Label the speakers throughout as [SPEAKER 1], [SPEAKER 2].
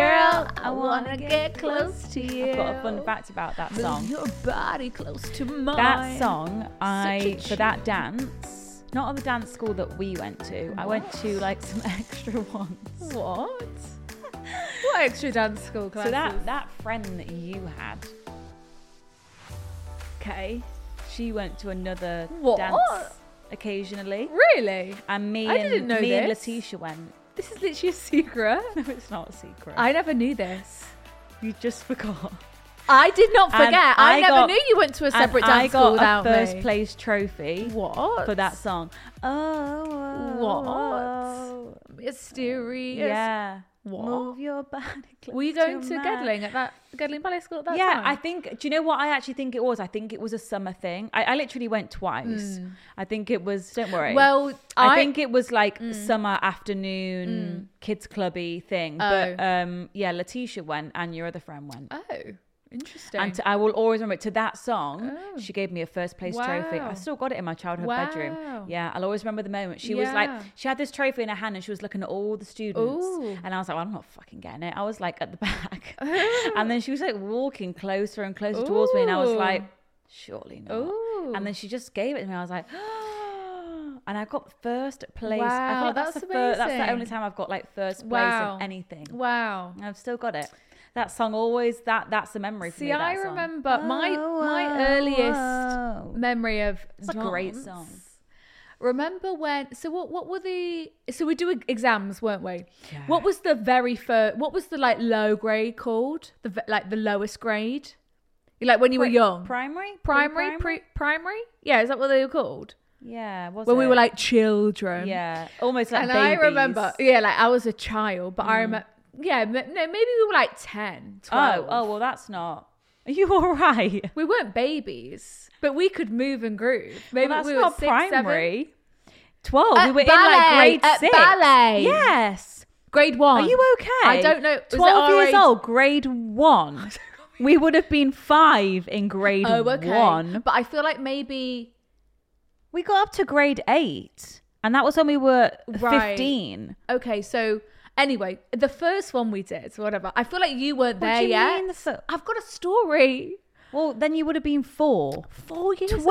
[SPEAKER 1] I wanna get close to you.
[SPEAKER 2] I've got a fun fact about that
[SPEAKER 1] Move
[SPEAKER 2] song.
[SPEAKER 1] Your body close to mine.
[SPEAKER 2] That song, I
[SPEAKER 1] cheat.
[SPEAKER 2] for that dance, not at the dance school that we went to. I went to like some extra ones.
[SPEAKER 1] What? what extra dance school classes?
[SPEAKER 2] So that that friend that you had,
[SPEAKER 1] okay.
[SPEAKER 2] she went to another
[SPEAKER 1] What?
[SPEAKER 2] dance occasionally,
[SPEAKER 1] Really?
[SPEAKER 2] and me
[SPEAKER 1] I
[SPEAKER 2] and
[SPEAKER 1] didn't know
[SPEAKER 2] me and
[SPEAKER 1] this.
[SPEAKER 2] Letitia went.
[SPEAKER 1] This is literally a secret.
[SPEAKER 2] No, it's not a secret.
[SPEAKER 1] I never knew this.
[SPEAKER 2] you just forgot.
[SPEAKER 1] I did not
[SPEAKER 2] And
[SPEAKER 1] forget. I,
[SPEAKER 2] I
[SPEAKER 1] never
[SPEAKER 2] got-
[SPEAKER 1] knew you went to a
[SPEAKER 2] And
[SPEAKER 1] separate dance
[SPEAKER 2] I got
[SPEAKER 1] school
[SPEAKER 2] a
[SPEAKER 1] without
[SPEAKER 2] first
[SPEAKER 1] me.
[SPEAKER 2] place trophy
[SPEAKER 1] What?
[SPEAKER 2] for that song. Oh,
[SPEAKER 1] What? Mysterious.
[SPEAKER 2] Yeah.
[SPEAKER 1] What?
[SPEAKER 2] Move your body.
[SPEAKER 1] Were you
[SPEAKER 2] close
[SPEAKER 1] going to
[SPEAKER 2] mine.
[SPEAKER 1] Gedling at that Gedling Ballet School at that
[SPEAKER 2] yeah,
[SPEAKER 1] time?
[SPEAKER 2] I think. Do you know what I actually think it was? I think it was a summer thing. I, I literally went twice. I think it was. Don't worry.
[SPEAKER 1] Mm. Well,
[SPEAKER 2] I,
[SPEAKER 1] I- Mm.
[SPEAKER 2] think it was like summer afternoon kids clubby thing. But
[SPEAKER 1] Oh.
[SPEAKER 2] um, yeah, Letitia went and your other friend went.
[SPEAKER 1] Oh, interesting.
[SPEAKER 2] And to, I will always remember to that song. She gave me a first place trophy. I
[SPEAKER 1] Oh. Wow.
[SPEAKER 2] still got it in my childhood
[SPEAKER 1] Wow.
[SPEAKER 2] bedroom. Yeah, I'll always remember the moment. She was
[SPEAKER 1] Oh. Yeah.
[SPEAKER 2] like, she had this trophy in her hand and she was looking at all the students.
[SPEAKER 1] Ooh.
[SPEAKER 2] And I was like, well, I'm not fucking getting it. I was like at the back. and then she was like walking closer and closer towards me. And I was
[SPEAKER 1] Ooh.
[SPEAKER 2] like, surely not.
[SPEAKER 1] Ooh.
[SPEAKER 2] And then she just gave it to me. I was like, and I got first place. I
[SPEAKER 1] Wow,
[SPEAKER 2] feel like
[SPEAKER 1] that's
[SPEAKER 2] the fir- that's the
[SPEAKER 1] amazing.
[SPEAKER 2] only time I've got like first place
[SPEAKER 1] wow.
[SPEAKER 2] in anything.
[SPEAKER 1] Wow.
[SPEAKER 2] I've still got it. That song always that that's a memory for
[SPEAKER 1] See,
[SPEAKER 2] me. that
[SPEAKER 1] I
[SPEAKER 2] song. Oh,
[SPEAKER 1] remember my my
[SPEAKER 2] whoa.
[SPEAKER 1] earliest memory of
[SPEAKER 2] It's a great
[SPEAKER 1] dance.
[SPEAKER 2] song.
[SPEAKER 1] Remember when? So what? What were the? So we do e-, exams, weren't we?
[SPEAKER 2] Yeah.
[SPEAKER 1] What was the very first? What was the like low grade called? The ve- like the lowest grade, like when you were
[SPEAKER 2] Pri-
[SPEAKER 1] young,
[SPEAKER 2] primary,
[SPEAKER 1] primary, pre- primary. Yeah, is that what they were called?
[SPEAKER 2] yeah. Was
[SPEAKER 1] When we
[SPEAKER 2] it?
[SPEAKER 1] were like children.
[SPEAKER 2] yeah, almost like
[SPEAKER 1] and
[SPEAKER 2] babies. Mm.
[SPEAKER 1] I remember, yeah, like I was a child, but I remember, yeah, m- no, maybe we were like 10, 12.
[SPEAKER 2] Oh, oh well, that's not. Are you all right?
[SPEAKER 1] We weren't babies, but we could move and groove. Maybe
[SPEAKER 2] Well, that's
[SPEAKER 1] we were
[SPEAKER 2] not
[SPEAKER 1] six, seven.
[SPEAKER 2] primary. Twelve. we
[SPEAKER 1] At
[SPEAKER 2] were
[SPEAKER 1] ballet,
[SPEAKER 2] in like grade
[SPEAKER 1] at
[SPEAKER 2] six.
[SPEAKER 1] ballet.
[SPEAKER 2] Yes.
[SPEAKER 1] Grade one.
[SPEAKER 2] Are you okay?
[SPEAKER 1] I don't know. Was it
[SPEAKER 2] Twelve
[SPEAKER 1] our
[SPEAKER 2] years
[SPEAKER 1] age?
[SPEAKER 2] old, grade one. We would have been five in grade
[SPEAKER 1] Oh, okay.
[SPEAKER 2] one.
[SPEAKER 1] But I feel like maybe
[SPEAKER 2] We got up to grade eight, and that was when we were
[SPEAKER 1] Right.
[SPEAKER 2] 15.
[SPEAKER 1] okay. So anyway, the first one we did, whatever. I feel like you weren't
[SPEAKER 2] What
[SPEAKER 1] there
[SPEAKER 2] do you
[SPEAKER 1] yet.
[SPEAKER 2] mean the fir-
[SPEAKER 1] I've got a story.
[SPEAKER 2] Well, then you would have been four.
[SPEAKER 1] Four years. old.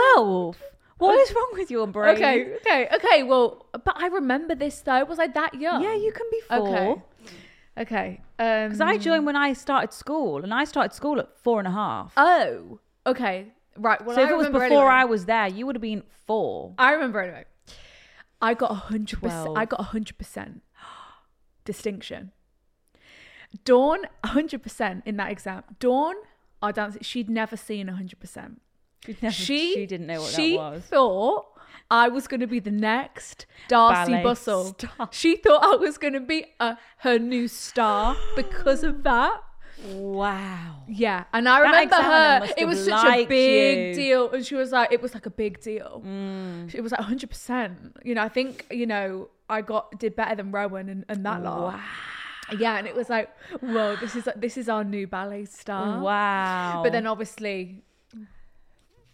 [SPEAKER 2] 12. What
[SPEAKER 1] Oh.
[SPEAKER 2] is wrong with your brain?
[SPEAKER 1] Okay, okay, okay. Well, but I remember this though. Was I that young?
[SPEAKER 2] Yeah, you can be
[SPEAKER 1] Okay.
[SPEAKER 2] four.
[SPEAKER 1] Okay.
[SPEAKER 2] Because
[SPEAKER 1] Um,
[SPEAKER 2] I joined when I started school, and I started school at four and a half.
[SPEAKER 1] oh, okay, right. Well,
[SPEAKER 2] so
[SPEAKER 1] I
[SPEAKER 2] if it was
[SPEAKER 1] remember
[SPEAKER 2] before
[SPEAKER 1] anyway.
[SPEAKER 2] I was there, you would have been four.
[SPEAKER 1] I remember anyway. I got a hundred percent.
[SPEAKER 2] Twelve.
[SPEAKER 1] I got a hundred percent distinction. Dawn, a hundred percent in that exam. Dawn, our dancer, she'd never seen a hundred percent. She
[SPEAKER 2] she didn't know what
[SPEAKER 1] she
[SPEAKER 2] that was.
[SPEAKER 1] Thought I was going to be the next Darcy
[SPEAKER 2] Ballet
[SPEAKER 1] Bustle.
[SPEAKER 2] star.
[SPEAKER 1] She thought I was going to be a, her new star because of that.
[SPEAKER 2] Wow.
[SPEAKER 1] Yeah, and I
[SPEAKER 2] That
[SPEAKER 1] remember
[SPEAKER 2] examiner
[SPEAKER 1] her.
[SPEAKER 2] must
[SPEAKER 1] It
[SPEAKER 2] have
[SPEAKER 1] was such a
[SPEAKER 2] liked
[SPEAKER 1] big
[SPEAKER 2] you. Mm.
[SPEAKER 1] deal, and she was like, "It was like a big deal." It was like 100. percent You know, I think you know I got did better than Rowan and, and that lot.
[SPEAKER 2] Wow.
[SPEAKER 1] Yeah, and it was like, "Whoa, this is this is our new ballet star."
[SPEAKER 2] Wow.
[SPEAKER 1] But then obviously.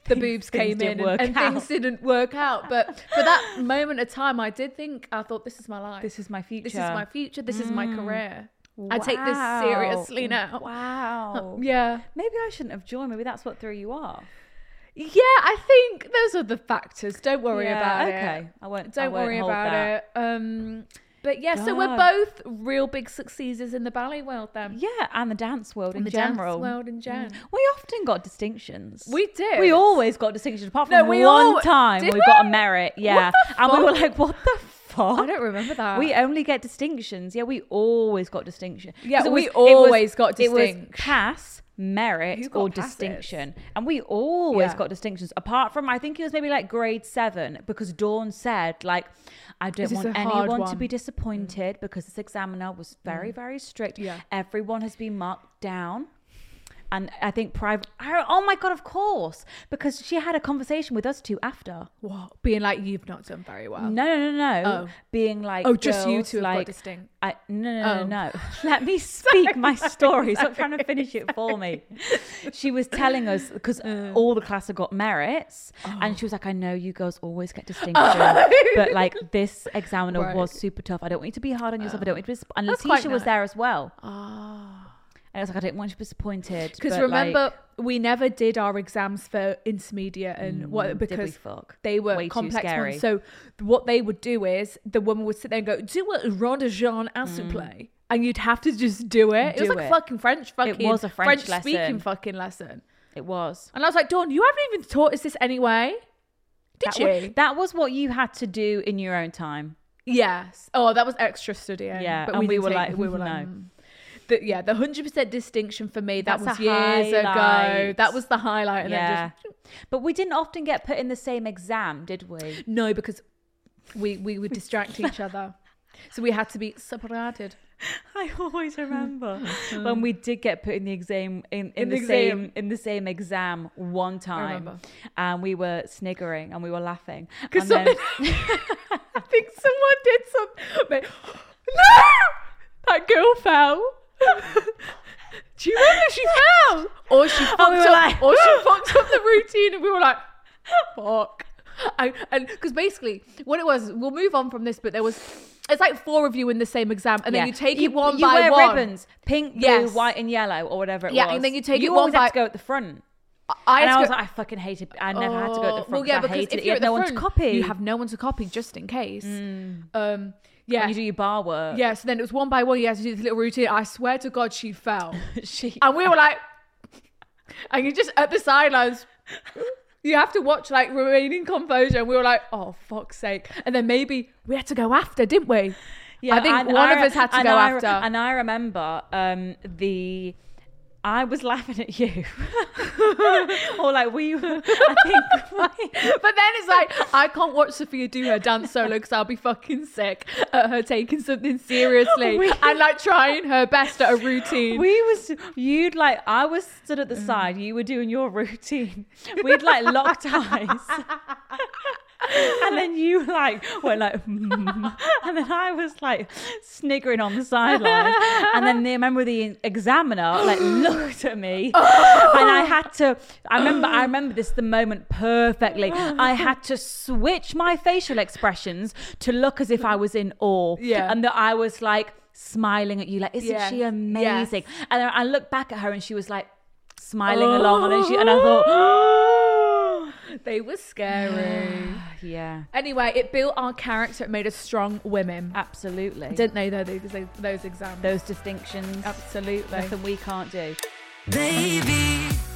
[SPEAKER 1] The boobs
[SPEAKER 2] Oh. things
[SPEAKER 1] came
[SPEAKER 2] didn't
[SPEAKER 1] in and,
[SPEAKER 2] work
[SPEAKER 1] and things
[SPEAKER 2] out.
[SPEAKER 1] didn't work out. But for that moment of time, I did think, I thought, this is my life.
[SPEAKER 2] this is my future. Mm.
[SPEAKER 1] This is my future. This is my career. I take this seriously now.
[SPEAKER 2] Wow.
[SPEAKER 1] Yeah.
[SPEAKER 2] Maybe I shouldn't have joined. Maybe that's what threw you off.
[SPEAKER 1] Yeah, I think those are the factors. Don't worry
[SPEAKER 2] Yeah,
[SPEAKER 1] about it.
[SPEAKER 2] okay. I won't- I
[SPEAKER 1] Don't
[SPEAKER 2] won't
[SPEAKER 1] worry
[SPEAKER 2] hold
[SPEAKER 1] about
[SPEAKER 2] that.
[SPEAKER 1] it. Um, but yeah, so we're
[SPEAKER 2] God.
[SPEAKER 1] both real big successes in the ballet world. Then
[SPEAKER 2] Yeah, and the dance world in
[SPEAKER 1] the dance
[SPEAKER 2] general. Mm.
[SPEAKER 1] world in gen.
[SPEAKER 2] We often got distinctions.
[SPEAKER 1] We did.
[SPEAKER 2] We always got distinctions. Apart from
[SPEAKER 1] No, we
[SPEAKER 2] one
[SPEAKER 1] all-
[SPEAKER 2] time
[SPEAKER 1] Did
[SPEAKER 2] we, got a
[SPEAKER 1] we?
[SPEAKER 2] merit.
[SPEAKER 1] What
[SPEAKER 2] Yeah,
[SPEAKER 1] the
[SPEAKER 2] and we were
[SPEAKER 1] fuck?
[SPEAKER 2] like, "What the fuck?"
[SPEAKER 1] I don't remember that.
[SPEAKER 2] We only get distinctions. Yeah, we always got distinction.
[SPEAKER 1] Uh, Yeah,
[SPEAKER 2] 'Cause it
[SPEAKER 1] we
[SPEAKER 2] was- it was-
[SPEAKER 1] always got
[SPEAKER 2] It was
[SPEAKER 1] distinct.
[SPEAKER 2] pass, merit,
[SPEAKER 1] Who got
[SPEAKER 2] or
[SPEAKER 1] passes?
[SPEAKER 2] distinction, and we always
[SPEAKER 1] Yeah.
[SPEAKER 2] got distinctions. Apart from, I think it was maybe like grade seven because Dawn said like, "I don't
[SPEAKER 1] This is
[SPEAKER 2] want
[SPEAKER 1] a hard
[SPEAKER 2] anyone to
[SPEAKER 1] one. Mm.
[SPEAKER 2] be disappointed because this examiner was very, very strict.
[SPEAKER 1] Yeah.
[SPEAKER 2] everyone has been marked down." And I think private. I, oh my god! Of course, because she had a conversation with us two after.
[SPEAKER 1] what being like you've not done very well.
[SPEAKER 2] No, no, no, no.
[SPEAKER 1] Oh.
[SPEAKER 2] Being like,
[SPEAKER 1] Oh, just you
[SPEAKER 2] girls,
[SPEAKER 1] two have got
[SPEAKER 2] like,
[SPEAKER 1] distinct.
[SPEAKER 2] I, no, no, no,
[SPEAKER 1] Oh.
[SPEAKER 2] no. Let me speak my story. Stop trying to finish it for me. She was telling us because all the class had got merits, and she was like, "I know you girls always get distinction, but like this examiner
[SPEAKER 1] Oh. Right.
[SPEAKER 2] was super tough. I don't want you to be hard on yourself. I don't want you to." Be, and
[SPEAKER 1] That's
[SPEAKER 2] Letitia
[SPEAKER 1] quite
[SPEAKER 2] was
[SPEAKER 1] nice.
[SPEAKER 2] there as well,
[SPEAKER 1] Ah,
[SPEAKER 2] And I was like, I didn't want you to be disappointed.
[SPEAKER 1] Because
[SPEAKER 2] but,
[SPEAKER 1] remember,
[SPEAKER 2] like,
[SPEAKER 1] we never did our exams for intermediate and what
[SPEAKER 2] Mm, did we
[SPEAKER 1] because
[SPEAKER 2] fuck?
[SPEAKER 1] they were
[SPEAKER 2] Way too
[SPEAKER 1] complex
[SPEAKER 2] scary.
[SPEAKER 1] ones. So what they would do is the woman would sit there and go, "Do a rond de jean assoupli," and you'd have to just do it. it was
[SPEAKER 2] Mm. Do
[SPEAKER 1] like
[SPEAKER 2] it.
[SPEAKER 1] a fucking French fucking
[SPEAKER 2] was a French lesson.
[SPEAKER 1] speaking fucking lesson.
[SPEAKER 2] it was.
[SPEAKER 1] And I was like, "Dawn, you haven't even taught us this anyway." Did
[SPEAKER 2] That
[SPEAKER 1] you?
[SPEAKER 2] was, that was what you had to do in your own time.
[SPEAKER 1] Yes. Oh, that was extra studying.
[SPEAKER 2] Yeah,
[SPEAKER 1] but
[SPEAKER 2] and we
[SPEAKER 1] didn't
[SPEAKER 2] were
[SPEAKER 1] take-
[SPEAKER 2] like,
[SPEAKER 1] we were like,
[SPEAKER 2] no.
[SPEAKER 1] mm. The- yeah, the hundred percent distinction for me that
[SPEAKER 2] That's
[SPEAKER 1] was
[SPEAKER 2] a
[SPEAKER 1] years ago.
[SPEAKER 2] highlight.
[SPEAKER 1] That was the highlight, and then
[SPEAKER 2] yeah.
[SPEAKER 1] just
[SPEAKER 2] But we didn't often get put in the same exam, did we?
[SPEAKER 1] No, because we we would distract each other. So we had to be separated.
[SPEAKER 2] I always remember when we did get put in the exam in, in,
[SPEAKER 1] In
[SPEAKER 2] the,
[SPEAKER 1] the exam.
[SPEAKER 2] same in the same exam one time,
[SPEAKER 1] remember.
[SPEAKER 2] and we were sniggering and we were laughing.
[SPEAKER 1] 'Cause
[SPEAKER 2] And then-
[SPEAKER 1] something- I think someone did some. but- No, that girl fell. Do you remember she fell? Or she fucked
[SPEAKER 2] we were
[SPEAKER 1] up.
[SPEAKER 2] like-
[SPEAKER 1] or she fucked up the routine, and we were like, "Fuck!" I, and because basically, what it was, we'll move on from this, but there was, it's like four of you in the same exam, and
[SPEAKER 2] Yeah.
[SPEAKER 1] then you take
[SPEAKER 2] you,
[SPEAKER 1] it one
[SPEAKER 2] you
[SPEAKER 1] by
[SPEAKER 2] wear
[SPEAKER 1] one.
[SPEAKER 2] ribbons, pink, blue,
[SPEAKER 1] Yes.
[SPEAKER 2] white, and yellow, or whatever it
[SPEAKER 1] Yeah,
[SPEAKER 2] was.
[SPEAKER 1] and then you take
[SPEAKER 2] you
[SPEAKER 1] it one
[SPEAKER 2] always had
[SPEAKER 1] by-
[SPEAKER 2] to go at the front.
[SPEAKER 1] I, had
[SPEAKER 2] and
[SPEAKER 1] to
[SPEAKER 2] I
[SPEAKER 1] go-
[SPEAKER 2] was like, I fucking hated. I never had to go at the
[SPEAKER 1] Oh,
[SPEAKER 2] front. Well, yeah, because I hated it. You had no one to
[SPEAKER 1] front,
[SPEAKER 2] copy.
[SPEAKER 1] You have no one to copy just in case. Um, yeah.
[SPEAKER 2] when you do your bar work.
[SPEAKER 1] yeah, so then it was one by one, you had to do this little routine. I swear to God, she fell.
[SPEAKER 2] she.
[SPEAKER 1] and we were like, and you just at the sidelines, you have to watch like remaining composure. And we were like, oh, fuck's sake. And then maybe we had to go after, didn't we? I think
[SPEAKER 2] and
[SPEAKER 1] one of
[SPEAKER 2] re-
[SPEAKER 1] us had to
[SPEAKER 2] and
[SPEAKER 1] go
[SPEAKER 2] I, re-
[SPEAKER 1] after.
[SPEAKER 2] And I remember um, the. I was laughing at you, or like we. were- I think we-
[SPEAKER 1] But then it's like, I can't watch Sophia do her dance solo because I'll be fucking sick at her taking something seriously
[SPEAKER 2] We-
[SPEAKER 1] and like trying her best at a routine. Mm.
[SPEAKER 2] we was you'd like I was stood at the side. You were doing your routine. We'd like locked eyes, and then you like were like, "Hmm." and then I was like sniggering on the sideline. And then the remember the examiner like looked at me, and I had to. I remember I remember this the moment perfectly. I had to switch my facial expressions to look as if I was in awe.
[SPEAKER 1] Yeah.
[SPEAKER 2] and that I was like smiling at you, like isn't
[SPEAKER 1] Yes.
[SPEAKER 2] she amazing? And then I looked back at her and she was like smiling
[SPEAKER 1] Oh.
[SPEAKER 2] along, and then she and I thought,
[SPEAKER 1] They were scary.
[SPEAKER 2] yeah,
[SPEAKER 1] anyway, it built our character. It made us strong women.
[SPEAKER 2] absolutely.
[SPEAKER 1] Didn't they though? Those, those exams.
[SPEAKER 2] Those distinctions,
[SPEAKER 1] Absolutely.
[SPEAKER 2] nothing we can't do.
[SPEAKER 3] Baby.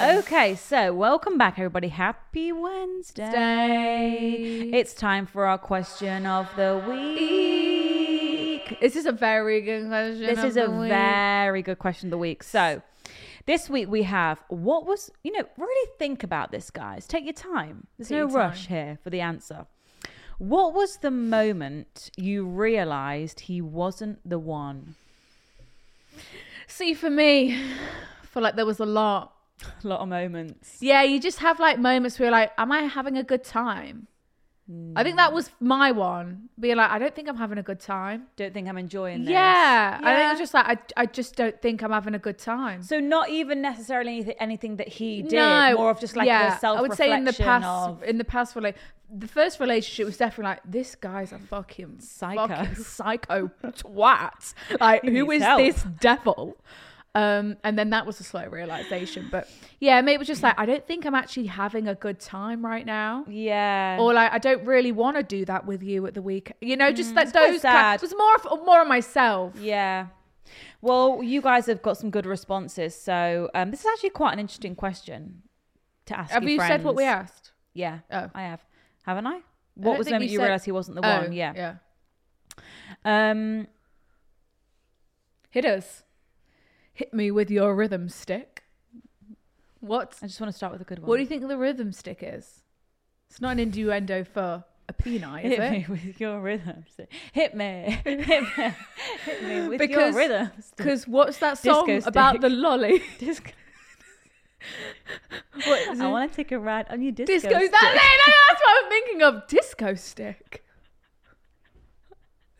[SPEAKER 2] Okay, so welcome back, everybody. Happy Wednesday. It's time for our question of the week.
[SPEAKER 1] This is a very good question.
[SPEAKER 2] This
[SPEAKER 1] of
[SPEAKER 2] is a
[SPEAKER 1] the week.
[SPEAKER 2] very good question of the week. So, this week we have what was, you know, really think about this, guys. Take your time. There's
[SPEAKER 1] Take
[SPEAKER 2] no
[SPEAKER 1] your time.
[SPEAKER 2] rush here for the answer. What was the moment you realized he wasn't the one?
[SPEAKER 1] see for me. I feel like there was a lot.
[SPEAKER 2] A lot of moments.
[SPEAKER 1] Yeah, you just have like moments where you're like, am I having a good time? I think that was my one. Being like, I don't think I'm having a good time.
[SPEAKER 2] Don't think I'm enjoying
[SPEAKER 1] Yeah.
[SPEAKER 2] this.
[SPEAKER 1] I think it's just like, I, I just don't think I'm having a good time.
[SPEAKER 2] So not even necessarily anything, anything that he did, more of just like a self
[SPEAKER 1] I would say in the past,
[SPEAKER 2] Of,
[SPEAKER 1] in the past, rela- the first relationship was definitely like this guy's a fucking
[SPEAKER 2] Psycho.
[SPEAKER 1] fucking psycho twat. Like who is
[SPEAKER 2] Himself.
[SPEAKER 1] this devil? Um, and then that was a slow realization, but yeah, maybe it was just like I don't think I'm actually having a good time right now,
[SPEAKER 2] yeah.
[SPEAKER 1] or like I don't really want to do that with you at the week. You know, just that
[SPEAKER 2] Mm, quite
[SPEAKER 1] those kind,
[SPEAKER 2] sad.
[SPEAKER 1] it was more of, more of myself.
[SPEAKER 2] yeah. Well, you guys have got some good responses. So um, this is actually quite an interesting question to ask.
[SPEAKER 1] Have
[SPEAKER 2] your
[SPEAKER 1] you said what we
[SPEAKER 2] friends.
[SPEAKER 1] asked?
[SPEAKER 2] Yeah,
[SPEAKER 1] Oh.
[SPEAKER 2] I have. Haven't I?
[SPEAKER 1] I
[SPEAKER 2] What
[SPEAKER 1] don't
[SPEAKER 2] was the
[SPEAKER 1] think
[SPEAKER 2] moment you,
[SPEAKER 1] said-
[SPEAKER 2] realised he wasn't the
[SPEAKER 1] Oh,
[SPEAKER 2] one? Yeah.
[SPEAKER 1] yeah.
[SPEAKER 2] Um,
[SPEAKER 1] Hit us. Hit me with your rhythm stick. What?
[SPEAKER 2] I just want to start with a good one.
[SPEAKER 1] What do you think the rhythm stick is? It's not an innuendo for a a penile, is
[SPEAKER 2] Hit
[SPEAKER 1] it?
[SPEAKER 2] me with your rhythms. Hit me. Hit me. Hit me with
[SPEAKER 1] Because-
[SPEAKER 2] your rhythms.
[SPEAKER 1] Because what's that song
[SPEAKER 2] Disco
[SPEAKER 1] about
[SPEAKER 2] stick.
[SPEAKER 1] the lolly?
[SPEAKER 2] Disco.
[SPEAKER 1] What is
[SPEAKER 2] I
[SPEAKER 1] it?
[SPEAKER 2] want to take a ride on your disco.
[SPEAKER 1] disco. That's it.
[SPEAKER 2] stick.
[SPEAKER 1] no, That's what I'm thinking of. Disco stick.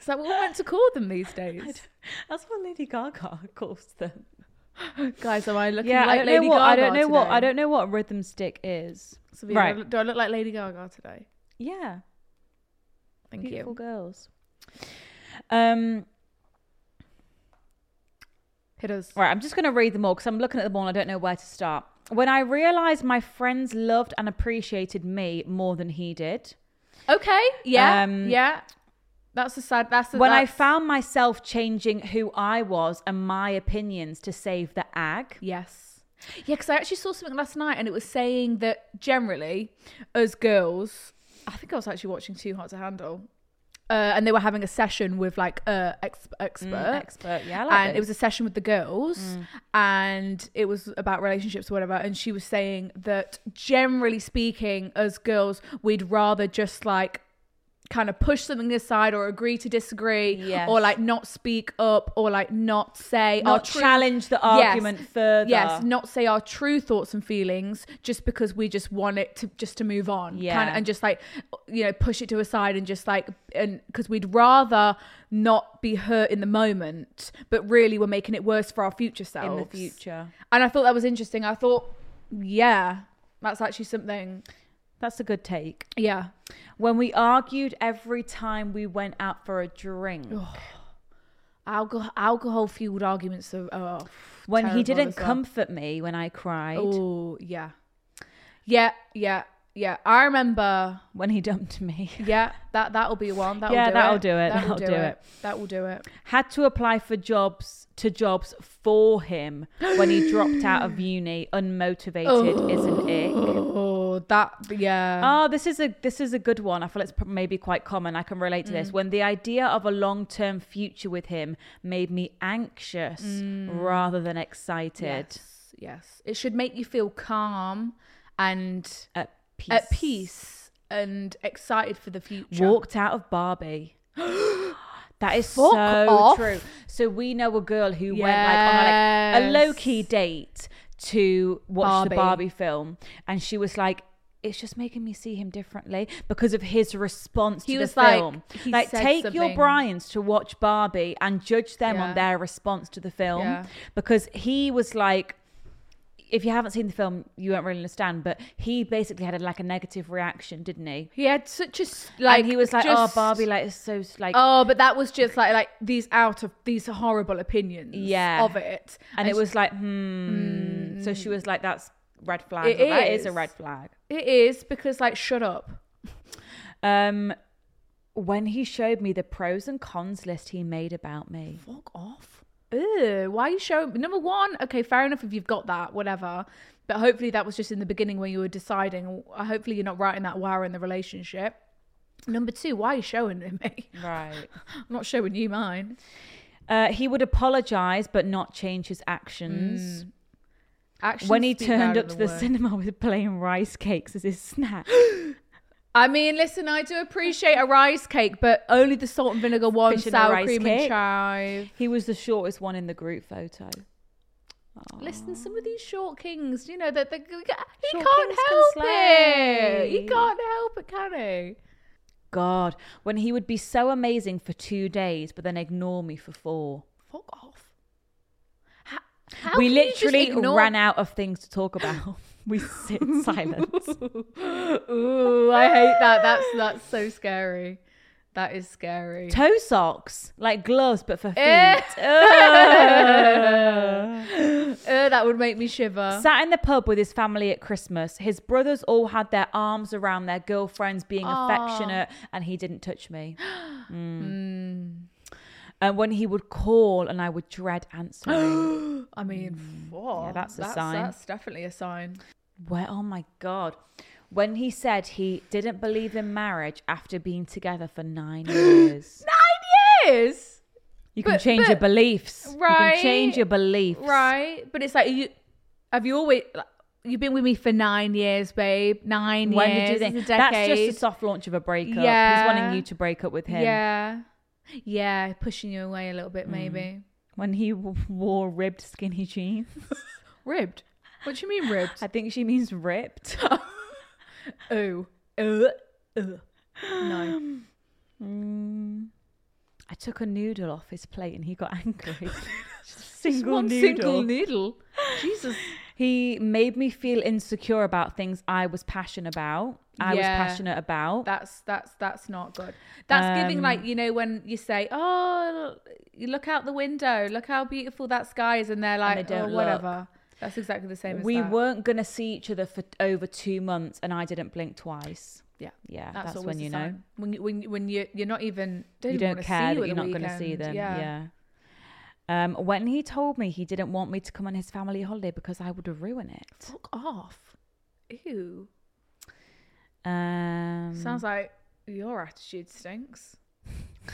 [SPEAKER 1] Is that what we're meant to call them these days?
[SPEAKER 2] That's what Lady Gaga calls them.
[SPEAKER 1] Guys, am I looking
[SPEAKER 2] Yeah,
[SPEAKER 1] like
[SPEAKER 2] I don't
[SPEAKER 1] Lady
[SPEAKER 2] know what.
[SPEAKER 1] Gaga
[SPEAKER 2] I don't know what.
[SPEAKER 1] today?
[SPEAKER 2] I don't know what rhythm stick is.
[SPEAKER 1] Sabina,
[SPEAKER 2] Right.
[SPEAKER 1] Do I look like Lady Gaga today?
[SPEAKER 2] Yeah,
[SPEAKER 1] Thank
[SPEAKER 2] beautiful
[SPEAKER 1] you.
[SPEAKER 2] girls. Um.
[SPEAKER 1] Hit us.
[SPEAKER 2] Right, I'm just going to read them all because I'm looking at them all and I don't know where to start. When I realised my friends loved and appreciated me more than he did.
[SPEAKER 1] Okay. Yeah.
[SPEAKER 2] Um,
[SPEAKER 1] yeah. That's a sad. That's a,
[SPEAKER 2] When I
[SPEAKER 1] that's-
[SPEAKER 2] found myself changing who I was and my opinions to save the ag.
[SPEAKER 1] Yes. Yeah, because I actually saw something last night and it was saying that generally, as girls, I think I was actually watching Too Hot to Handle. Uh, and they were having a session with like a ex-
[SPEAKER 2] Mm,
[SPEAKER 1] expert,
[SPEAKER 2] expert, yeah, I like Mm.
[SPEAKER 1] and it
[SPEAKER 2] those.
[SPEAKER 1] was a session with the girls, and it was about relationships or whatever. And she was saying that generally speaking, as girls, we'd rather just like kind of push something aside or agree to disagree,
[SPEAKER 2] Yes.
[SPEAKER 1] or like not speak up, or like not say
[SPEAKER 2] Or
[SPEAKER 1] our true-
[SPEAKER 2] challenge the
[SPEAKER 1] Yes.
[SPEAKER 2] argument further.
[SPEAKER 1] Yes, not say our true thoughts and feelings just because we just want it to just to move on.
[SPEAKER 2] Yeah.
[SPEAKER 1] Kinda- and just like you know, push it to a side and just like and because we'd rather not be hurt in the moment, but really we're making it worse for our future
[SPEAKER 2] in
[SPEAKER 1] selves.
[SPEAKER 2] the future.
[SPEAKER 1] And I thought that was interesting. I thought, yeah, that's actually something.
[SPEAKER 2] That's a good take.
[SPEAKER 1] Yeah.
[SPEAKER 2] When we argued every time we went out for a drink.
[SPEAKER 1] Alcohol alcohol fueled arguments are, are
[SPEAKER 2] when he
[SPEAKER 1] terrible
[SPEAKER 2] didn't
[SPEAKER 1] as well.
[SPEAKER 2] comfort me when I cried.
[SPEAKER 1] Oh yeah. Yeah, yeah, yeah. I remember
[SPEAKER 2] When he dumped me.
[SPEAKER 1] Yeah, that that'll be one. That'll
[SPEAKER 2] Yeah,
[SPEAKER 1] do
[SPEAKER 2] that'll
[SPEAKER 1] it.
[SPEAKER 2] do it. That'll do it.
[SPEAKER 1] That will do it.
[SPEAKER 2] had to apply for jobs to jobs for him when he dropped out of uni unmotivated is an ick
[SPEAKER 1] Oh, that yeah.
[SPEAKER 2] oh this is a this is a good one i feel it's pro- maybe quite common i can relate to
[SPEAKER 1] Mm.
[SPEAKER 2] this when the idea of a long-term future with him made me anxious rather than excited
[SPEAKER 1] Mm. Yes, Um, yes. It should make you feel calm and
[SPEAKER 2] at peace
[SPEAKER 1] at peace and excited for the future.
[SPEAKER 2] walked out of barbie That is
[SPEAKER 1] Fuck
[SPEAKER 2] so
[SPEAKER 1] off.
[SPEAKER 2] true. So we know a girl who went like on a, like a
[SPEAKER 1] Yes.
[SPEAKER 2] low key date to watch
[SPEAKER 1] Barbie.
[SPEAKER 2] the Barbie film, and she was like, "It's just making me see him differently because of his response
[SPEAKER 1] He
[SPEAKER 2] to
[SPEAKER 1] was
[SPEAKER 2] the
[SPEAKER 1] like-
[SPEAKER 2] film."
[SPEAKER 1] he
[SPEAKER 2] like,
[SPEAKER 1] said
[SPEAKER 2] take your
[SPEAKER 1] something.
[SPEAKER 2] Bryans to watch Barbie and judge them
[SPEAKER 1] Yeah.
[SPEAKER 2] on their response to the film
[SPEAKER 1] Yeah.
[SPEAKER 2] because he was like. If you haven't seen the film, you won't really understand. But he basically had a, like a negative reaction, didn't he?
[SPEAKER 1] He had such a s- like.
[SPEAKER 2] and he was like,
[SPEAKER 1] just-
[SPEAKER 2] "Oh, Barbie, like it's so like."
[SPEAKER 1] Oh, but that was just like like these out of these horrible opinions.
[SPEAKER 2] Yeah.
[SPEAKER 1] of it,
[SPEAKER 2] and it was like, hmm. So she was like, "That's red flag.
[SPEAKER 1] mm. It
[SPEAKER 2] It is that is. a
[SPEAKER 1] is.
[SPEAKER 2] red flag."
[SPEAKER 1] it is because like shut up.
[SPEAKER 2] Um, when he showed me the pros and cons list he made about me,
[SPEAKER 1] Fuck off. Ew, why are you showing number one? Okay, fair enough if you've got that, whatever. But hopefully that was just in the beginning when you were deciding. Uh, Hopefully you're not writing that wire in the relationship. Number two, why are you showing it me?
[SPEAKER 2] right?
[SPEAKER 1] I'm not showing you mine.
[SPEAKER 2] Uh, he would apologize but not change his actions.
[SPEAKER 1] Mm. Actually,
[SPEAKER 2] When he turned up to the cinema with plain rice cakes as his snack,
[SPEAKER 1] I mean, listen, I do appreciate a rice cake, but only the salt and vinegar one,
[SPEAKER 2] Fish and a
[SPEAKER 1] sour
[SPEAKER 2] rice
[SPEAKER 1] cream and
[SPEAKER 2] cake.
[SPEAKER 1] chive.
[SPEAKER 2] he was the shortest one in the group photo.
[SPEAKER 1] Listen, some of these short kings, you know that they, he
[SPEAKER 2] Short
[SPEAKER 1] can't
[SPEAKER 2] kings can
[SPEAKER 1] help it.
[SPEAKER 2] slay.
[SPEAKER 1] He can't help it, can he?
[SPEAKER 2] God, when he would be so amazing for two days but then ignore me for four.
[SPEAKER 1] Fuck off. How, how
[SPEAKER 2] we
[SPEAKER 1] can you just
[SPEAKER 2] literally
[SPEAKER 1] ignore-
[SPEAKER 2] ran out of things to talk about. We sit silent.
[SPEAKER 1] Ooh, I hate that. That's that's so scary. That is scary.
[SPEAKER 2] Toe socks, like gloves, but for feet.
[SPEAKER 1] Eh.
[SPEAKER 2] Ugh.
[SPEAKER 1] Uh, that would make me shiver.
[SPEAKER 2] Sat in the pub with his family at Christmas. His brothers all had their arms around their girlfriends, being affectionate, and he didn't touch me.
[SPEAKER 1] Hmm.
[SPEAKER 2] Mm. And when he would call, and I would dread answering.
[SPEAKER 1] I mean, fuck.
[SPEAKER 2] Mm, that's a sign.
[SPEAKER 1] That's definitely a sign.
[SPEAKER 2] Where? Oh my god! When he said he didn't believe in marriage after being together for nine years.
[SPEAKER 1] Nine years,
[SPEAKER 2] You can
[SPEAKER 1] But-
[SPEAKER 2] change your
[SPEAKER 1] but-
[SPEAKER 2] beliefs. You
[SPEAKER 1] right,
[SPEAKER 2] can change your beliefs.
[SPEAKER 1] right? But it's like you. Have you always? like, you've been with me for nine years, babe. Nine
[SPEAKER 2] when
[SPEAKER 1] years.
[SPEAKER 2] did you do
[SPEAKER 1] it's
[SPEAKER 2] this?
[SPEAKER 1] a
[SPEAKER 2] That's just a
[SPEAKER 1] decade.
[SPEAKER 2] soft launch of a breakup.
[SPEAKER 1] Yeah.
[SPEAKER 2] He's wanting you to break up with him. Mm.
[SPEAKER 1] Yeah. Yeah, pushing you away a little bit, maybe.
[SPEAKER 2] When he w- wore ribbed skinny jeans.
[SPEAKER 1] Ribbed. What do you mean ribbed?
[SPEAKER 2] I think she means ripped.
[SPEAKER 1] oh. Ugh. Ugh. No.
[SPEAKER 2] Mm. I took a noodle off his plate and he got angry. Just a single
[SPEAKER 1] One
[SPEAKER 2] noodle.
[SPEAKER 1] single noodle. Jesus.
[SPEAKER 2] He made me feel insecure about things I was passionate about. I was
[SPEAKER 1] Yeah.
[SPEAKER 2] passionate about.
[SPEAKER 1] That's that's that's not good. That's
[SPEAKER 2] Um,
[SPEAKER 1] giving like you know when you say, "Oh, you look out the window, look how beautiful that sky is," and they're like,
[SPEAKER 2] they don't
[SPEAKER 1] "Oh, whatever." That's exactly the same. As
[SPEAKER 2] we
[SPEAKER 1] that.
[SPEAKER 2] weren't going to see each other for over two months and I didn't blink twice.
[SPEAKER 1] Yeah,
[SPEAKER 2] Yeah, that's,
[SPEAKER 1] always
[SPEAKER 2] when
[SPEAKER 1] the
[SPEAKER 2] you know.
[SPEAKER 1] sign. when you, when you- when you you're not even don't
[SPEAKER 2] You
[SPEAKER 1] even
[SPEAKER 2] don't
[SPEAKER 1] wanna
[SPEAKER 2] care
[SPEAKER 1] see
[SPEAKER 2] that
[SPEAKER 1] you
[SPEAKER 2] you're
[SPEAKER 1] at the
[SPEAKER 2] not going to see
[SPEAKER 1] weekend.
[SPEAKER 2] them.
[SPEAKER 1] Yeah.
[SPEAKER 2] Yeah. Um, when he told me he didn't want me to come on his family holiday because I would ruin it.
[SPEAKER 1] Fuck off. Ew.
[SPEAKER 2] Um,
[SPEAKER 1] Sounds like your attitude stinks.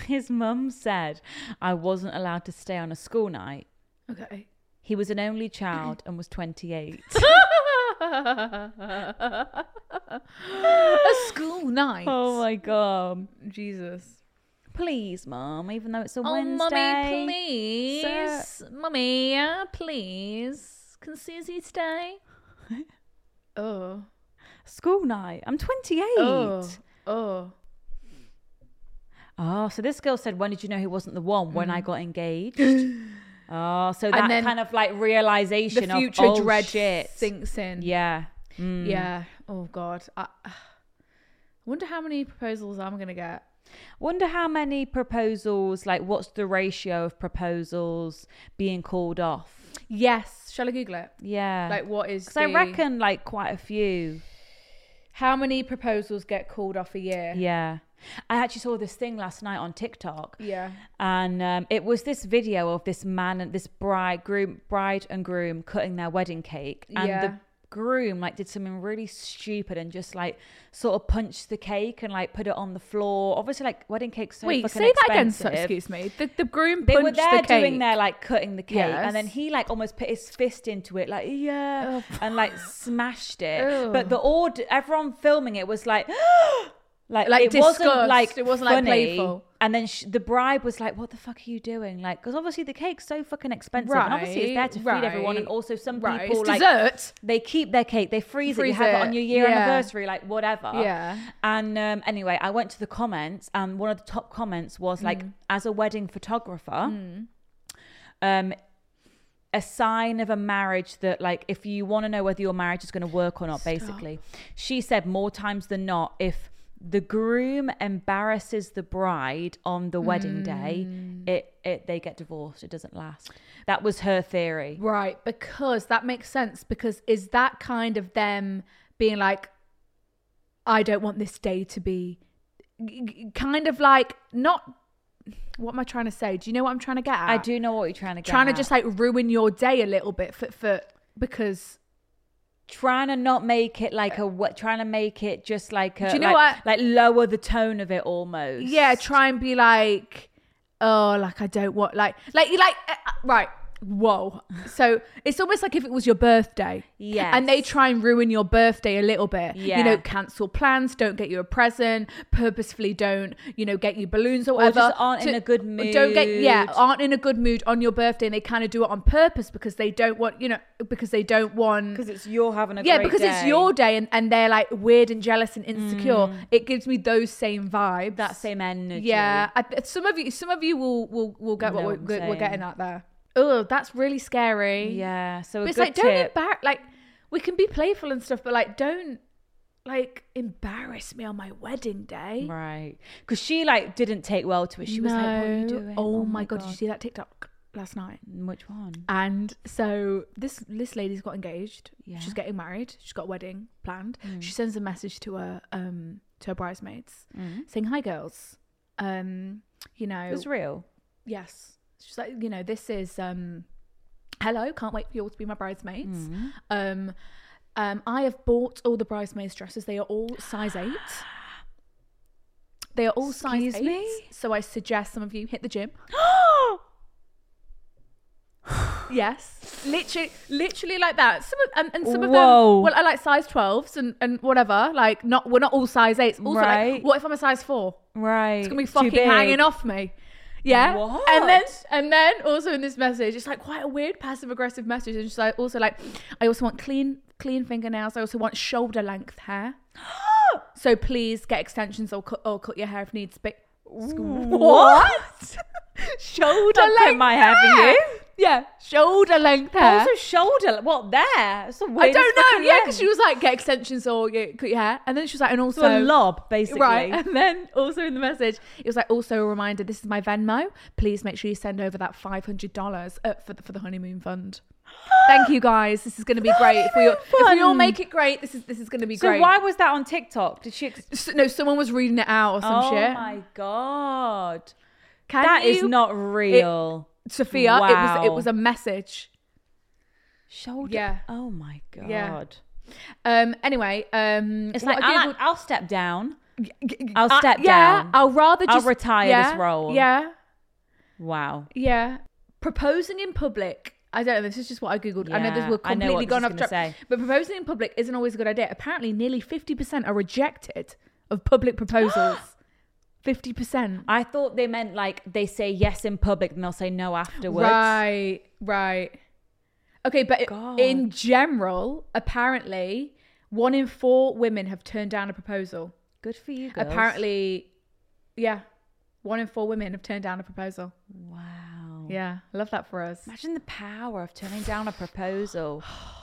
[SPEAKER 2] His mum said I wasn't allowed to stay on a school night.
[SPEAKER 1] Okay.
[SPEAKER 2] He was an only child and was 28.
[SPEAKER 1] a school night.
[SPEAKER 2] oh my god.
[SPEAKER 1] Jesus.
[SPEAKER 2] Please, mum, even though it's a
[SPEAKER 1] Oh,
[SPEAKER 2] Wednesday.
[SPEAKER 1] mummy, please,
[SPEAKER 2] Sir.
[SPEAKER 1] mummy, uh, please, can Susie stay? oh,
[SPEAKER 2] School night. I'm 28.
[SPEAKER 1] oh, oh.
[SPEAKER 2] Oh, so this girl said, When did you know he wasn't the one? When I got engaged. oh, so that
[SPEAKER 1] Mm-hmm. then
[SPEAKER 2] kind of like realization
[SPEAKER 1] The
[SPEAKER 2] of
[SPEAKER 1] future
[SPEAKER 2] oh,
[SPEAKER 1] dread
[SPEAKER 2] shit.
[SPEAKER 1] sinks in.
[SPEAKER 2] Yeah.
[SPEAKER 1] Yeah. Oh God. I I wonder how many proposals I'm gonna get.
[SPEAKER 2] Wonder how many proposals, like what's the ratio of proposals being called off?
[SPEAKER 1] Yes. Shall I Google it?
[SPEAKER 2] Yeah.
[SPEAKER 1] Like, what is?
[SPEAKER 2] Because I
[SPEAKER 1] the-
[SPEAKER 2] reckon like quite a few.
[SPEAKER 1] How many proposals get called off a year?
[SPEAKER 2] Yeah. I actually saw this thing last night on TikTok.
[SPEAKER 1] Yeah.
[SPEAKER 2] And um, it was this video of this man and this bride, groom, bride and groom cutting their wedding cake. And
[SPEAKER 1] Yeah.
[SPEAKER 2] the groom like did something really stupid and just like sort of punched the cake and like put it on the floor. Obviously, like wedding cake's so
[SPEAKER 1] Wait,
[SPEAKER 2] fucking
[SPEAKER 1] say that again. So,
[SPEAKER 2] expensive.
[SPEAKER 1] excuse me. The, the groom
[SPEAKER 2] They
[SPEAKER 1] punched
[SPEAKER 2] were there
[SPEAKER 1] the cake.
[SPEAKER 2] doing their like cutting the cake, and then
[SPEAKER 1] Yes. Oh.
[SPEAKER 2] he like almost put his fist into it, like yeah, and like smashed it.
[SPEAKER 1] Ew.
[SPEAKER 2] But the order, everyone filming it was like, like,
[SPEAKER 1] Like
[SPEAKER 2] it wasn't
[SPEAKER 1] disgust.
[SPEAKER 2] like
[SPEAKER 1] It wasn't, like,
[SPEAKER 2] funny.
[SPEAKER 1] playful.
[SPEAKER 2] And then sh- the bride was like, "What the fuck are you doing?" Like, because obviously the cake's so fucking expensive, and obviously it's there to feed everyone, and
[SPEAKER 1] right,
[SPEAKER 2] also some
[SPEAKER 1] right.
[SPEAKER 2] people
[SPEAKER 1] It's
[SPEAKER 2] like
[SPEAKER 1] dessert.
[SPEAKER 2] they keep their cake, they freeze,
[SPEAKER 1] Freeze
[SPEAKER 2] it, you have it,
[SPEAKER 1] it.
[SPEAKER 2] on your year
[SPEAKER 1] Yeah.
[SPEAKER 2] anniversary, like whatever.
[SPEAKER 1] Yeah.
[SPEAKER 2] And um, anyway, I went to the comments, and one of the top comments was like,
[SPEAKER 1] Mm.
[SPEAKER 2] as a wedding photographer, um, a sign of a marriage that, like, if you want to know whether your marriage is going to work or not, basically, she said more times than not, if the groom embarrasses the bride on the wedding day,
[SPEAKER 1] Mm.
[SPEAKER 2] it, it they get divorced. It doesn't last. That was her theory.
[SPEAKER 1] Right, because that makes sense. Because is that kind of them being like, I don't want this day to be g- g- kind of like not. What am I trying to say? Do you know what I'm trying to get at?
[SPEAKER 2] I do know what you're trying to get.
[SPEAKER 1] Trying to
[SPEAKER 2] at.
[SPEAKER 1] just like ruin your day a little bit for, for because
[SPEAKER 2] trying to not make it like a what trying to make it just like a
[SPEAKER 1] Uh, Do you know
[SPEAKER 2] like,
[SPEAKER 1] what?
[SPEAKER 2] like lower the tone of it almost
[SPEAKER 1] yeah, try and be like, oh, like I don't want like like you like uh, uh, right. Whoa. So it's almost like if it was your birthday.
[SPEAKER 2] Yes.
[SPEAKER 1] And they try and ruin your birthday a little bit.
[SPEAKER 2] Yeah.
[SPEAKER 1] You know, cancel plans, don't get you a present, purposefully don't, you know, get you balloons or whatever.
[SPEAKER 2] just aren't in a good
[SPEAKER 1] Don't get yeah,
[SPEAKER 2] mood.
[SPEAKER 1] aren't in a good mood on your birthday and they kind of do it on purpose because they don't want, you know, because they don't want
[SPEAKER 2] because it's you're having a
[SPEAKER 1] yeah
[SPEAKER 2] great
[SPEAKER 1] because it's
[SPEAKER 2] day. Mm.
[SPEAKER 1] your day and, and they're like weird and jealous and insecure it gives me those same vibes
[SPEAKER 2] that same energy
[SPEAKER 1] yeah I, th- some of you some of you will will, will get what
[SPEAKER 2] Know
[SPEAKER 1] we're,
[SPEAKER 2] what I'm
[SPEAKER 1] we're- we're
[SPEAKER 2] saying.
[SPEAKER 1] getting at there oh that's really scary
[SPEAKER 2] yeah so a
[SPEAKER 1] but it's
[SPEAKER 2] good
[SPEAKER 1] like don't
[SPEAKER 2] tip-
[SPEAKER 1] embarrass like we can be playful and stuff but like don't like embarrass me on my wedding day
[SPEAKER 2] right because she like didn't take well to it she was like what are you
[SPEAKER 1] No.
[SPEAKER 2] doing
[SPEAKER 1] oh, my god, did you see that tiktok last night
[SPEAKER 2] which one
[SPEAKER 1] and so this this lady's got engaged.
[SPEAKER 2] Yeah. Mm.
[SPEAKER 1] She's getting married. She's got a wedding planned. She sends a message to her um to her bridesmaids
[SPEAKER 2] Mm.
[SPEAKER 1] saying, "Hi girls. Um, you know,
[SPEAKER 2] it was real
[SPEAKER 1] yes. She's like, you know, this is um hello, can't wait for you all to be my bridesmaids.
[SPEAKER 2] Mm.
[SPEAKER 1] Um um I have bought all the bridesmaids dresses. They are all size 8. They are all size
[SPEAKER 2] Excuse
[SPEAKER 1] 8.
[SPEAKER 2] me?
[SPEAKER 1] So I suggest some of you hit the gym. Yes, literally, literally like that. Some of, and, and some of
[SPEAKER 2] Whoa.
[SPEAKER 1] them. Well, I like size twelves and, and whatever. Like not we're not all size eights. Also,
[SPEAKER 2] Right.
[SPEAKER 1] like, what if I'm a size four?
[SPEAKER 2] Right.
[SPEAKER 1] It's gonna be fucking hanging off me. Yeah.
[SPEAKER 2] What?
[SPEAKER 1] And then and then also in this message, it's like quite a weird passive aggressive message. And she's like also like, I also want clean clean fingernails. I also want shoulder length hair. so please get extensions or cut or cut your hair if needs be.
[SPEAKER 2] What?
[SPEAKER 1] shoulder
[SPEAKER 2] Don't cut
[SPEAKER 1] length
[SPEAKER 2] my hair for you.
[SPEAKER 1] Yeah, shoulder length hair.
[SPEAKER 2] Also shoulder. What there? It's the
[SPEAKER 1] I
[SPEAKER 2] weirdest
[SPEAKER 1] don't know.
[SPEAKER 2] fucking
[SPEAKER 1] Yeah, because
[SPEAKER 2] length.
[SPEAKER 1] she was like, get extensions or get, cut your hair, and then she was like, and also
[SPEAKER 2] So a lob basically.
[SPEAKER 1] Right. And then also in the message, it was like also a reminder, this is my Venmo. Please make sure you send over that five hundred dollars uh, for the for the honeymoon fund. Thank you guys. This is gonna be great. If we all, if we all
[SPEAKER 2] Honeymoon
[SPEAKER 1] make it great, this is this is gonna be
[SPEAKER 2] So
[SPEAKER 1] great.
[SPEAKER 2] why was that on TikTok? Did she? Ex-
[SPEAKER 1] S- no, someone was reading it out or some
[SPEAKER 2] oh
[SPEAKER 1] shit.
[SPEAKER 2] my god.
[SPEAKER 1] Can
[SPEAKER 2] that is
[SPEAKER 1] you-
[SPEAKER 2] not real.
[SPEAKER 1] Sophia. It was it
[SPEAKER 2] Wow.
[SPEAKER 1] was a message.
[SPEAKER 2] Shoulder.
[SPEAKER 1] Yeah.
[SPEAKER 2] Oh my god.
[SPEAKER 1] Yeah. Um. Anyway. Um.
[SPEAKER 2] It's
[SPEAKER 1] what
[SPEAKER 2] like
[SPEAKER 1] I
[SPEAKER 2] I'll,
[SPEAKER 1] googled-
[SPEAKER 2] I'll step down.
[SPEAKER 1] g- g-
[SPEAKER 2] I'll
[SPEAKER 1] I-
[SPEAKER 2] step
[SPEAKER 1] yeah,
[SPEAKER 2] down.
[SPEAKER 1] I'll rather
[SPEAKER 2] I'll
[SPEAKER 1] just
[SPEAKER 2] retire
[SPEAKER 1] yeah,
[SPEAKER 2] this role.
[SPEAKER 1] Yeah.
[SPEAKER 2] Wow.
[SPEAKER 1] Yeah. Proposing in public. I don't know. This is just what I googled. I know this
[SPEAKER 2] Yeah,
[SPEAKER 1] will
[SPEAKER 2] I know
[SPEAKER 1] completely
[SPEAKER 2] what this
[SPEAKER 1] gone
[SPEAKER 2] is
[SPEAKER 1] off
[SPEAKER 2] gonna
[SPEAKER 1] track.
[SPEAKER 2] say.
[SPEAKER 1] But proposing in public isn't always a good idea. Apparently, nearly fifty percent are rejected of public proposals. Fifty percent.
[SPEAKER 2] I thought they meant like they say yes in public and they'll say no afterwards.
[SPEAKER 1] Right. Right. Okay, but it-
[SPEAKER 2] God.
[SPEAKER 1] in general, apparently, one in four women have turned down a proposal.
[SPEAKER 2] Good for you girls.
[SPEAKER 1] Apparently, yeah, one in four women have turned down a proposal.
[SPEAKER 2] Wow.
[SPEAKER 1] Yeah, love that for us.
[SPEAKER 2] Imagine the power of turning down a proposal.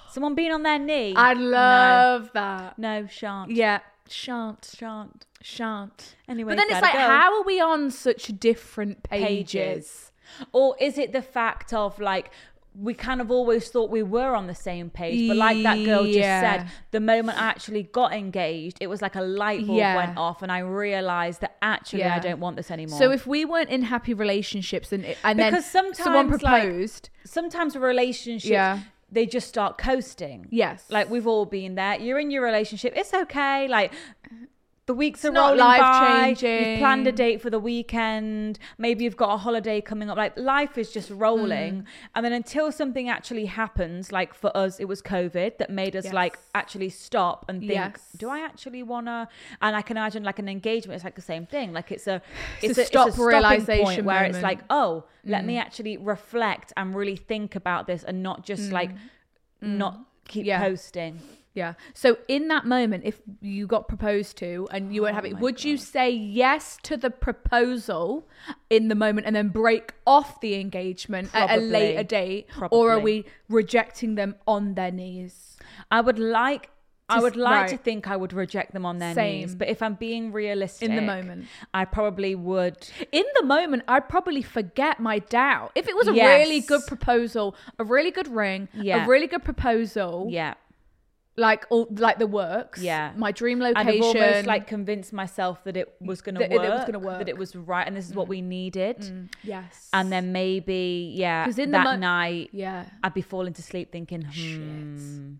[SPEAKER 2] Someone being on their knee.
[SPEAKER 1] I love that.
[SPEAKER 2] No, no shan't.
[SPEAKER 1] Yeah, shan't.
[SPEAKER 2] Shan't.
[SPEAKER 1] shan't.
[SPEAKER 2] Anyway,
[SPEAKER 1] But then it's like,
[SPEAKER 2] gotta go.
[SPEAKER 1] how are we on such different pages?
[SPEAKER 2] Pages. Or is it the fact of like, we kind of always thought we were on the same page, but like that girl
[SPEAKER 1] Yeah.
[SPEAKER 2] just said, the moment I actually got engaged, it was like a light bulb
[SPEAKER 1] Yeah.
[SPEAKER 2] went off, and I realized that actually I
[SPEAKER 1] Yeah.
[SPEAKER 2] don't want this anymore.
[SPEAKER 1] So if we weren't in happy relationships and it- and
[SPEAKER 2] Because
[SPEAKER 1] then someone
[SPEAKER 2] sometimes, like-
[SPEAKER 1] proposed,
[SPEAKER 2] sometimes relationships,
[SPEAKER 1] Yeah.
[SPEAKER 2] they just start coasting.
[SPEAKER 1] yes,
[SPEAKER 2] Like we've all been there. You're in your relationship. It's okay. Like the weeks are
[SPEAKER 1] not
[SPEAKER 2] rolling by.
[SPEAKER 1] life-changing.
[SPEAKER 2] You've planned a date for the weekend. Maybe you've got a holiday coming up. Like life is just rolling.
[SPEAKER 1] Mm.
[SPEAKER 2] And then until something actually happens, like for us, it was COVID that made us
[SPEAKER 1] Yes.
[SPEAKER 2] like actually stop and think,
[SPEAKER 1] Yes.
[SPEAKER 2] do I actually wanna? And I can imagine like an engagement. It's like the same thing. Like it's a
[SPEAKER 1] a stop
[SPEAKER 2] stopping
[SPEAKER 1] realisation
[SPEAKER 2] point where it's
[SPEAKER 1] moment. Mm.
[SPEAKER 2] like, oh, let me actually reflect and really think about this and not just like
[SPEAKER 1] Mm.
[SPEAKER 2] not keep
[SPEAKER 1] Yeah.
[SPEAKER 2] posting.
[SPEAKER 1] yeah. So in that moment, if you got proposed to and you weren't happy,
[SPEAKER 2] Oh my
[SPEAKER 1] would you say yes to the proposal in the moment and then break off the engagement at a
[SPEAKER 2] Probably.
[SPEAKER 1] later date, or are
[SPEAKER 2] Probably.
[SPEAKER 1] we rejecting them on their knees?
[SPEAKER 2] I would like I
[SPEAKER 1] To-
[SPEAKER 2] would like to
[SPEAKER 1] right.
[SPEAKER 2] think I would reject them on their knees,
[SPEAKER 1] Same.
[SPEAKER 2] but if I'm being realistic
[SPEAKER 1] moment.
[SPEAKER 2] I probably would.
[SPEAKER 1] in the moment, I'd probably forget my doubt. If it was a
[SPEAKER 2] Yes.
[SPEAKER 1] really good proposal, a really good ring,
[SPEAKER 2] Yeah.
[SPEAKER 1] a really good proposal,
[SPEAKER 2] Yeah,
[SPEAKER 1] like all like the works,
[SPEAKER 2] yeah.
[SPEAKER 1] my dream
[SPEAKER 2] I'd
[SPEAKER 1] location,
[SPEAKER 2] have almost like convinced myself that it was going to
[SPEAKER 1] That
[SPEAKER 2] work,
[SPEAKER 1] it was gonna work. Mm.
[SPEAKER 2] that it was right, and this is what we needed.
[SPEAKER 1] yes,
[SPEAKER 2] And then maybe, yeah,
[SPEAKER 1] 'Cause in the
[SPEAKER 2] that
[SPEAKER 1] mo-
[SPEAKER 2] night
[SPEAKER 1] yeah.
[SPEAKER 2] I'd be falling to sleep thinking, hmm,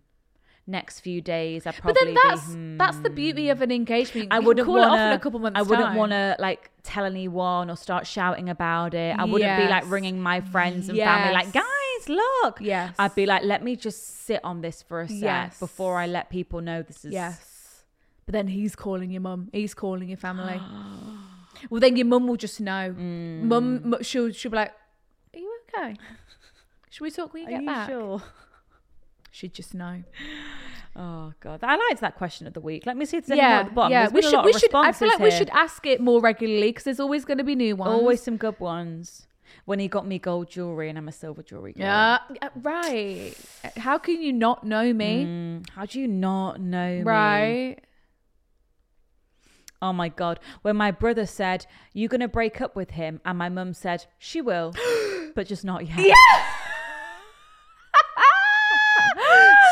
[SPEAKER 2] next few days I probably.
[SPEAKER 1] But then that's
[SPEAKER 2] be, hmm.
[SPEAKER 1] that's the beauty of an engagement.
[SPEAKER 2] I
[SPEAKER 1] You can
[SPEAKER 2] wouldn't
[SPEAKER 1] call
[SPEAKER 2] want
[SPEAKER 1] it off in a couple months.
[SPEAKER 2] I wouldn't
[SPEAKER 1] time.
[SPEAKER 2] want to like tell anyone or start shouting about it. I wouldn't be like
[SPEAKER 1] Yes.
[SPEAKER 2] ringing my friends and family like,
[SPEAKER 1] Yes.
[SPEAKER 2] guys, look.
[SPEAKER 1] Yes.
[SPEAKER 2] I'd be like, let me just sit on this for a sec
[SPEAKER 1] Yes.
[SPEAKER 2] before I let people know this is.
[SPEAKER 1] Yes, but then he's calling your mum. He's calling your family. well, then your mum will just know.
[SPEAKER 2] Mm.
[SPEAKER 1] Mum, mu- she'll she'll be like, "Are you okay? Should we talk when you
[SPEAKER 2] Are
[SPEAKER 1] get
[SPEAKER 2] you
[SPEAKER 1] back?"
[SPEAKER 2] sure?
[SPEAKER 1] She'd just know.
[SPEAKER 2] Oh god, I liked that question of the week. Let me see if there's yeah,
[SPEAKER 1] yeah,
[SPEAKER 2] at the bottom.
[SPEAKER 1] yeah.
[SPEAKER 2] There's
[SPEAKER 1] We
[SPEAKER 2] been a
[SPEAKER 1] should,
[SPEAKER 2] lot
[SPEAKER 1] we
[SPEAKER 2] of
[SPEAKER 1] should. I feel
[SPEAKER 2] responses
[SPEAKER 1] like we
[SPEAKER 2] here.
[SPEAKER 1] should ask it more regularly because there's always going to be new ones.
[SPEAKER 2] always some good ones. When he got me gold jewelry and I'm a silver jewelry girl.
[SPEAKER 1] Yeah, yeah, right. How can you not know me?
[SPEAKER 2] Mm, How do you not know? me?
[SPEAKER 1] right.
[SPEAKER 2] Oh my god. When my brother said, You're gonna break up with him, and my mum said, She will, but just not yet.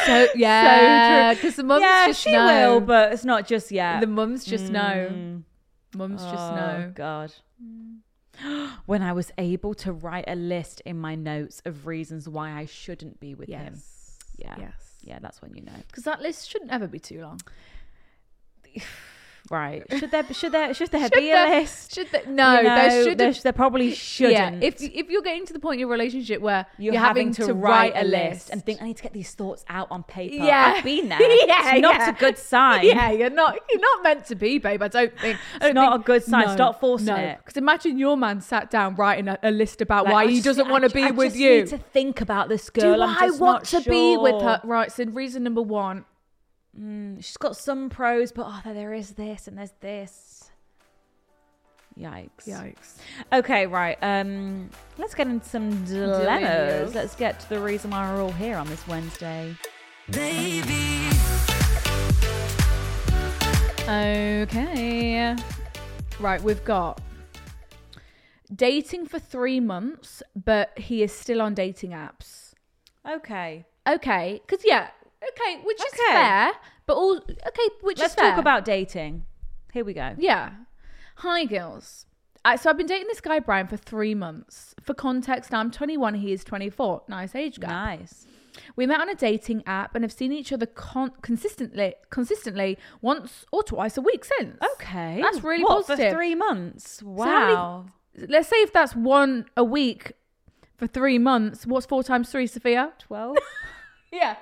[SPEAKER 1] So yeah,
[SPEAKER 2] true.
[SPEAKER 1] because the mums
[SPEAKER 2] yeah,
[SPEAKER 1] just
[SPEAKER 2] she
[SPEAKER 1] know.
[SPEAKER 2] will, but it's not just yet.
[SPEAKER 1] the mums just know. Mums
[SPEAKER 2] oh,
[SPEAKER 1] just know.
[SPEAKER 2] God. When I was able to write a list in my notes of reasons why I shouldn't be with him.
[SPEAKER 1] Yes.
[SPEAKER 2] Yeah.
[SPEAKER 1] Yes.
[SPEAKER 2] Yeah, that's when you know.
[SPEAKER 1] Because that list shouldn't ever be too long.
[SPEAKER 2] right. Should there should there should there
[SPEAKER 1] Should
[SPEAKER 2] be a
[SPEAKER 1] there-
[SPEAKER 2] list?
[SPEAKER 1] Should there, no,
[SPEAKER 2] You know,
[SPEAKER 1] there shouldn't.
[SPEAKER 2] There, sh- there probably shouldn't.
[SPEAKER 1] Yeah, if if you're getting to the point in your relationship where
[SPEAKER 2] you're, having, to, write, a list. and think, I need to get these thoughts out on paper.
[SPEAKER 1] Yeah.
[SPEAKER 2] I've been there.
[SPEAKER 1] Yeah,
[SPEAKER 2] it's not
[SPEAKER 1] yeah.
[SPEAKER 2] a good sign.
[SPEAKER 1] yeah, you're not you're not meant to be, babe. I don't think I don't
[SPEAKER 2] not
[SPEAKER 1] think-
[SPEAKER 2] a good sign. Stop forcing
[SPEAKER 1] no.
[SPEAKER 2] it.
[SPEAKER 1] Because imagine your man sat down writing a, a list about
[SPEAKER 2] Like,
[SPEAKER 1] why
[SPEAKER 2] I
[SPEAKER 1] he
[SPEAKER 2] just-
[SPEAKER 1] doesn't
[SPEAKER 2] I
[SPEAKER 1] want to
[SPEAKER 2] ju-
[SPEAKER 1] be
[SPEAKER 2] I
[SPEAKER 1] with
[SPEAKER 2] just
[SPEAKER 1] you.
[SPEAKER 2] Need to think about this girl.
[SPEAKER 1] Do
[SPEAKER 2] I'm
[SPEAKER 1] I
[SPEAKER 2] just
[SPEAKER 1] want
[SPEAKER 2] not
[SPEAKER 1] to be with
[SPEAKER 2] sure.
[SPEAKER 1] her?
[SPEAKER 2] Mm,
[SPEAKER 1] Right, so reason number one.
[SPEAKER 2] She's got some pros, but oh, there is this and there's this. Yikes.
[SPEAKER 1] Yikes.
[SPEAKER 2] Okay, right. Um, let's get into some dilemmas.
[SPEAKER 1] Dilemmas.
[SPEAKER 2] Let's get to the reason why we're all here on this Wednesday.
[SPEAKER 1] Okay. Right, we've got dating for three months, but he is still on dating apps.
[SPEAKER 2] Okay.
[SPEAKER 1] Okay, because yeah, okay, which is
[SPEAKER 2] Okay.
[SPEAKER 1] fair, but all okay, which
[SPEAKER 2] Let's
[SPEAKER 1] is fair.
[SPEAKER 2] talk about dating. Here we go.
[SPEAKER 1] yeah. Hi, girls. I, so I've been dating this guy Brian for three months. For context, I'm 21, he is 24. Nice age gap.
[SPEAKER 2] Nice.
[SPEAKER 1] We met on a dating app and have seen each other con- consistently, consistently once or twice a week since.
[SPEAKER 2] Okay.
[SPEAKER 1] that's really
[SPEAKER 2] what,
[SPEAKER 1] positive.
[SPEAKER 2] For three months.
[SPEAKER 1] So how many-
[SPEAKER 2] Wow.
[SPEAKER 1] let's say if that's one a week for three months, what's four times three, Sophia?
[SPEAKER 2] 12?
[SPEAKER 1] Yes.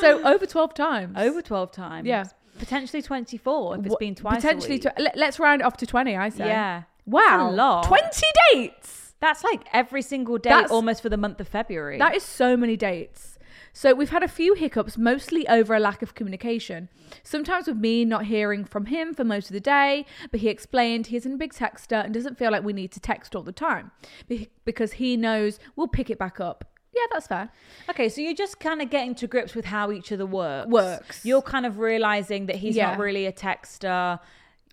[SPEAKER 1] So over 12 times.
[SPEAKER 2] Over 12 times.
[SPEAKER 1] Yeah.
[SPEAKER 2] Potentially 24 if it's
[SPEAKER 1] What-
[SPEAKER 2] been twice.
[SPEAKER 1] Potentially,
[SPEAKER 2] a week.
[SPEAKER 1] tw- let- let's round it off to 20, I say.
[SPEAKER 2] Yeah.
[SPEAKER 1] Wow.
[SPEAKER 2] That's a lot.
[SPEAKER 1] 20 dates.
[SPEAKER 2] That's like every single day
[SPEAKER 1] That's-
[SPEAKER 2] almost for the month of February.
[SPEAKER 1] That is so many dates. So we've had a few hiccups, mostly over a lack of communication. Sometimes with me not hearing from him for most of the day, but he explained he isn't a big texter and doesn't feel like we need to text all the time be- because he knows we'll pick it back up. Yeah, that's fair.
[SPEAKER 2] Okay, so you're just kind of getting to grips with how each other works.
[SPEAKER 1] Works.
[SPEAKER 2] You're kind of realizing that he's not
[SPEAKER 1] Yeah.
[SPEAKER 2] really a texter.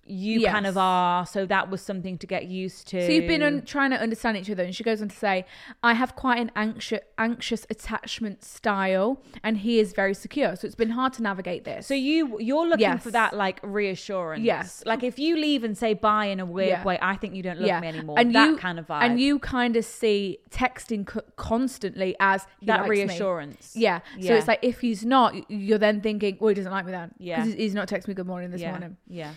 [SPEAKER 2] You
[SPEAKER 1] Yes.
[SPEAKER 2] kind of are. So that was something to get used to.
[SPEAKER 1] So you've been un- trying to understand each other, and she goes on to say, "I have quite an anxious, anxious attachment style, and he is very secure. So it's been hard to navigate this.
[SPEAKER 2] So you you're looking for
[SPEAKER 1] Yes.
[SPEAKER 2] that like reassurance.
[SPEAKER 1] Yes.
[SPEAKER 2] Like if you leave and say bye in a weird
[SPEAKER 1] Yeah.
[SPEAKER 2] way, I think you don't love me anymore.
[SPEAKER 1] and
[SPEAKER 2] that
[SPEAKER 1] you
[SPEAKER 2] kind of vibe.
[SPEAKER 1] and you kind of see texting co- constantly as he
[SPEAKER 2] that
[SPEAKER 1] likes me.
[SPEAKER 2] reassurance.
[SPEAKER 1] Yeah. So
[SPEAKER 2] Yeah.
[SPEAKER 1] it's like if he's not, y- you're then thinking, "Well, he doesn't like me then. 'cause
[SPEAKER 2] Yeah.
[SPEAKER 1] he's- he's not texting me good morning this
[SPEAKER 2] yeah.
[SPEAKER 1] morning."
[SPEAKER 2] Yeah.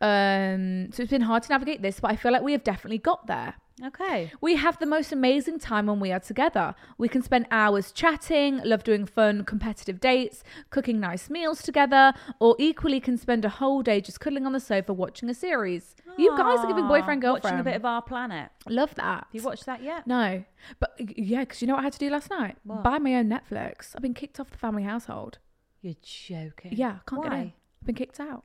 [SPEAKER 1] Um. So it's been hard to navigate this, but I feel like we have definitely got there.
[SPEAKER 2] Okay.
[SPEAKER 1] We have the most amazing time when we are together. We can spend hours chatting, love doing fun, competitive dates, cooking nice meals together, or equally can spend a whole day just cuddling on the sofa watching a series. You guys are giving
[SPEAKER 2] Aw,
[SPEAKER 1] boyfriend girlfriend.
[SPEAKER 2] Watching a bit of our planet.
[SPEAKER 1] love that.
[SPEAKER 2] Have you watched that yet?
[SPEAKER 1] No, but yeah, because you know what I had to do last night? Buy my own Netflix. I've been kicked off the family household.
[SPEAKER 2] You're joking.
[SPEAKER 1] Yeah, I can't get
[SPEAKER 2] Why?
[SPEAKER 1] in. I've been kicked out,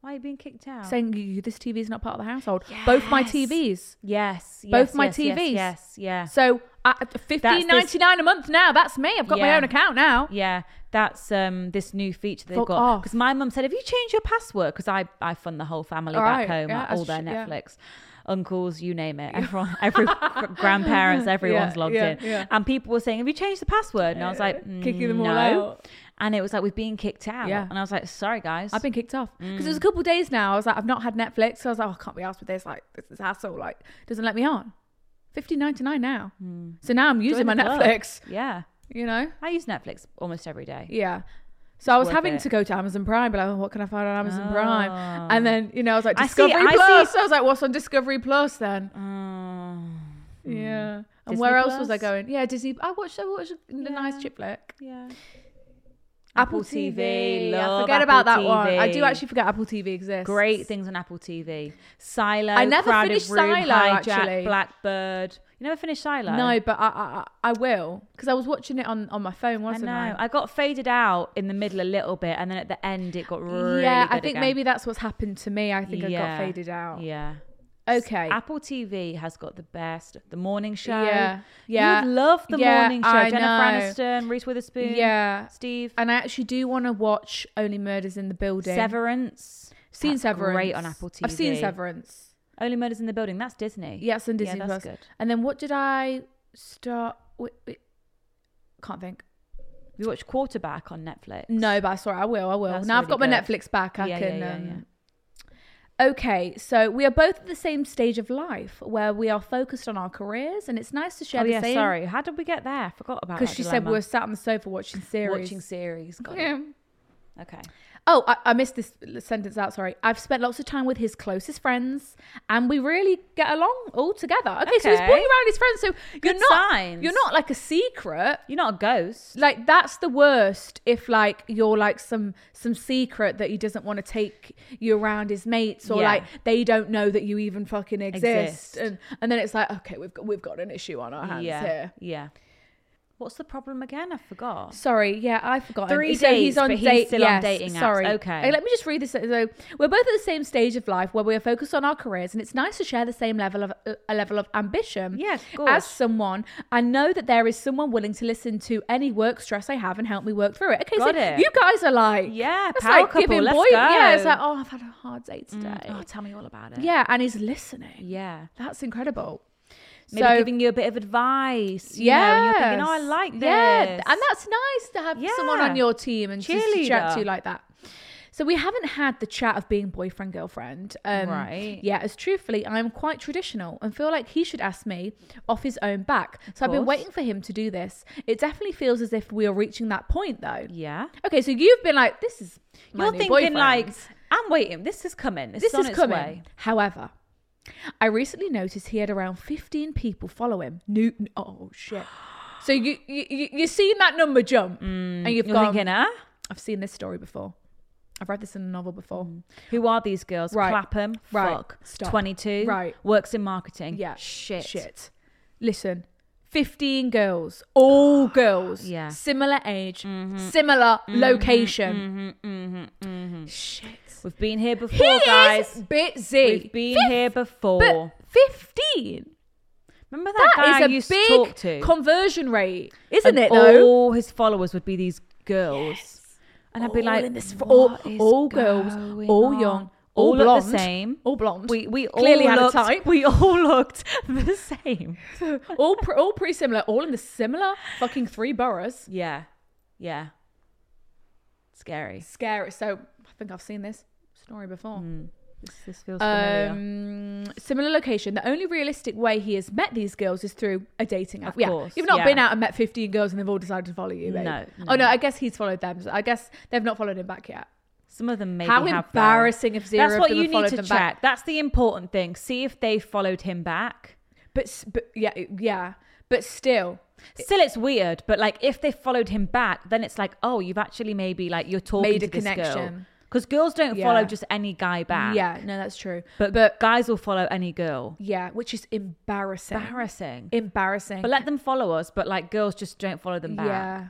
[SPEAKER 2] Why are you being kicked out?
[SPEAKER 1] saying "You- this TV is not part of the household. Both my
[SPEAKER 2] Yes.
[SPEAKER 1] TVs.
[SPEAKER 2] Yes,
[SPEAKER 1] Both
[SPEAKER 2] yes,
[SPEAKER 1] my
[SPEAKER 2] yes, yes,
[SPEAKER 1] TVs.
[SPEAKER 2] Yes, yeah,
[SPEAKER 1] So at fifteen ninety nine a month now. That's me. I've got my
[SPEAKER 2] Yeah.
[SPEAKER 1] own account now.
[SPEAKER 2] yeah. That's um this new feature they've
[SPEAKER 1] Fuck
[SPEAKER 2] got.
[SPEAKER 1] off.
[SPEAKER 2] Because my mum said, "Have you changed your password?" Because I I fund the whole family
[SPEAKER 1] All
[SPEAKER 2] back
[SPEAKER 1] right,
[SPEAKER 2] home,
[SPEAKER 1] yeah,
[SPEAKER 2] like, all
[SPEAKER 1] that's sh-
[SPEAKER 2] their
[SPEAKER 1] yeah.
[SPEAKER 2] Netflix, uncles, you name it. Everyone, every grandparents, everyone's logged
[SPEAKER 1] yeah,
[SPEAKER 2] in.
[SPEAKER 1] yeah.
[SPEAKER 2] And people were saying, "Have you changed the password?" And I was like, mm,
[SPEAKER 1] Kicking them all
[SPEAKER 2] no.
[SPEAKER 1] out.
[SPEAKER 2] And it was like we've been kicked out.
[SPEAKER 1] Yeah.
[SPEAKER 2] And I was like, "Sorry, guys."
[SPEAKER 1] I've been kicked off because it was a
[SPEAKER 2] Mm.
[SPEAKER 1] couple of days now. I was like, I've not had Netflix. So I was like, oh, I can't be asked with this. Like, this is hassle. Like, doesn't let me on. Fifteen ninety nine now. So now I'm using
[SPEAKER 2] Mm. Join
[SPEAKER 1] my
[SPEAKER 2] the club.
[SPEAKER 1] Netflix.
[SPEAKER 2] Yeah,
[SPEAKER 1] You know.
[SPEAKER 2] I use Netflix almost every day.
[SPEAKER 1] Yeah. So I was
[SPEAKER 2] worth
[SPEAKER 1] having
[SPEAKER 2] it. Ah.
[SPEAKER 1] to go to Amazon Prime, but like, oh, what can I find on Amazon Prime? And then you know, I was like
[SPEAKER 2] I see-
[SPEAKER 1] Discovery
[SPEAKER 2] I see-
[SPEAKER 1] Plus. I was like, what's on Discovery Plus then?
[SPEAKER 2] Mm,
[SPEAKER 1] Yeah. And
[SPEAKER 2] Disney
[SPEAKER 1] where else was I
[SPEAKER 2] Plus?
[SPEAKER 1] going? Yeah, Disney. I watched. I watched a nice chip flick.
[SPEAKER 2] yeah.
[SPEAKER 1] Apple,
[SPEAKER 2] Apple TV,
[SPEAKER 1] TV. I
[SPEAKER 2] love
[SPEAKER 1] forget
[SPEAKER 2] Apple
[SPEAKER 1] about that one. I do
[SPEAKER 2] TV.
[SPEAKER 1] actually forget Apple TV exists.
[SPEAKER 2] Great things on Apple TV. Silo.
[SPEAKER 1] I never
[SPEAKER 2] Crowded
[SPEAKER 1] finished
[SPEAKER 2] Room,
[SPEAKER 1] Silo,
[SPEAKER 2] Hijack,
[SPEAKER 1] actually.
[SPEAKER 2] Blackbird. You never finished Silo.
[SPEAKER 1] No, but I I, I I will because I was watching it on on my phone,
[SPEAKER 2] I
[SPEAKER 1] wasn't
[SPEAKER 2] know.
[SPEAKER 1] I?
[SPEAKER 2] I got faded out in the middle a little bit, and then at the end it got really.
[SPEAKER 1] yeah, I
[SPEAKER 2] good
[SPEAKER 1] think
[SPEAKER 2] again.
[SPEAKER 1] maybe that's what's happened to me. I think I got faded out.
[SPEAKER 2] Yeah.
[SPEAKER 1] Okay.
[SPEAKER 2] Apple TV has got the best. The morning show.
[SPEAKER 1] Yeah, yeah.
[SPEAKER 2] You'd love the
[SPEAKER 1] Yeah,
[SPEAKER 2] morning show.
[SPEAKER 1] I
[SPEAKER 2] Jennifer
[SPEAKER 1] know.
[SPEAKER 2] Aniston, Reese Witherspoon.
[SPEAKER 1] Yeah.
[SPEAKER 2] Steve.
[SPEAKER 1] And I actually do want to watch Only Murders in the Building.
[SPEAKER 2] Severance.
[SPEAKER 1] Seen
[SPEAKER 2] That's
[SPEAKER 1] Severance.
[SPEAKER 2] Great on Apple TV.
[SPEAKER 1] I've seen Severance.
[SPEAKER 2] Only Murders in the Building. That's Disney.
[SPEAKER 1] Yeah, it's on Disney
[SPEAKER 2] yeah,
[SPEAKER 1] Plus.
[SPEAKER 2] that's good.
[SPEAKER 1] And then what did I start? Wait, wait. Can't think.
[SPEAKER 2] We watched Quarterback on Netflix. Oh,
[SPEAKER 1] No, but I saw it. I will. I will.
[SPEAKER 2] That's
[SPEAKER 1] now I've got
[SPEAKER 2] really
[SPEAKER 1] my
[SPEAKER 2] good.
[SPEAKER 1] Netflix back. I
[SPEAKER 2] Yeah, yeah,
[SPEAKER 1] can.
[SPEAKER 2] yeah,
[SPEAKER 1] um, Okay, so we are both at the same stage of life where we are focused on our careers, and it's nice to share
[SPEAKER 2] Oh
[SPEAKER 1] the
[SPEAKER 2] yeah,
[SPEAKER 1] same.
[SPEAKER 2] sorry. How did we get there? I forgot about
[SPEAKER 1] because
[SPEAKER 2] that
[SPEAKER 1] she said
[SPEAKER 2] dilemma.
[SPEAKER 1] we were sat on the sofa watching series.
[SPEAKER 2] watching series. Got it.
[SPEAKER 1] Yeah.
[SPEAKER 2] Okay.
[SPEAKER 1] Oh, I, I missed this sentence out. Sorry. I've spent lots of time with his closest friends, and we really get along all together. Okay, so he's brought
[SPEAKER 2] Okay.
[SPEAKER 1] you around his friends. So you're
[SPEAKER 2] Good
[SPEAKER 1] not
[SPEAKER 2] signs.
[SPEAKER 1] you're not like a secret.
[SPEAKER 2] You're not a ghost.
[SPEAKER 1] Like that's the worst. If like you're like some some secret that he doesn't want to take you around his mates, or
[SPEAKER 2] Yeah.
[SPEAKER 1] like they don't know that you even fucking exist,
[SPEAKER 2] Exist.
[SPEAKER 1] and and then it's like okay, we've got, we've got an issue on our hands
[SPEAKER 2] yeah.
[SPEAKER 1] here.
[SPEAKER 2] Yeah. What's the problem again? I forgot.
[SPEAKER 1] Sorry, yeah, I forgot.
[SPEAKER 2] Three
[SPEAKER 1] so he's
[SPEAKER 2] dates,
[SPEAKER 1] on
[SPEAKER 2] but he's
[SPEAKER 1] date.
[SPEAKER 2] still on
[SPEAKER 1] yes,
[SPEAKER 2] dating apps.
[SPEAKER 1] Sorry.
[SPEAKER 2] Okay.
[SPEAKER 1] Uh, Let me just read this. So we're both at the same stage of life where we are focused on our careers, and it's nice to share the same level of uh, a level of ambition.
[SPEAKER 2] Yeah, of course.
[SPEAKER 1] As someone, I know that there is someone willing to listen to any work stress I have and help me work through it. Okay,
[SPEAKER 2] Got
[SPEAKER 1] so
[SPEAKER 2] it.
[SPEAKER 1] you guys are like,
[SPEAKER 2] Yeah,
[SPEAKER 1] that's
[SPEAKER 2] power
[SPEAKER 1] like
[SPEAKER 2] couple,
[SPEAKER 1] giving
[SPEAKER 2] let's
[SPEAKER 1] boy. Yeah, it's
[SPEAKER 2] go.
[SPEAKER 1] like, oh, I've had a hard day today.
[SPEAKER 2] Oh, tell me all about it.
[SPEAKER 1] yeah, and he's listening.
[SPEAKER 2] Yeah.
[SPEAKER 1] That's incredible.
[SPEAKER 2] Maybe giving you a bit of advice. You know, and you're thinking, oh, I
[SPEAKER 1] Yes.
[SPEAKER 2] like this.
[SPEAKER 1] and that's nice to have someone
[SPEAKER 2] Yeah.
[SPEAKER 1] on your team and just to chat
[SPEAKER 2] Cheerleader.
[SPEAKER 1] to like that. So we haven't had the chat of being boyfriend girlfriend, um,
[SPEAKER 2] Right.
[SPEAKER 1] Yeah, as truthfully, I'm quite traditional and feel like he should ask me off his own back. So I've been
[SPEAKER 2] course.
[SPEAKER 1] waiting for him to do this. It definitely feels as if we are reaching that point, though.
[SPEAKER 2] Yeah.
[SPEAKER 1] Okay, so you've been like, this is my
[SPEAKER 2] You're
[SPEAKER 1] new
[SPEAKER 2] thinking
[SPEAKER 1] boyfriend.
[SPEAKER 2] like, I'm waiting. This is coming. It's
[SPEAKER 1] This
[SPEAKER 2] on
[SPEAKER 1] is
[SPEAKER 2] its
[SPEAKER 1] coming.
[SPEAKER 2] Way.
[SPEAKER 1] However, I recently noticed he had around 15 people follow him. New- oh shit. So you you you you've seen that number jump, and you've
[SPEAKER 2] Mm, You're
[SPEAKER 1] gone.
[SPEAKER 2] thinking, huh?
[SPEAKER 1] I've seen this story before. I've read this in a novel before.
[SPEAKER 2] Who are these girls?
[SPEAKER 1] Right.
[SPEAKER 2] Clapham.
[SPEAKER 1] Right.
[SPEAKER 2] Fuck.
[SPEAKER 1] Stop.
[SPEAKER 2] 22.
[SPEAKER 1] Right.
[SPEAKER 2] Works in marketing.
[SPEAKER 1] Yeah.
[SPEAKER 2] Shit.
[SPEAKER 1] Shit. Listen. 15 girls, all girls,
[SPEAKER 2] Yeah. Mm-hmm.
[SPEAKER 1] similar age, similar location. Shit.
[SPEAKER 2] We've been here before,
[SPEAKER 1] He
[SPEAKER 2] Mm-hmm. guys.
[SPEAKER 1] is busy.
[SPEAKER 2] We've been here before.
[SPEAKER 1] But 15?
[SPEAKER 2] Remember that, guy
[SPEAKER 1] That
[SPEAKER 2] I
[SPEAKER 1] is
[SPEAKER 2] used
[SPEAKER 1] a big
[SPEAKER 2] to talk to?
[SPEAKER 1] conversion rate, isn't
[SPEAKER 2] and
[SPEAKER 1] it though?
[SPEAKER 2] All his followers would be these girls, and I'd be
[SPEAKER 1] All
[SPEAKER 2] like,
[SPEAKER 1] in this-
[SPEAKER 2] "What
[SPEAKER 1] all-
[SPEAKER 2] is
[SPEAKER 1] all girls,
[SPEAKER 2] going
[SPEAKER 1] all
[SPEAKER 2] on?"
[SPEAKER 1] young, all
[SPEAKER 2] all look the
[SPEAKER 1] blonde.
[SPEAKER 2] same,
[SPEAKER 1] All blonde.
[SPEAKER 2] We we all
[SPEAKER 1] Clearly had a
[SPEAKER 2] looked,
[SPEAKER 1] type.
[SPEAKER 2] We all looked the same.
[SPEAKER 1] all pr- all pretty similar, all in the similar fucking three boroughs.
[SPEAKER 2] Yeah, yeah. Scary.
[SPEAKER 1] Scary. So I think I've seen this story before.
[SPEAKER 2] This, this feels Mm, familiar.
[SPEAKER 1] Um, similar location. The only realistic way he has met these girls is through a dating app.
[SPEAKER 2] Of course,
[SPEAKER 1] you've not
[SPEAKER 2] yeah.
[SPEAKER 1] been out and met fifteen girls and they've all decided to follow you. babe.
[SPEAKER 2] No,
[SPEAKER 1] Oh no,
[SPEAKER 2] no.
[SPEAKER 1] I guess he's followed them. So I guess they've not followed him back yet.
[SPEAKER 2] Some of them maybe
[SPEAKER 1] How
[SPEAKER 2] have that.
[SPEAKER 1] embarrassing if zero
[SPEAKER 2] That's
[SPEAKER 1] of
[SPEAKER 2] what
[SPEAKER 1] them
[SPEAKER 2] you
[SPEAKER 1] have
[SPEAKER 2] need
[SPEAKER 1] followed
[SPEAKER 2] to
[SPEAKER 1] them
[SPEAKER 2] check.
[SPEAKER 1] back.
[SPEAKER 2] That's the important thing. See if they followed him back.
[SPEAKER 1] But s- but yeah yeah. But still,
[SPEAKER 2] Still, it's weird, but like if they followed him back, then it's like, oh, you've actually maybe like you're talking
[SPEAKER 1] Made
[SPEAKER 2] to
[SPEAKER 1] a
[SPEAKER 2] this
[SPEAKER 1] connection.
[SPEAKER 2] Because girls don't
[SPEAKER 1] Yeah.
[SPEAKER 2] follow just any guy back.
[SPEAKER 1] yeah, no, that's true.
[SPEAKER 2] But, but guys will follow any girl.
[SPEAKER 1] yeah, which is embarrassing.
[SPEAKER 2] Embarrassing.
[SPEAKER 1] Embarrassing.
[SPEAKER 2] But let them follow us, but like girls just don't follow them back.
[SPEAKER 1] yeah.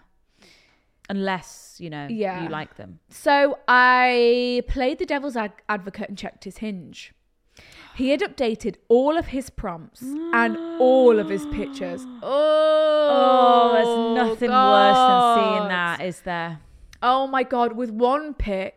[SPEAKER 2] Unless, you know,
[SPEAKER 1] Yeah.
[SPEAKER 2] you like them.
[SPEAKER 1] So I played the devil's ad- advocate and checked his hinge. He had updated all of his prompts and all of his pictures. Oh,
[SPEAKER 2] Oh, there's nothing worse than seeing
[SPEAKER 1] God.
[SPEAKER 2] that, is there?
[SPEAKER 1] Oh my god! With one pic,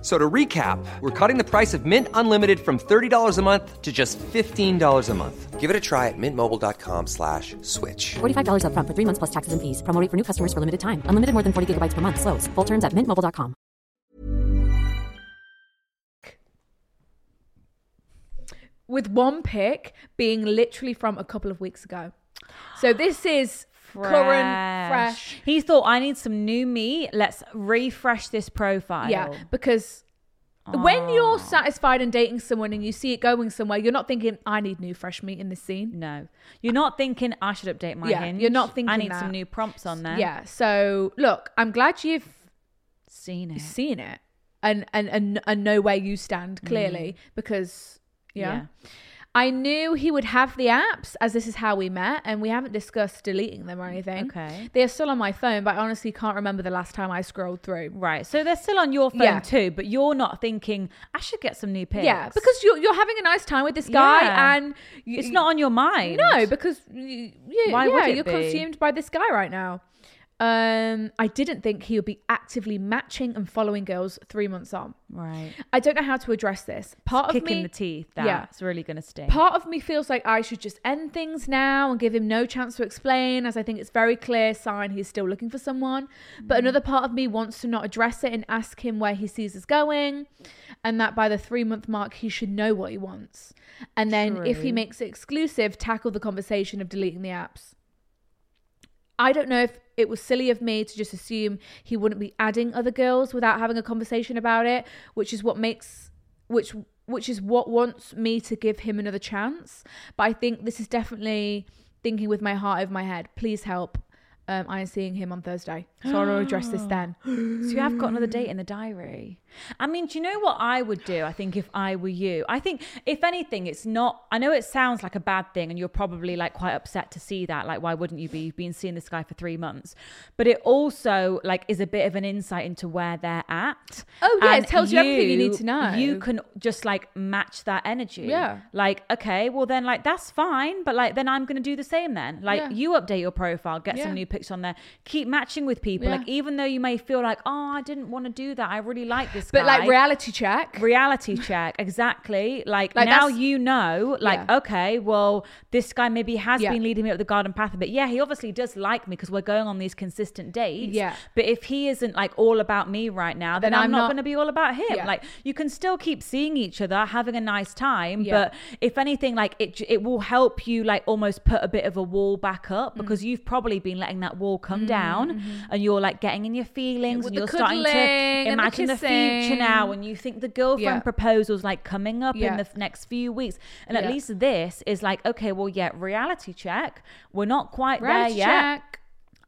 [SPEAKER 4] So to recap, we're cutting the price of Mint Unlimited from $30 a month to just $15 a month. Give it a try at mintmobile.com slash switch.
[SPEAKER 5] $45 upfront for three months plus taxes and fees. Promo rate for new customers for limited time. Unlimited more than 40 gigabytes per month. Slows. Full terms at mintmobile.com.
[SPEAKER 1] with one pic being literally from a couple of weeks ago. So this is current, fresh,
[SPEAKER 2] He thought, I need some new meat. Let's refresh this profile.
[SPEAKER 1] Yeah, because when
[SPEAKER 2] Ah.
[SPEAKER 1] you're satisfied and dating someone and you see it going somewhere, you're not thinking, I need new fresh meat in this scene.
[SPEAKER 2] No. You're not thinking, I should update my
[SPEAKER 1] Yeah,
[SPEAKER 2] hinge.
[SPEAKER 1] you're not
[SPEAKER 2] I
[SPEAKER 1] thinking
[SPEAKER 2] need
[SPEAKER 1] that.
[SPEAKER 2] some new prompts on there.
[SPEAKER 1] Yeah. So look, I'm glad you've
[SPEAKER 2] Seen it.
[SPEAKER 1] seen it and and and, and know where you stand clearly because yeah.
[SPEAKER 2] Mm. Yeah.
[SPEAKER 1] I knew he would have the apps as this is how we met, and we haven't discussed deleting them or anything.
[SPEAKER 2] Okay.
[SPEAKER 1] They're still on my phone, but I honestly can't remember the last time I scrolled through.
[SPEAKER 2] Right. So they're still on your phone
[SPEAKER 1] Yeah.
[SPEAKER 2] too, but you're not thinking, I should get some new pics.
[SPEAKER 1] Yeah, because you're, you're having a nice time with this guy,
[SPEAKER 2] Yeah.
[SPEAKER 1] and you,
[SPEAKER 2] it's not on your mind.
[SPEAKER 1] No, because you, you,
[SPEAKER 2] Why
[SPEAKER 1] yeah,
[SPEAKER 2] would it
[SPEAKER 1] you're
[SPEAKER 2] be?
[SPEAKER 1] consumed by this guy right now. Um, I didn't think he would be actively matching and following girls three months on.
[SPEAKER 2] Right.
[SPEAKER 1] I don't know how to address this. Part of
[SPEAKER 2] Kicking
[SPEAKER 1] me,
[SPEAKER 2] the teeth. That's
[SPEAKER 1] Yeah.
[SPEAKER 2] really going to sting.
[SPEAKER 1] part of me feels like I should just end things now and give him no chance to explain, as I think it's very clear sign he's still looking for someone. But another part of me wants to not address it and ask him where he sees us going, and that by the three month mark he should know what he wants. And then if he
[SPEAKER 2] True.
[SPEAKER 1] makes it exclusive, tackle the conversation of deleting the apps. I don't know if it was silly of me to just assume he wouldn't be adding other girls without having a conversation about it, which is what makes which which is what wants me to give him another chance. But I think this is definitely thinking with my heart over my head. Please help. Um, I am seeing him on Thursday, so I'll address this then.
[SPEAKER 2] So you have got another date in
[SPEAKER 1] Mm.
[SPEAKER 2] the diary. I mean, do you know what I would do? I think if I were you, I think if anything, it's not. I know it sounds like a bad thing, and you're probably like quite upset to see that. Like, why wouldn't you be? You've been seeing this guy for three months, but it also like is a bit of an insight into where they're at.
[SPEAKER 1] Oh, yeah, it tells you everything you need to know.
[SPEAKER 2] You can just like match that energy.
[SPEAKER 1] Yeah.
[SPEAKER 2] Like, okay, well then, like that's fine, but like then I'm gonna do the same. Then, like
[SPEAKER 1] Yeah.
[SPEAKER 2] you update your profile, get some
[SPEAKER 1] Yeah.
[SPEAKER 2] new pics on there, keep matching with people.
[SPEAKER 1] Yeah.
[SPEAKER 2] Like even though you may feel like, oh, I didn't want to do that. I really like this
[SPEAKER 1] But
[SPEAKER 2] guy.
[SPEAKER 1] like reality check.
[SPEAKER 2] reality check, exactly. Like,
[SPEAKER 1] Like,
[SPEAKER 2] now
[SPEAKER 1] that's-
[SPEAKER 2] you know, like,
[SPEAKER 1] Yeah.
[SPEAKER 2] okay, well, this guy maybe has
[SPEAKER 1] Yeah.
[SPEAKER 2] been leading me up the garden path, but yeah, he obviously does like me because we're going on these consistent dates.
[SPEAKER 1] Yeah.
[SPEAKER 2] But if he isn't like all about me right now, then,
[SPEAKER 1] Then
[SPEAKER 2] I'm,
[SPEAKER 1] I'm
[SPEAKER 2] not,
[SPEAKER 1] not-
[SPEAKER 2] going to be all about him.
[SPEAKER 1] Yeah.
[SPEAKER 2] Like, you can still keep seeing each other, having a nice time,
[SPEAKER 1] Yeah.
[SPEAKER 2] but if anything, like it, j- it will help you like almost put a bit of a wall back up
[SPEAKER 1] Mm-hmm.
[SPEAKER 2] because you've probably been letting that wall come down, and you're like getting in your feelings,
[SPEAKER 1] With
[SPEAKER 2] and
[SPEAKER 1] the
[SPEAKER 2] you're starting
[SPEAKER 1] cuddling
[SPEAKER 2] to
[SPEAKER 1] and the
[SPEAKER 2] imagine the, future now,
[SPEAKER 1] kissing.
[SPEAKER 2] and you think the girlfriend
[SPEAKER 1] Yeah.
[SPEAKER 2] proposals like coming up in
[SPEAKER 1] Yeah.
[SPEAKER 2] the f- next few weeks, and at
[SPEAKER 1] Yeah.
[SPEAKER 2] least this is like okay, well, yeah, reality check. We're not quite
[SPEAKER 1] Reality
[SPEAKER 2] there yet.
[SPEAKER 1] check.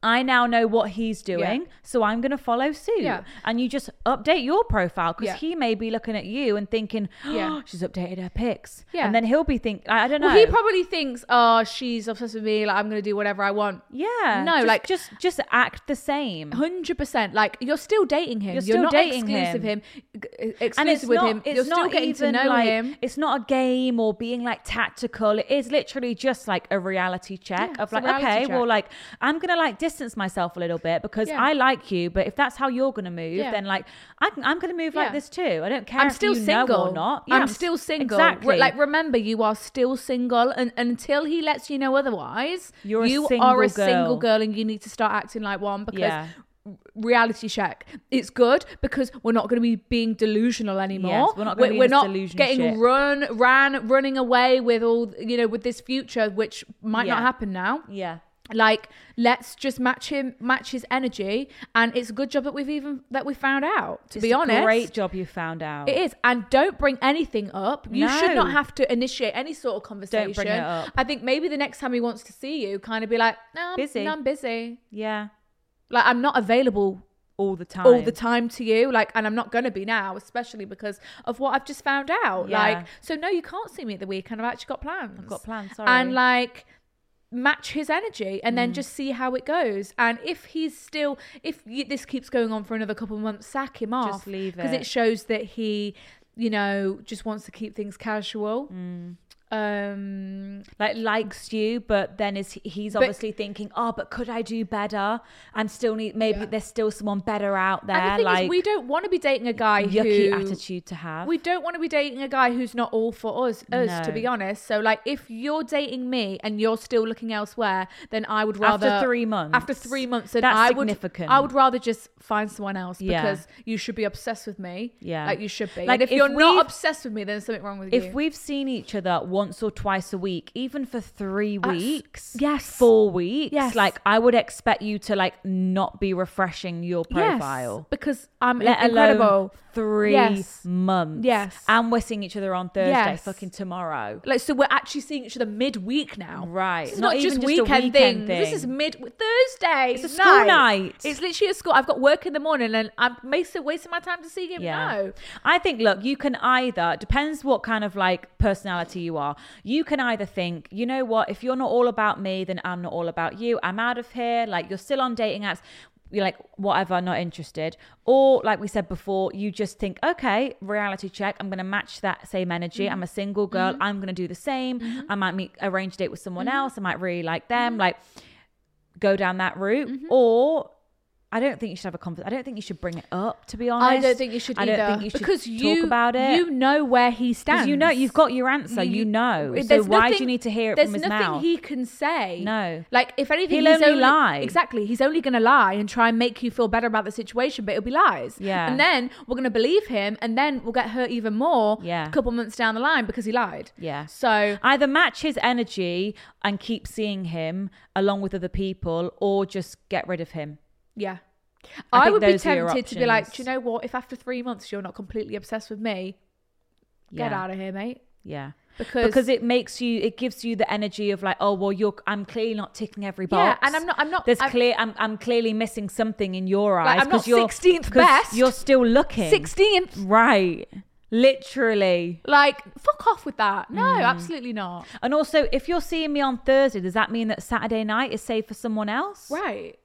[SPEAKER 2] I now know what he's doing, so I'm going to follow suit.
[SPEAKER 1] Yeah.
[SPEAKER 2] And you just update your profile because
[SPEAKER 1] Yeah.
[SPEAKER 2] he may be looking at you and thinking,
[SPEAKER 1] Yeah.
[SPEAKER 2] oh, she's updated her pics.
[SPEAKER 1] Yeah.
[SPEAKER 2] And then he'll be think, I, I don't know.
[SPEAKER 1] Well, he probably thinks, oh, she's obsessed with me. Like I'm gonna do whatever I want.
[SPEAKER 2] yeah.
[SPEAKER 1] No,
[SPEAKER 2] Just-
[SPEAKER 1] like-
[SPEAKER 2] just just act the same.
[SPEAKER 1] Hundred percent. Like you're still dating him.
[SPEAKER 2] You're
[SPEAKER 1] You're,
[SPEAKER 2] still
[SPEAKER 1] not
[SPEAKER 2] dating
[SPEAKER 1] exclusive
[SPEAKER 2] him.
[SPEAKER 1] him. g- exclusive with him. You're still getting to know
[SPEAKER 2] like,
[SPEAKER 1] him.
[SPEAKER 2] It's not a game or being like tactical. It is literally just like a reality check
[SPEAKER 1] Yeah, it's
[SPEAKER 2] of
[SPEAKER 1] a
[SPEAKER 2] like,
[SPEAKER 1] reality
[SPEAKER 2] okay,
[SPEAKER 1] check.
[SPEAKER 2] well, like I'm gonna like distance myself a little bit because
[SPEAKER 1] Yeah.
[SPEAKER 2] I like you, but if that's how you're gonna move,
[SPEAKER 1] Yeah.
[SPEAKER 2] then like I can, I'm gonna move like
[SPEAKER 1] Yeah.
[SPEAKER 2] this too. I don't care.
[SPEAKER 1] I'm
[SPEAKER 2] if
[SPEAKER 1] still
[SPEAKER 2] you know
[SPEAKER 1] single.
[SPEAKER 2] or not. Yeah,
[SPEAKER 1] I'm,
[SPEAKER 2] s-
[SPEAKER 1] still single. Re-
[SPEAKER 2] Exactly.
[SPEAKER 1] Like remember, you are still single, and until he lets you know otherwise,
[SPEAKER 2] You're a
[SPEAKER 1] you
[SPEAKER 2] single
[SPEAKER 1] are a
[SPEAKER 2] girl.
[SPEAKER 1] single girl, and you need to start acting like one because.
[SPEAKER 2] Yeah.
[SPEAKER 1] Reality check. It's good because we're not going to be being delusional anymore.
[SPEAKER 2] we're not gonna
[SPEAKER 1] We're-
[SPEAKER 2] be in
[SPEAKER 1] we're
[SPEAKER 2] this
[SPEAKER 1] not
[SPEAKER 2] delusion
[SPEAKER 1] getting
[SPEAKER 2] shit.
[SPEAKER 1] run, ran, running away with all you know with this future, which might
[SPEAKER 2] Yeah.
[SPEAKER 1] not happen now
[SPEAKER 2] yeah.
[SPEAKER 1] like let's just match him match his energy and it's a good job that we've even that we found out to
[SPEAKER 2] It's
[SPEAKER 1] be
[SPEAKER 2] a
[SPEAKER 1] honest
[SPEAKER 2] great job you found out.
[SPEAKER 1] it is and don't bring anything up you should
[SPEAKER 2] No.
[SPEAKER 1] not have to initiate any sort of conversation
[SPEAKER 2] it up.
[SPEAKER 1] i think maybe the next time he wants to see you kind of be like no i'm
[SPEAKER 2] Busy.
[SPEAKER 1] busy, no, I'm busy.
[SPEAKER 2] Yeah.
[SPEAKER 1] like i'm not available
[SPEAKER 2] All the time.
[SPEAKER 1] all the time to you like and i'm not going to be now especially because of what i've just found out
[SPEAKER 2] Yeah.
[SPEAKER 1] like so no you can't see me at the weekend i've actually got plans i've
[SPEAKER 2] got plans, sorry. Mm.
[SPEAKER 1] and like match his energy and then just see how it goes and if he's still if y this keeps going on for another couple of months sack him off
[SPEAKER 2] leave
[SPEAKER 1] because
[SPEAKER 2] it.
[SPEAKER 1] it shows that he you know just wants to keep things casual
[SPEAKER 2] Mm.
[SPEAKER 1] um
[SPEAKER 2] like likes you, but then is he's
[SPEAKER 1] But-
[SPEAKER 2] obviously thinking, oh, but could I do better? And still need maybe
[SPEAKER 1] Yeah.
[SPEAKER 2] there's still someone better out there.
[SPEAKER 1] and the thing
[SPEAKER 2] like
[SPEAKER 1] is we don't want to be dating a guy
[SPEAKER 2] yucky
[SPEAKER 1] who,
[SPEAKER 2] attitude to have.
[SPEAKER 1] We don't want to be dating a guy who's not all for us, us
[SPEAKER 2] No.
[SPEAKER 1] to be honest. So like if you're dating me and you're still looking elsewhere, then I would
[SPEAKER 2] After
[SPEAKER 1] rather
[SPEAKER 2] three months.
[SPEAKER 1] After three months then
[SPEAKER 2] That's
[SPEAKER 1] I would
[SPEAKER 2] significant.
[SPEAKER 1] I would rather just find someone else
[SPEAKER 2] Yeah.
[SPEAKER 1] because you should be obsessed with me.
[SPEAKER 2] Yeah.
[SPEAKER 1] Like you should be.
[SPEAKER 2] Like,
[SPEAKER 1] and if,
[SPEAKER 2] if
[SPEAKER 1] you're
[SPEAKER 2] we've-
[SPEAKER 1] not obsessed with me, then there's something wrong with you.
[SPEAKER 2] if we've seen each other once or twice a week, even for three
[SPEAKER 1] That's-
[SPEAKER 2] weeks,
[SPEAKER 1] yes.
[SPEAKER 2] four weeks,
[SPEAKER 1] Yes.
[SPEAKER 2] like I would expect you to like not be refreshing your profile.
[SPEAKER 1] Yes, because I'm
[SPEAKER 2] Let
[SPEAKER 1] incredible.
[SPEAKER 2] alone three
[SPEAKER 1] Yes.
[SPEAKER 2] months.
[SPEAKER 1] Yes.
[SPEAKER 2] and we're seeing each other on Thursday,
[SPEAKER 1] Yes.
[SPEAKER 2] fucking tomorrow.
[SPEAKER 1] Like so, we're actually seeing each other midweek now.
[SPEAKER 2] Right.
[SPEAKER 1] This is
[SPEAKER 2] Not
[SPEAKER 1] not, just
[SPEAKER 2] even just a
[SPEAKER 1] weekend,
[SPEAKER 2] weekend
[SPEAKER 1] things. This
[SPEAKER 2] thing.
[SPEAKER 1] is mid Thursday.
[SPEAKER 2] It's a school night.
[SPEAKER 1] It's literally a school. I've got work in the morning, and I'm wasting wasting my time to see him. No.
[SPEAKER 2] I think look, you can either depends what kind of like personality you are. are. You can either think, you know what, if you're not all about me, then I'm not all about you. I'm out of here. Like you're still on dating apps. You're like, whatever, not interested. Or, like we said before, you just think, okay, reality check. I'm going to match that same energy. I'm a single girl. I'm going to do the same. I might meet, arrange a date with someone else. I might really like them. Like, go down that route.
[SPEAKER 1] Mm-hmm.
[SPEAKER 2] Or, I don't think you should have a conversation. I don't think you should bring it up, to be honest.
[SPEAKER 1] I don't think you should
[SPEAKER 2] I
[SPEAKER 1] either.
[SPEAKER 2] don't think you should
[SPEAKER 1] because
[SPEAKER 2] talk
[SPEAKER 1] you,
[SPEAKER 2] about it.
[SPEAKER 1] You know where he stands.
[SPEAKER 2] Because you know, you've got your answer. You know. So
[SPEAKER 1] There's
[SPEAKER 2] why do
[SPEAKER 1] nothing-
[SPEAKER 2] you need to hear it
[SPEAKER 1] there's
[SPEAKER 2] from his
[SPEAKER 1] nothing
[SPEAKER 2] mouth?
[SPEAKER 1] he can say.
[SPEAKER 2] No.
[SPEAKER 1] Like, if anything,
[SPEAKER 2] He'll
[SPEAKER 1] he's
[SPEAKER 2] only lie.
[SPEAKER 1] Exactly. He's only going to lie and try and make you feel better about the situation, but it'll be lies.
[SPEAKER 2] Yeah.
[SPEAKER 1] And then we're going to believe him, and then we'll get hurt even more
[SPEAKER 2] Yeah.
[SPEAKER 1] a couple months down the line because he lied.
[SPEAKER 2] Yeah.
[SPEAKER 1] So,
[SPEAKER 2] either match his energy and keep seeing him along with other people, or just get rid of him.
[SPEAKER 1] yeah.
[SPEAKER 2] I
[SPEAKER 1] I,
[SPEAKER 2] think
[SPEAKER 1] would be
[SPEAKER 2] those are your
[SPEAKER 1] tempted to be like,
[SPEAKER 2] options.
[SPEAKER 1] do you know what? If after three months you're not completely obsessed with me, get
[SPEAKER 2] Yeah.
[SPEAKER 1] out of here, mate.
[SPEAKER 2] Yeah.
[SPEAKER 1] Because-
[SPEAKER 2] it makes you it gives you the energy of like oh well you're I'm clearly not ticking every
[SPEAKER 1] Yeah,
[SPEAKER 2] box
[SPEAKER 1] and I'm not- I'm not-
[SPEAKER 2] there's
[SPEAKER 1] I'm-
[SPEAKER 2] clear I'm I'm clearly missing something in your eyes
[SPEAKER 1] Like, I'm not
[SPEAKER 2] 'cause you're
[SPEAKER 1] 16th
[SPEAKER 2] 'cause
[SPEAKER 1] best.
[SPEAKER 2] you're still looking
[SPEAKER 1] 16th.
[SPEAKER 2] right literally
[SPEAKER 1] Like, fuck off with that. No,
[SPEAKER 2] Mm.
[SPEAKER 1] absolutely not.
[SPEAKER 2] and also if you're seeing me on Thursday does that mean that Saturday night is saved for someone else
[SPEAKER 1] Right.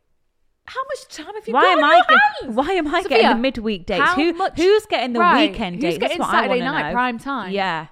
[SPEAKER 1] How much time have you
[SPEAKER 2] why
[SPEAKER 1] got on
[SPEAKER 2] am I
[SPEAKER 1] your
[SPEAKER 2] get-
[SPEAKER 1] hands?
[SPEAKER 2] why am I getting the midweek dates?
[SPEAKER 1] how
[SPEAKER 2] Who
[SPEAKER 1] much-
[SPEAKER 2] who's getting the
[SPEAKER 1] Right.
[SPEAKER 2] weekend
[SPEAKER 1] Who's
[SPEAKER 2] dates? That's
[SPEAKER 1] getting
[SPEAKER 2] what
[SPEAKER 1] Saturday
[SPEAKER 2] I wanna
[SPEAKER 1] night
[SPEAKER 2] know.
[SPEAKER 1] prime time?
[SPEAKER 2] Yeah,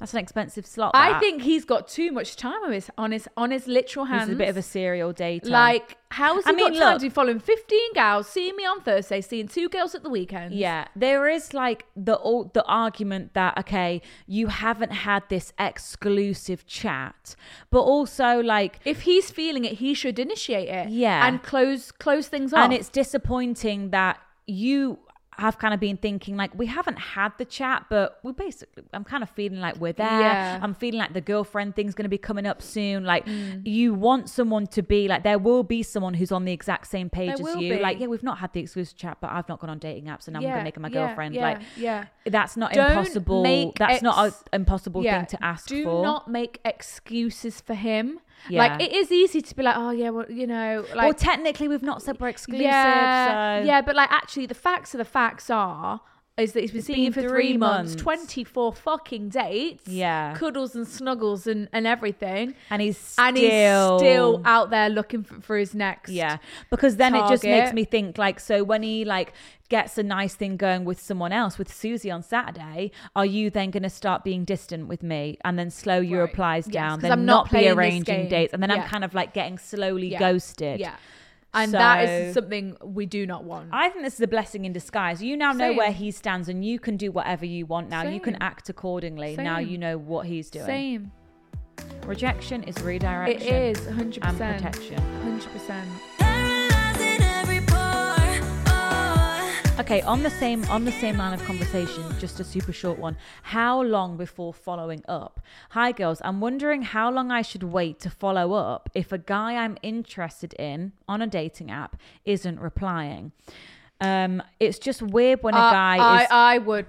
[SPEAKER 2] that's an expensive slot.
[SPEAKER 1] I
[SPEAKER 2] that.
[SPEAKER 1] think he's got too much time on his on his on his literal hands.
[SPEAKER 2] he's a bit of a serial dater.
[SPEAKER 1] like how has he
[SPEAKER 2] I mean,
[SPEAKER 1] got time
[SPEAKER 2] look-
[SPEAKER 1] to be following fifteen girls, seeing me on Thursday, seeing two girls at the weekend?
[SPEAKER 2] Yeah, there is like the old, the argument that okay, you haven't had this exclusive chat, but also like
[SPEAKER 1] If he's feeling it, he should initiate it.
[SPEAKER 2] Yeah.
[SPEAKER 1] And close close things off.
[SPEAKER 2] and it's disappointing that you have kind of been thinking like we haven't had the chat but we basically i'm kind of feeling like we're there
[SPEAKER 1] Yeah.
[SPEAKER 2] i'm feeling like the girlfriend thing's going to be coming up soon like
[SPEAKER 1] Mm.
[SPEAKER 2] you want someone to be like there will be someone who's on the exact same page
[SPEAKER 1] There
[SPEAKER 2] as
[SPEAKER 1] will
[SPEAKER 2] you
[SPEAKER 1] be.
[SPEAKER 2] like yeah we've not had the exclusive chat but i've not gone on dating apps and i'm
[SPEAKER 1] Yeah,
[SPEAKER 2] gonna make her my
[SPEAKER 1] yeah,
[SPEAKER 2] girlfriend
[SPEAKER 1] yeah,
[SPEAKER 2] like
[SPEAKER 1] yeah.
[SPEAKER 2] that's not
[SPEAKER 1] Don't
[SPEAKER 2] impossible
[SPEAKER 1] make
[SPEAKER 2] that's not an
[SPEAKER 1] ex-
[SPEAKER 2] impossible
[SPEAKER 1] Yeah.
[SPEAKER 2] thing to ask
[SPEAKER 1] Do
[SPEAKER 2] for
[SPEAKER 1] not make excuses for him.
[SPEAKER 2] Yeah.
[SPEAKER 1] Like it is easy to be like, oh yeah, well, you know, like
[SPEAKER 2] well technically we've not said we're exclusive
[SPEAKER 1] yeah,
[SPEAKER 2] so
[SPEAKER 1] yeah, but like actually, the facts of the facts are is that he's been
[SPEAKER 2] It's
[SPEAKER 1] seeing you for
[SPEAKER 2] been
[SPEAKER 1] three,
[SPEAKER 2] three
[SPEAKER 1] months,
[SPEAKER 2] months.
[SPEAKER 1] twenty four fucking dates,
[SPEAKER 2] Yeah.
[SPEAKER 1] cuddles and snuggles and and everything,
[SPEAKER 2] and he's still
[SPEAKER 1] and he's still out there looking for, for his next.
[SPEAKER 2] Yeah, because then it just makes
[SPEAKER 1] target.
[SPEAKER 2] me think like, so when he like gets a nice thing going with someone else, with Susie on Saturday, are you then going to start being distant with me and then slow your
[SPEAKER 1] Right.
[SPEAKER 2] replies
[SPEAKER 1] Yes,
[SPEAKER 2] down,
[SPEAKER 1] 'cause
[SPEAKER 2] then
[SPEAKER 1] I'm not
[SPEAKER 2] not, be
[SPEAKER 1] playing this
[SPEAKER 2] arranging
[SPEAKER 1] game.
[SPEAKER 2] dates, and then
[SPEAKER 1] Yeah.
[SPEAKER 2] I'm kind of like getting slowly
[SPEAKER 1] Yeah.
[SPEAKER 2] ghosted.
[SPEAKER 1] Yeah, and that is
[SPEAKER 2] So-
[SPEAKER 1] something we do not want.
[SPEAKER 2] I think this is a blessing in disguise. You now know
[SPEAKER 1] Same.
[SPEAKER 2] where he stands, and you can do whatever you want now. You can
[SPEAKER 1] Same.
[SPEAKER 2] act accordingly. Now
[SPEAKER 1] Same.
[SPEAKER 2] you know what he's doing.
[SPEAKER 1] Same,
[SPEAKER 2] Rejection is redirection.
[SPEAKER 1] it is hundred
[SPEAKER 2] and
[SPEAKER 1] percent,
[SPEAKER 2] protection.
[SPEAKER 1] hundred percent.
[SPEAKER 2] Okay, on the same on the same line of conversation, just a super short one. How long before following up? Hi girls, I'm wondering how long I should wait to follow up if a guy I'm interested in on a dating app isn't replying. Um, it's just weird when a guy
[SPEAKER 1] Uh, I, uh,
[SPEAKER 2] is
[SPEAKER 1] I would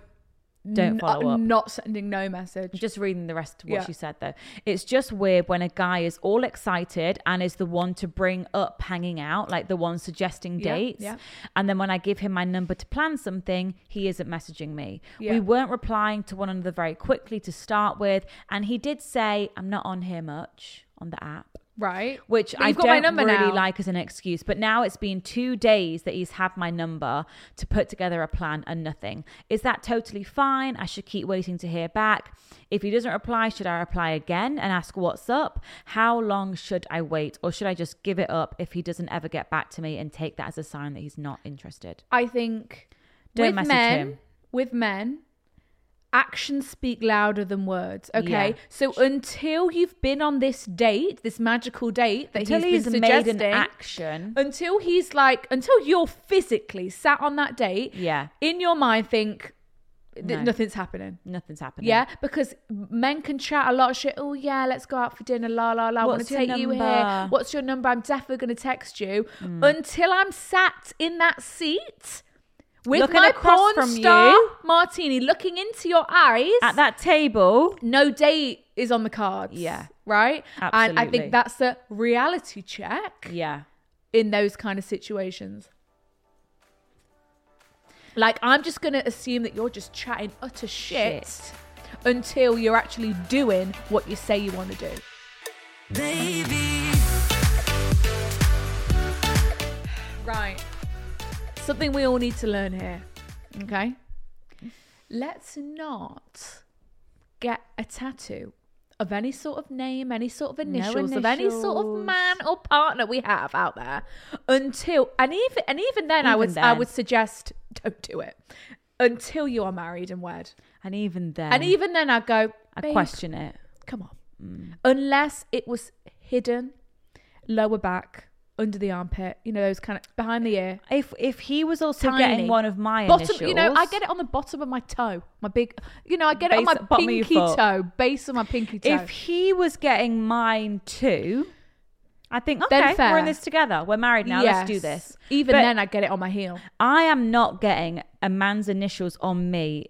[SPEAKER 2] don't follow up.
[SPEAKER 1] not sending no message.
[SPEAKER 2] Just reading the rest of what
[SPEAKER 1] Yeah.
[SPEAKER 2] she said though. It's just weird when a guy is all excited and is the one to bring up hanging out, like the one suggesting
[SPEAKER 1] Yeah,
[SPEAKER 2] dates.
[SPEAKER 1] yeah.
[SPEAKER 2] And then when I give him my number to plan something, he isn't messaging me.
[SPEAKER 1] Yeah.
[SPEAKER 2] We weren't replying to one another very quickly to start with. And he did say, I'm not on here much on the app
[SPEAKER 1] right?
[SPEAKER 2] which
[SPEAKER 1] But
[SPEAKER 2] I
[SPEAKER 1] you've
[SPEAKER 2] don't
[SPEAKER 1] got my number
[SPEAKER 2] really
[SPEAKER 1] now.
[SPEAKER 2] like as an excuse. But now it's been two days that he's had my number to put together a plan and nothing. Is that totally fine? I should keep waiting to hear back. If he doesn't reply, should I reply again and ask what's up? How long should I wait, or should I just give it up if he doesn't ever get back to me and take that as a sign that he's not interested?
[SPEAKER 1] I think
[SPEAKER 2] Don't
[SPEAKER 1] with
[SPEAKER 2] message
[SPEAKER 1] men,
[SPEAKER 2] him.
[SPEAKER 1] with men, actions speak louder than words. Okay,
[SPEAKER 2] Yeah.
[SPEAKER 1] so until you've been on this date, this magical date that
[SPEAKER 2] Until
[SPEAKER 1] he's,
[SPEAKER 2] he's
[SPEAKER 1] been
[SPEAKER 2] made an
[SPEAKER 1] suggesting,
[SPEAKER 2] action.
[SPEAKER 1] until he's like, until you're physically sat on that date,
[SPEAKER 2] Yeah.
[SPEAKER 1] in your mind think that
[SPEAKER 2] No.
[SPEAKER 1] nothing's happening.
[SPEAKER 2] Nothing's happening.
[SPEAKER 1] Yeah, because men can chat a lot of shit. Oh yeah, let's go out for dinner. La la la. I want
[SPEAKER 2] What's
[SPEAKER 1] to
[SPEAKER 2] your
[SPEAKER 1] take you here.
[SPEAKER 2] number? Mm.
[SPEAKER 1] What's your number? I'm definitely going to text you. Until I'm sat in that seat with
[SPEAKER 2] Looking
[SPEAKER 1] my
[SPEAKER 2] across
[SPEAKER 1] porn
[SPEAKER 2] from
[SPEAKER 1] star
[SPEAKER 2] you.
[SPEAKER 1] martini, looking into your eyes.
[SPEAKER 2] At that table,
[SPEAKER 1] no date is on the cards.
[SPEAKER 2] Yeah.
[SPEAKER 1] right. And I
[SPEAKER 2] Absolutely.
[SPEAKER 1] think that's a reality check
[SPEAKER 2] yeah.
[SPEAKER 1] in those kind of situations. Like I'm just going to assume that you're just chatting utter shit.
[SPEAKER 2] Shit.
[SPEAKER 1] until you're actually doing what you say you want to do. Right. Something we all need to learn here. Okay. Let's not get a tattoo of any sort of name, any sort of initials, of any sort of
[SPEAKER 2] initials.
[SPEAKER 1] man or partner we have out there until and even and even then I
[SPEAKER 2] Even
[SPEAKER 1] would I
[SPEAKER 2] then.
[SPEAKER 1] would suggest don't do it until you are married and wed.
[SPEAKER 2] And even then,
[SPEAKER 1] And even then I'd go
[SPEAKER 2] I
[SPEAKER 1] "Babe,
[SPEAKER 2] question Mm. it.
[SPEAKER 1] Come on. Unless it was hidden lower back, under the armpit, you know, those kind of behind the ear.
[SPEAKER 2] If if he was also
[SPEAKER 1] Tiny.
[SPEAKER 2] getting one of my
[SPEAKER 1] bottom,
[SPEAKER 2] initials,
[SPEAKER 1] you know, I get it on the bottom of my toe, my big, you know, I get it on
[SPEAKER 2] Base-
[SPEAKER 1] my
[SPEAKER 2] bottom of your
[SPEAKER 1] pinky
[SPEAKER 2] foot.
[SPEAKER 1] toe, base of my pinky toe.
[SPEAKER 2] If he was getting mine too, I think
[SPEAKER 1] Then
[SPEAKER 2] okay,
[SPEAKER 1] fair.
[SPEAKER 2] we're in this together. We're married now. Let's do
[SPEAKER 1] Yes.
[SPEAKER 2] this.
[SPEAKER 1] Even
[SPEAKER 2] But
[SPEAKER 1] then, I get it on my heel.
[SPEAKER 2] I am not getting a man's initials on me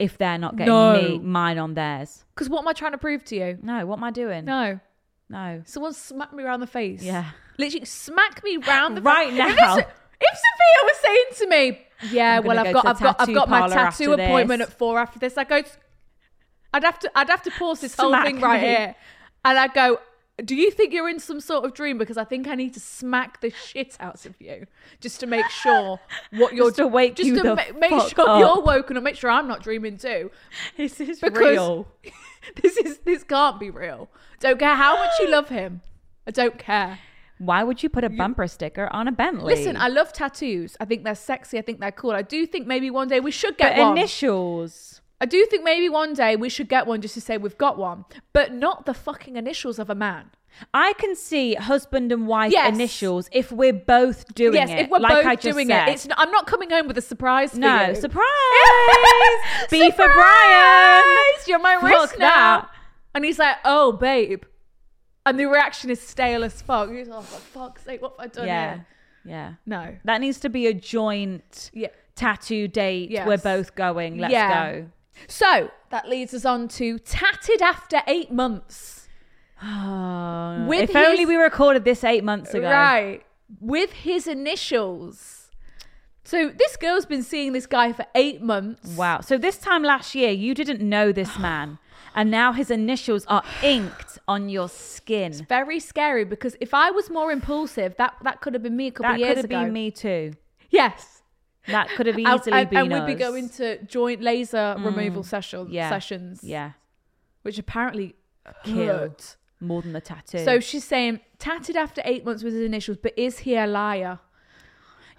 [SPEAKER 2] if they're not getting
[SPEAKER 1] No.
[SPEAKER 2] me mine on theirs.
[SPEAKER 1] Because what am I trying to prove to you?
[SPEAKER 2] No, what am I doing?
[SPEAKER 1] No.
[SPEAKER 2] no.
[SPEAKER 1] Someone smacked me round the face.
[SPEAKER 2] Yeah.
[SPEAKER 1] Literally smack me round the
[SPEAKER 2] Right
[SPEAKER 1] face.
[SPEAKER 2] now.
[SPEAKER 1] If, it's- if Sophia was saying to me, "Yeah,
[SPEAKER 2] I'm
[SPEAKER 1] well,
[SPEAKER 2] gonna
[SPEAKER 1] I've
[SPEAKER 2] go
[SPEAKER 1] got,
[SPEAKER 2] to
[SPEAKER 1] I've got, I've
[SPEAKER 2] tattoo
[SPEAKER 1] got my
[SPEAKER 2] parlour
[SPEAKER 1] tattoo
[SPEAKER 2] after this.
[SPEAKER 1] appointment at four after this," I go, "I'd have to, I'd have to pause this whole
[SPEAKER 2] Smack
[SPEAKER 1] thing right
[SPEAKER 2] me.
[SPEAKER 1] here," and I go. Do you think you're in some sort of dream? Because I think I need to smack the shit out of you just to make sure what you're
[SPEAKER 2] Just to wake
[SPEAKER 1] just
[SPEAKER 2] you
[SPEAKER 1] to
[SPEAKER 2] the
[SPEAKER 1] ma- make
[SPEAKER 2] fuck
[SPEAKER 1] sure
[SPEAKER 2] up.
[SPEAKER 1] you're woken up, make sure I'm not dreaming too
[SPEAKER 2] This is
[SPEAKER 1] because
[SPEAKER 2] real.
[SPEAKER 1] this is this can't be real. Don't care how much you love him. I don't care.
[SPEAKER 2] Why would you put a bumper sticker on a Bentley?
[SPEAKER 1] Listen, I love tattoos. I think they're sexy. I think they're cool. I do think maybe one day we should get
[SPEAKER 2] but
[SPEAKER 1] one.
[SPEAKER 2] initials.
[SPEAKER 1] I do think maybe one day we should get one just to say we've got one, but not the fucking initials of a man.
[SPEAKER 2] I can see husband and wife
[SPEAKER 1] Yes.
[SPEAKER 2] initials if we're both doing
[SPEAKER 1] yes,
[SPEAKER 2] it.
[SPEAKER 1] if we're
[SPEAKER 2] like
[SPEAKER 1] both
[SPEAKER 2] I just
[SPEAKER 1] doing
[SPEAKER 2] said.
[SPEAKER 1] it, it's. Not, I'm not coming home with a surprise. For
[SPEAKER 2] No,
[SPEAKER 1] you.
[SPEAKER 2] surprise! B for Brian!
[SPEAKER 1] Surprise! You're my
[SPEAKER 2] Fuck
[SPEAKER 1] wrist now.
[SPEAKER 2] that.
[SPEAKER 1] And he's like, "Oh, babe," and the reaction is stale as fuck. He's like, "Oh, for fuck's sake, what have I done
[SPEAKER 2] yeah,
[SPEAKER 1] here?"
[SPEAKER 2] Oh, yeah.
[SPEAKER 1] No.
[SPEAKER 2] That needs to be a joint
[SPEAKER 1] Yeah.
[SPEAKER 2] tattoo date.
[SPEAKER 1] Yes.
[SPEAKER 2] We're both going. Let's
[SPEAKER 1] Yeah.
[SPEAKER 2] go.
[SPEAKER 1] So that leads us on to tatted after eight months.
[SPEAKER 2] Oh,
[SPEAKER 1] With
[SPEAKER 2] if only
[SPEAKER 1] his-
[SPEAKER 2] we recorded this eight months ago.
[SPEAKER 1] Right. With his initials. So this girl's been seeing this guy for eight months.
[SPEAKER 2] Wow. So this time last year, you didn't know this man, and now his initials are inked on your skin.
[SPEAKER 1] Very scary because if I was more impulsive, that, that could have been me a couple
[SPEAKER 2] That
[SPEAKER 1] of years
[SPEAKER 2] could have
[SPEAKER 1] ago.
[SPEAKER 2] been me too.
[SPEAKER 1] Yes.
[SPEAKER 2] That could have
[SPEAKER 1] And-
[SPEAKER 2] easily
[SPEAKER 1] and,
[SPEAKER 2] been
[SPEAKER 1] and we'd be
[SPEAKER 2] us. Mm.
[SPEAKER 1] going to joint laser removal session,
[SPEAKER 2] yeah.
[SPEAKER 1] sessions,
[SPEAKER 2] yeah
[SPEAKER 1] which apparently
[SPEAKER 2] Killed.
[SPEAKER 1] hurt.
[SPEAKER 2] more than the tattoo.
[SPEAKER 1] So she's saying tatted after eight months with his initials, but is he a liar?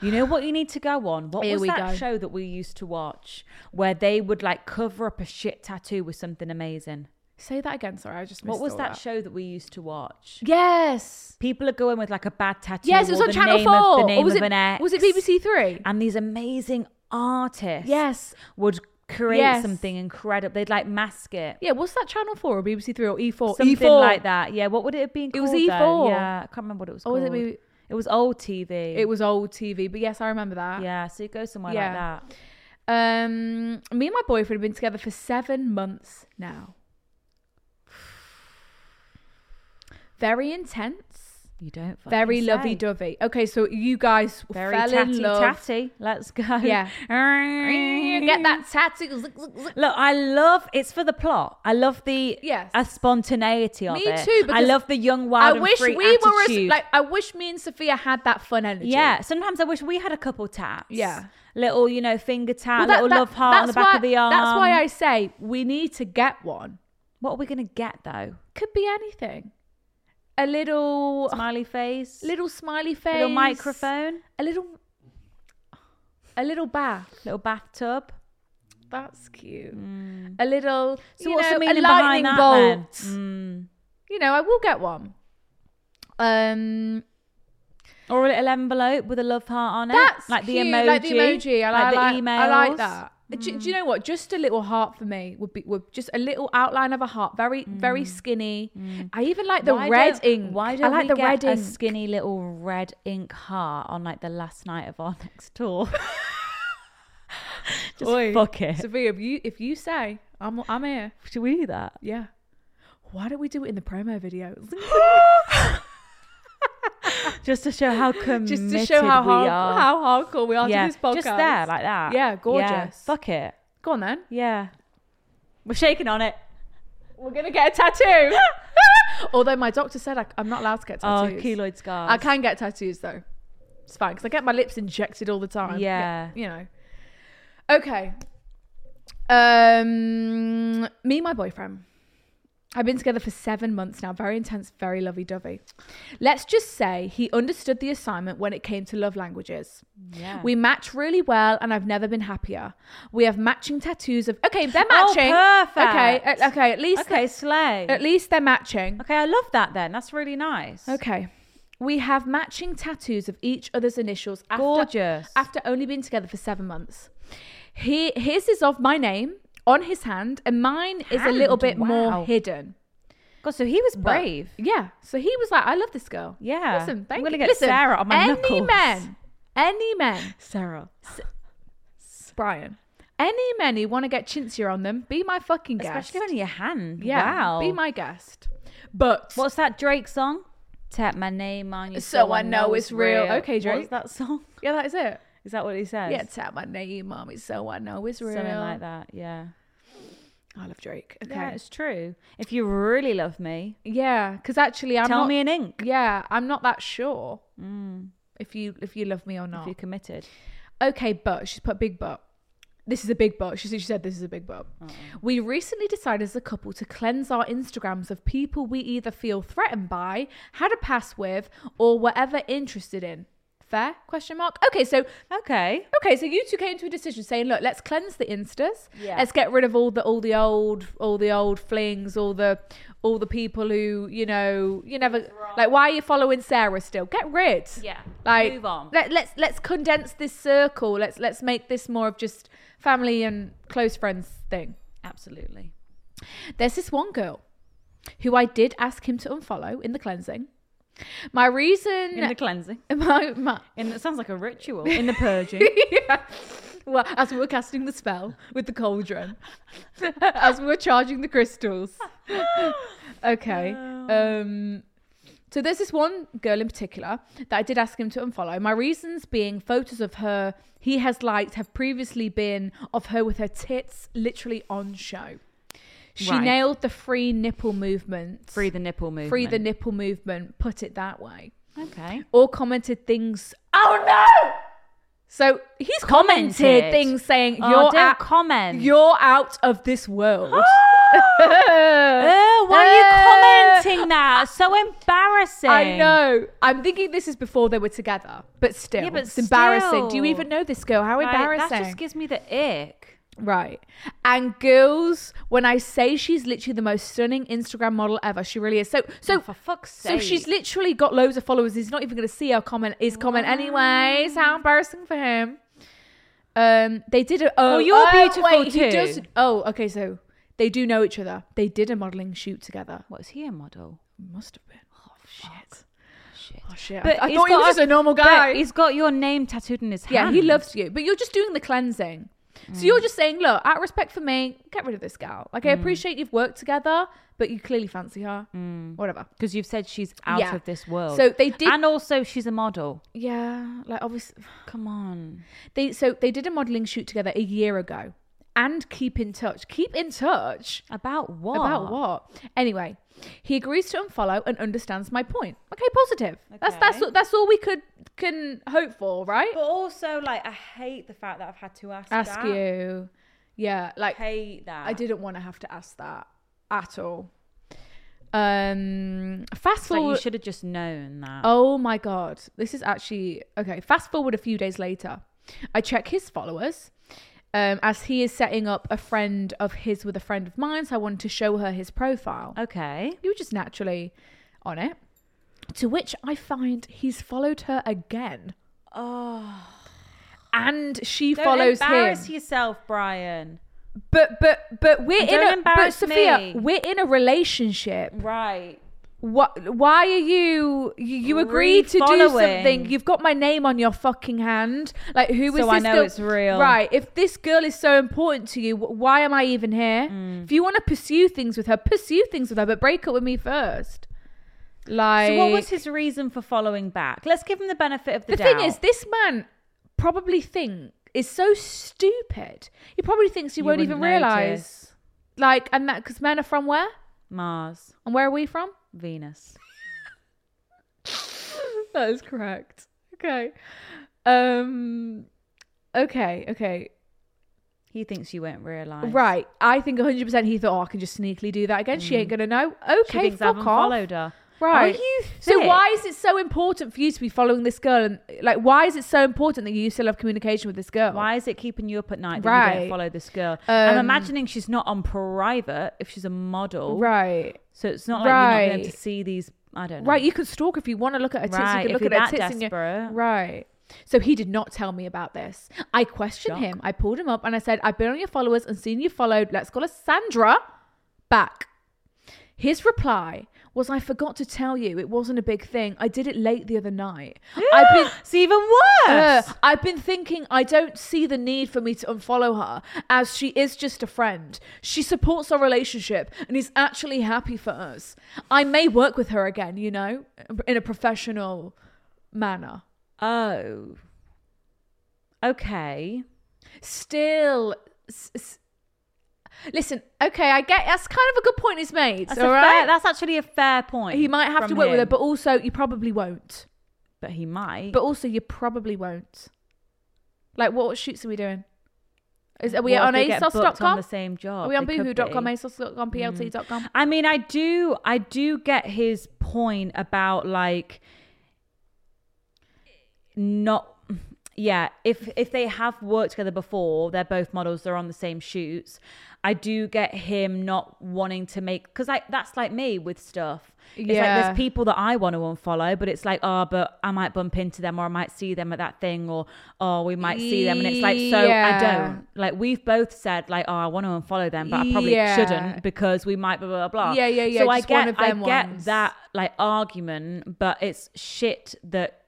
[SPEAKER 2] You know what you need to go on? What
[SPEAKER 1] Here
[SPEAKER 2] was
[SPEAKER 1] we
[SPEAKER 2] that
[SPEAKER 1] go.
[SPEAKER 2] show that we used to watch where they would like cover up a shit tattoo with something amazing?
[SPEAKER 1] Say that again. Sorry, I just
[SPEAKER 2] What
[SPEAKER 1] missed
[SPEAKER 2] was
[SPEAKER 1] all
[SPEAKER 2] that show that we used to watch?
[SPEAKER 1] Yes.
[SPEAKER 2] People are going with like a bad tattoo.
[SPEAKER 1] Yes, it was
[SPEAKER 2] or
[SPEAKER 1] on
[SPEAKER 2] the
[SPEAKER 1] Channel
[SPEAKER 2] name
[SPEAKER 1] Four.
[SPEAKER 2] Of, the
[SPEAKER 1] Or
[SPEAKER 2] name
[SPEAKER 1] was
[SPEAKER 2] of
[SPEAKER 1] it-
[SPEAKER 2] an ex.
[SPEAKER 1] was it BBC Three?
[SPEAKER 2] And these amazing artists,
[SPEAKER 1] Yes.
[SPEAKER 2] would create
[SPEAKER 1] Yes.
[SPEAKER 2] something incredible. They'd like mask it,
[SPEAKER 1] Yeah, was that Channel 4 or BBC 3 or E E4?
[SPEAKER 2] something
[SPEAKER 1] E4.
[SPEAKER 2] like that. Yeah, what would it have been?
[SPEAKER 1] It was
[SPEAKER 2] called, though?
[SPEAKER 1] E4.
[SPEAKER 2] Yeah, I can't remember what it was.
[SPEAKER 1] Or was it
[SPEAKER 2] called.
[SPEAKER 1] maybe-
[SPEAKER 2] It was old TV.
[SPEAKER 1] It was old TV, but yes, I remember that.
[SPEAKER 2] Yeah, so you go somewhere
[SPEAKER 1] Yeah.
[SPEAKER 2] like that.
[SPEAKER 1] Um, me and my boyfriend have been together for seven months now. Very intense,
[SPEAKER 2] You don't. fucking
[SPEAKER 1] very
[SPEAKER 2] say.
[SPEAKER 1] lovey dovey. Okay, so you guys
[SPEAKER 2] Very
[SPEAKER 1] fell
[SPEAKER 2] tatty
[SPEAKER 1] in love.
[SPEAKER 2] tatty. Let's go.
[SPEAKER 1] Yeah. Get
[SPEAKER 2] Get
[SPEAKER 1] that tattoo. Look, look, look.
[SPEAKER 2] Look, I love it's for the plot. I love the
[SPEAKER 1] Yes.
[SPEAKER 2] a spontaneity of
[SPEAKER 1] Me
[SPEAKER 2] it.
[SPEAKER 1] too,
[SPEAKER 2] I
[SPEAKER 1] because
[SPEAKER 2] love the young
[SPEAKER 1] I
[SPEAKER 2] wild. and
[SPEAKER 1] wish
[SPEAKER 2] free
[SPEAKER 1] we were as,
[SPEAKER 2] attitude.
[SPEAKER 1] like. I wish me and Sophia had that fun energy.
[SPEAKER 2] Yeah. Sometimes I wish we had a couple taps.
[SPEAKER 1] Yeah.
[SPEAKER 2] Little, you know, finger tap,
[SPEAKER 1] Well, that-
[SPEAKER 2] little
[SPEAKER 1] that-
[SPEAKER 2] love heart on the
[SPEAKER 1] that's
[SPEAKER 2] back
[SPEAKER 1] why-
[SPEAKER 2] of the arm.
[SPEAKER 1] That's why I say we need to get one.
[SPEAKER 2] What are we gonna get though?
[SPEAKER 1] could be anything. A little
[SPEAKER 2] Smiley face.
[SPEAKER 1] little smiley face,
[SPEAKER 2] a little microphone.
[SPEAKER 1] a little a little bath.
[SPEAKER 2] Little bathtub.
[SPEAKER 1] That's cute. A little
[SPEAKER 2] Mm. So
[SPEAKER 1] you
[SPEAKER 2] what's
[SPEAKER 1] know,
[SPEAKER 2] the
[SPEAKER 1] a
[SPEAKER 2] meaning
[SPEAKER 1] lightning
[SPEAKER 2] behind that
[SPEAKER 1] bolt.
[SPEAKER 2] then? Mm.
[SPEAKER 1] You know, I will get one. Um
[SPEAKER 2] Mm. Or a little envelope with a love heart on
[SPEAKER 1] that's
[SPEAKER 2] it. Like the
[SPEAKER 1] cute,
[SPEAKER 2] emoji.
[SPEAKER 1] Like the emoji. I like,
[SPEAKER 2] like
[SPEAKER 1] I
[SPEAKER 2] the
[SPEAKER 1] like,
[SPEAKER 2] emails.
[SPEAKER 1] I like that. Do, do you know what? Just a little heart for me would be would just a little outline of a heart, very very skinny. I even like the
[SPEAKER 2] Mm. Why
[SPEAKER 1] red
[SPEAKER 2] don't-
[SPEAKER 1] ink.
[SPEAKER 2] Why
[SPEAKER 1] I
[SPEAKER 2] don't
[SPEAKER 1] like
[SPEAKER 2] we
[SPEAKER 1] the
[SPEAKER 2] get
[SPEAKER 1] red
[SPEAKER 2] a
[SPEAKER 1] ink.
[SPEAKER 2] skinny little red ink heart on like the last night of our next tour? Just
[SPEAKER 1] Oi,
[SPEAKER 2] fuck it.
[SPEAKER 1] Sophia, if you if you say I'm I'm here,
[SPEAKER 2] Should we do that?
[SPEAKER 1] yeah. Why don't we do it in the promo video?
[SPEAKER 2] Just to show how committed
[SPEAKER 1] Just to show how
[SPEAKER 2] we
[SPEAKER 1] hard,
[SPEAKER 2] are.
[SPEAKER 1] how hardcore we are
[SPEAKER 2] yeah,
[SPEAKER 1] to this podcast.
[SPEAKER 2] just there like that.
[SPEAKER 1] Yeah, gorgeous.
[SPEAKER 2] fuck it.
[SPEAKER 1] Go on then.
[SPEAKER 2] Yeah. We're shaking on it.
[SPEAKER 1] We're gonna get a tattoo. Although my doctor said I, am not allowed to get
[SPEAKER 2] Oh,
[SPEAKER 1] tattoos.
[SPEAKER 2] keloid scars.
[SPEAKER 1] I can get tattoos though. It's fine because I get my lips injected all the time.
[SPEAKER 2] Yeah.
[SPEAKER 1] Get- you know. Okay. Um, me and my boyfriend. I've been together for seven months now. Very intense, very lovey dovey. Let's just say he understood the assignment when it came to love languages.
[SPEAKER 2] Yeah.
[SPEAKER 1] We match really well, and I've never been happier. We have matching tattoos of okay, they're
[SPEAKER 2] Oh,
[SPEAKER 1] matching.
[SPEAKER 2] perfect.
[SPEAKER 1] Okay, uh, okay. At least
[SPEAKER 2] okay, slay.
[SPEAKER 1] at least they're matching.
[SPEAKER 2] Okay, I love that then. That's really nice.
[SPEAKER 1] Okay. We have matching tattoos of each other's initials after,
[SPEAKER 2] Gorgeous.
[SPEAKER 1] after only being together for seven months. He, his is of my name on his hand, and mine is a little
[SPEAKER 2] Hand,
[SPEAKER 1] bit
[SPEAKER 2] wow.
[SPEAKER 1] more hidden.
[SPEAKER 2] God, so he was
[SPEAKER 1] But-
[SPEAKER 2] brave.
[SPEAKER 1] yeah. So he was like, I love this girl.
[SPEAKER 2] Yeah.
[SPEAKER 1] Listen, thank
[SPEAKER 2] I'm gonna
[SPEAKER 1] you.
[SPEAKER 2] get
[SPEAKER 1] Listen,
[SPEAKER 2] Sarah on my
[SPEAKER 1] any
[SPEAKER 2] knuckles.
[SPEAKER 1] men, any men,
[SPEAKER 2] Sarah.
[SPEAKER 1] Brian, any men who want to get chintzier on them, be my fucking guest.
[SPEAKER 2] Especially on your hand.
[SPEAKER 1] yeah.
[SPEAKER 2] Wow.
[SPEAKER 1] Be my guest. But
[SPEAKER 2] What's that Drake song? Tap my name on you
[SPEAKER 1] So I know it's real. Okay, Drake.
[SPEAKER 2] What's that song?
[SPEAKER 1] yeah, that is it.
[SPEAKER 2] Is that what he says?
[SPEAKER 1] Yeah, tap my name, mommy, so I know it's real.
[SPEAKER 2] Something like that. Yeah.
[SPEAKER 1] I love Drake. Okay.
[SPEAKER 2] Yeah, it's true. If you really love me,
[SPEAKER 1] Yeah, because actually, I'm
[SPEAKER 2] tell
[SPEAKER 1] not,
[SPEAKER 2] me in ink
[SPEAKER 1] Yeah, I'm not that sure if you if you love me or not.
[SPEAKER 2] if you're committed.
[SPEAKER 1] okay, but she's put big but. This is a big but. She said, she said this is a big but.
[SPEAKER 2] Uh-uh.
[SPEAKER 1] We recently decided as a couple to cleanse our Instagrams of people we either feel threatened by, had a pass with, or were ever interested in. Fair? Question mark. Okay, so
[SPEAKER 2] Okay.
[SPEAKER 1] Okay, so you two came to a decision saying, look, let's cleanse the instas.
[SPEAKER 2] Yeah.
[SPEAKER 1] Let's get rid of all the all the old all the old flings, all the all the people who, you know, you never like why are you following Sarah still? Get rid.
[SPEAKER 2] Yeah.
[SPEAKER 1] Like
[SPEAKER 2] Move on.
[SPEAKER 1] Let, let's let's condense this circle. Let's let's make this more of just family and close friends thing.
[SPEAKER 2] Absolutely.
[SPEAKER 1] There's this one girl who I did ask him to unfollow in the cleansing. My reason
[SPEAKER 2] In the cleansing.
[SPEAKER 1] my, my
[SPEAKER 2] In it sounds like a ritual. In the purging.
[SPEAKER 1] yeah. Well, as we were casting the spell with the cauldron, as we were charging the crystals. okay. Um, so there's this one girl in particular that I did ask him to unfollow. My reasons being photos of her he has liked have previously been of her with her tits literally on show. She
[SPEAKER 2] Right.
[SPEAKER 1] nailed the free nipple movement.
[SPEAKER 2] Free the nipple movement.
[SPEAKER 1] free the nipple movement. Put it that way
[SPEAKER 2] Okay.
[SPEAKER 1] or commented things. Oh no! So he's commented,
[SPEAKER 2] Commented.
[SPEAKER 1] things saying
[SPEAKER 2] Oh,
[SPEAKER 1] you're
[SPEAKER 2] don't
[SPEAKER 1] out,
[SPEAKER 2] comment.
[SPEAKER 1] You're out of this world.
[SPEAKER 2] Oh, why
[SPEAKER 1] Uh,
[SPEAKER 2] are you commenting that? So embarrassing.
[SPEAKER 1] I know. I'm thinking this is before they were together, but still,
[SPEAKER 2] Yeah, but
[SPEAKER 1] it's embarrassing. Do you
[SPEAKER 2] still.
[SPEAKER 1] even know this girl? How
[SPEAKER 2] Right,
[SPEAKER 1] embarrassing!
[SPEAKER 2] That just gives me the ick.
[SPEAKER 1] Right. And girls, when I say she's literally the most stunning Instagram model ever, she really is. So so
[SPEAKER 2] Oh, for fuck's
[SPEAKER 1] So she's
[SPEAKER 2] sake.
[SPEAKER 1] literally got loads of followers. He's not even gonna see her comment his comment anyways. How embarrassing for him. Um they did a oh,
[SPEAKER 2] Oh, you're beautiful
[SPEAKER 1] wait, He
[SPEAKER 2] too.
[SPEAKER 1] does, oh, okay, so they do know each other. They did a modelling shoot together.
[SPEAKER 2] What is he a model?
[SPEAKER 1] Must have been. Oh shit.
[SPEAKER 2] Shit.
[SPEAKER 1] Oh shit.
[SPEAKER 2] But
[SPEAKER 1] I, I
[SPEAKER 2] he's
[SPEAKER 1] thought he
[SPEAKER 2] got
[SPEAKER 1] was just a normal
[SPEAKER 2] but
[SPEAKER 1] guy.
[SPEAKER 2] He's got your name tattooed in his hand.
[SPEAKER 1] Yeah, he loves you, but you're just doing the cleansing. So you're just saying, look, out of respect for me, get rid of this gal. Like, I appreciate you've worked together, but you clearly fancy her. Whatever.
[SPEAKER 2] because you've said she's out
[SPEAKER 1] Yeah.
[SPEAKER 2] of this world.
[SPEAKER 1] So they did-
[SPEAKER 2] and also she's a model.
[SPEAKER 1] Yeah, like obviously,
[SPEAKER 2] Come on,
[SPEAKER 1] they so they did a modeling shoot together a year ago, and keep in touch. Keep in touch
[SPEAKER 2] about what?
[SPEAKER 1] about what? Anyway, he agrees to unfollow and understands my point. Okay, positive. That's that's all- that's all we could can hope for, right?
[SPEAKER 2] also, like, I hate the fact that I've had to ask.
[SPEAKER 1] Ask you, yeah, like
[SPEAKER 2] Hate that.
[SPEAKER 1] I didn't want to have to ask that at all. Um, fast
[SPEAKER 2] Like, you
[SPEAKER 1] forward.
[SPEAKER 2] should have just known that.
[SPEAKER 1] oh my god, this is actually okay. Fast forward a few days later, I check his followers. Um, as he is setting up a friend of his with a friend of mine, so I wanted to show her his profile.
[SPEAKER 2] Okay.
[SPEAKER 1] You were just naturally on it. To which I find he's followed her again. Oh. And she
[SPEAKER 2] Ah. Don't
[SPEAKER 1] follows him.
[SPEAKER 2] embarrass yourself, Brian.
[SPEAKER 1] But but but we're
[SPEAKER 2] Don't
[SPEAKER 1] in a but
[SPEAKER 2] embarrass
[SPEAKER 1] Sophia,
[SPEAKER 2] me.
[SPEAKER 1] we're in a relationship.
[SPEAKER 2] Right.
[SPEAKER 1] What? Why are you? You, you agreed to do
[SPEAKER 2] Re-following.
[SPEAKER 1] something. You've got my name on your fucking hand. Like who is
[SPEAKER 2] So
[SPEAKER 1] this
[SPEAKER 2] I know
[SPEAKER 1] girl?
[SPEAKER 2] it's real.
[SPEAKER 1] right? If this girl is so important to you, wh- why am I even here?
[SPEAKER 2] Mm.
[SPEAKER 1] If you want to pursue things with her, pursue things with her, but break up with me first. Like
[SPEAKER 2] So what was his reason for following back? Let's give him the benefit of the,
[SPEAKER 1] the
[SPEAKER 2] doubt.
[SPEAKER 1] thing is, this man probably think is so stupid. He probably thinks he
[SPEAKER 2] You
[SPEAKER 1] won't even
[SPEAKER 2] wouldn't notice.
[SPEAKER 1] realize. Like, and that because men are from where?
[SPEAKER 2] Mars,
[SPEAKER 1] And where are we from?
[SPEAKER 2] Venus.
[SPEAKER 1] that is correct. Okay. Um. Okay. Okay.
[SPEAKER 2] He thinks you won't realise.
[SPEAKER 1] Right. I think 100. percent He thought, oh, I can just sneakily do that again. She ain't gonna know.
[SPEAKER 2] Mm. She
[SPEAKER 1] Okay.
[SPEAKER 2] thinks
[SPEAKER 1] fuck
[SPEAKER 2] I haven't
[SPEAKER 1] off.
[SPEAKER 2] followed her.
[SPEAKER 1] Right.
[SPEAKER 2] Are you
[SPEAKER 1] so
[SPEAKER 2] thick?
[SPEAKER 1] why is it so important for you to be following this girl? And like, why is it so important that you still have communication with this girl?
[SPEAKER 2] Why is it keeping you up at night that you
[SPEAKER 1] Right.
[SPEAKER 2] don't follow this girl? I'm
[SPEAKER 1] Um,
[SPEAKER 2] imagining she's not on private if she's a model.
[SPEAKER 1] Right.
[SPEAKER 2] So it's not like you're not going
[SPEAKER 1] Right.
[SPEAKER 2] to see these. I don't know.
[SPEAKER 1] Right. You can stalk if you want to look at her tits.
[SPEAKER 2] Right,
[SPEAKER 1] You can
[SPEAKER 2] if
[SPEAKER 1] look
[SPEAKER 2] you're
[SPEAKER 1] at her
[SPEAKER 2] that
[SPEAKER 1] tits. and you-
[SPEAKER 2] desperate.
[SPEAKER 1] right. So he did not tell me about this. I questioned
[SPEAKER 2] Shock.
[SPEAKER 1] him. I pulled him up and I said, "I've been on your followers and seen you followed. Let's call her Sandra back." His reply was, "I forgot to tell you. It wasn't a big thing. I did it late the other night. I've been."
[SPEAKER 2] It's even
[SPEAKER 1] Uh,
[SPEAKER 2] worse.
[SPEAKER 1] I've been thinking I don't see the need for me to unfollow her as she is just a friend. She supports our relationship and is actually happy for us. I may work with her again, you know, in a professional manner.
[SPEAKER 2] oh. Okay.
[SPEAKER 1] Still, s- s- listen, okay, I get that's kind of a good point he's made.
[SPEAKER 2] That's, a
[SPEAKER 1] all
[SPEAKER 2] fair-
[SPEAKER 1] right.
[SPEAKER 2] that's actually a fair point.
[SPEAKER 1] he might have
[SPEAKER 2] from
[SPEAKER 1] to work with her,
[SPEAKER 2] him.
[SPEAKER 1] but also you probably won't.
[SPEAKER 2] But he might.
[SPEAKER 1] But also you probably won't. Like, what shoots are we doing? Is, are we
[SPEAKER 2] What if
[SPEAKER 1] on
[SPEAKER 2] they get booked on
[SPEAKER 1] asos.com?
[SPEAKER 2] the same job?
[SPEAKER 1] Are we on
[SPEAKER 2] They Oh, could
[SPEAKER 1] boohoo.com,
[SPEAKER 2] be. Mm.
[SPEAKER 1] asos.com, plt.com?
[SPEAKER 2] I mean, I do, I do get his point about like not, yeah. If if they have worked together before, they're both models, they're on the same shoots. I do get him not wanting to make because like that's like me with stuff. It's like
[SPEAKER 1] Yeah.
[SPEAKER 2] there's people that I want to unfollow, but it's like, oh, but I might bump into them or I might see them at that thing or oh, we might see them. And it's like, so
[SPEAKER 1] Yeah.
[SPEAKER 2] I don't. Like we've both said, like, oh, I want to unfollow them, but I probably
[SPEAKER 1] Yeah.
[SPEAKER 2] shouldn't because we might blah blah blah blah.
[SPEAKER 1] Yeah, yeah, yeah,
[SPEAKER 2] So I
[SPEAKER 1] just one
[SPEAKER 2] get,
[SPEAKER 1] of them
[SPEAKER 2] I get
[SPEAKER 1] ones.
[SPEAKER 2] that like argument, but it's shit that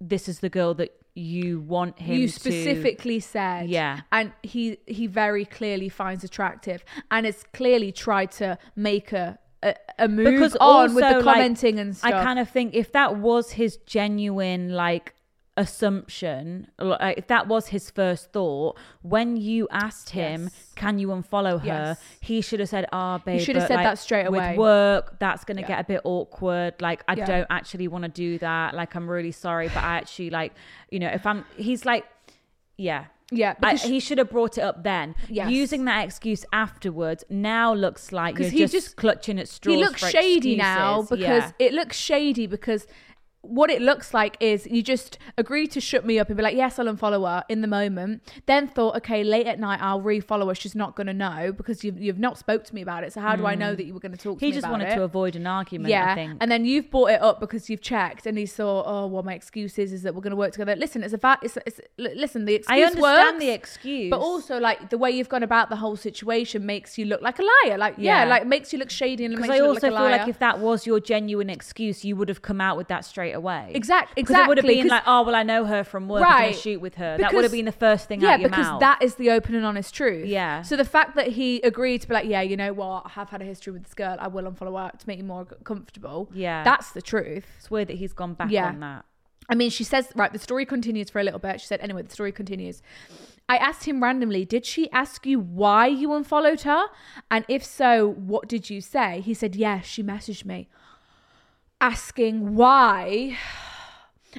[SPEAKER 2] this is the girl that you want him.
[SPEAKER 1] You
[SPEAKER 2] to-
[SPEAKER 1] specifically said.
[SPEAKER 2] Yeah.
[SPEAKER 1] And he he very clearly finds attractive and has clearly tried to make a, a, a move
[SPEAKER 2] because
[SPEAKER 1] on
[SPEAKER 2] also,
[SPEAKER 1] with the
[SPEAKER 2] like,
[SPEAKER 1] commenting and stuff.
[SPEAKER 2] I kind of think if that was his genuine like assumption, like if that was his first thought, when you asked him,
[SPEAKER 1] Yes.
[SPEAKER 2] "Can you unfollow her?"
[SPEAKER 1] Yes.
[SPEAKER 2] He should have said, "Ah, babe."
[SPEAKER 1] should have
[SPEAKER 2] but,
[SPEAKER 1] said
[SPEAKER 2] like,
[SPEAKER 1] that straight away."
[SPEAKER 2] With work, that's gonna
[SPEAKER 1] Yeah.
[SPEAKER 2] get a bit awkward. Like, I
[SPEAKER 1] Yeah.
[SPEAKER 2] don't actually want to do that. Like, I'm really sorry, but I actually like, you know, if I'm, he's like, yeah.
[SPEAKER 1] yeah,
[SPEAKER 2] I,
[SPEAKER 1] because
[SPEAKER 2] he should have brought it up then.
[SPEAKER 1] Yes.
[SPEAKER 2] Using that excuse afterwards now looks like
[SPEAKER 1] 'Cause
[SPEAKER 2] you're
[SPEAKER 1] he
[SPEAKER 2] just,
[SPEAKER 1] just-
[SPEAKER 2] clutching at straws.
[SPEAKER 1] he looks
[SPEAKER 2] for
[SPEAKER 1] shady now
[SPEAKER 2] excuses.
[SPEAKER 1] because
[SPEAKER 2] Yeah.
[SPEAKER 1] it looks shady because what it looks like is you just agree to shut me up and be like, yes, I'll unfollow her in the moment. Then thought, okay, late at night I'll refollow her. She's not gonna know because you've you've not spoke to me about it. So how do I know that you were gonna talk to
[SPEAKER 2] Mm. He
[SPEAKER 1] me
[SPEAKER 2] just
[SPEAKER 1] about
[SPEAKER 2] wanted
[SPEAKER 1] it?
[SPEAKER 2] to avoid an argument,
[SPEAKER 1] yeah,
[SPEAKER 2] I think.
[SPEAKER 1] and then you've brought it up because you've checked, and he saw. Oh, well, my excuse is, is that we're going to work together. Listen, it's a fact. It's, it's l- listen. The excuse
[SPEAKER 2] I understand
[SPEAKER 1] works,
[SPEAKER 2] the excuse.
[SPEAKER 1] but also like the way you've gone about the whole situation makes you look like a liar. Like yeah,
[SPEAKER 2] Yeah.
[SPEAKER 1] like makes you look shady and
[SPEAKER 2] because
[SPEAKER 1] makes
[SPEAKER 2] I
[SPEAKER 1] you
[SPEAKER 2] also
[SPEAKER 1] look like a
[SPEAKER 2] feel
[SPEAKER 1] liar.
[SPEAKER 2] like if that was your genuine excuse, you would have come out with that straight away.
[SPEAKER 1] Exact-
[SPEAKER 2] Because it would have
[SPEAKER 1] exactly,
[SPEAKER 2] been
[SPEAKER 1] 'cause-
[SPEAKER 2] like, oh, well, I know her from work. I'm going
[SPEAKER 1] Right.
[SPEAKER 2] to shoot with her. that
[SPEAKER 1] Because-
[SPEAKER 2] would have been the first thing
[SPEAKER 1] yeah,
[SPEAKER 2] out your
[SPEAKER 1] because
[SPEAKER 2] mouth.
[SPEAKER 1] that is the open and honest truth.
[SPEAKER 2] Yeah.
[SPEAKER 1] So the fact that he agreed to be like, yeah, you know what, I have had a history with this girl. I will unfollow her to make you more comfortable.
[SPEAKER 2] Yeah.
[SPEAKER 1] That's the truth.
[SPEAKER 2] it's weird that he's gone back
[SPEAKER 1] Yeah.
[SPEAKER 2] on that.
[SPEAKER 1] I mean, she says, right, the story continues for a little bit. She said, anyway, the story continues. I asked him randomly, did she ask you why you unfollowed her? And if so, what did you say? He said, yes, she messaged me asking why.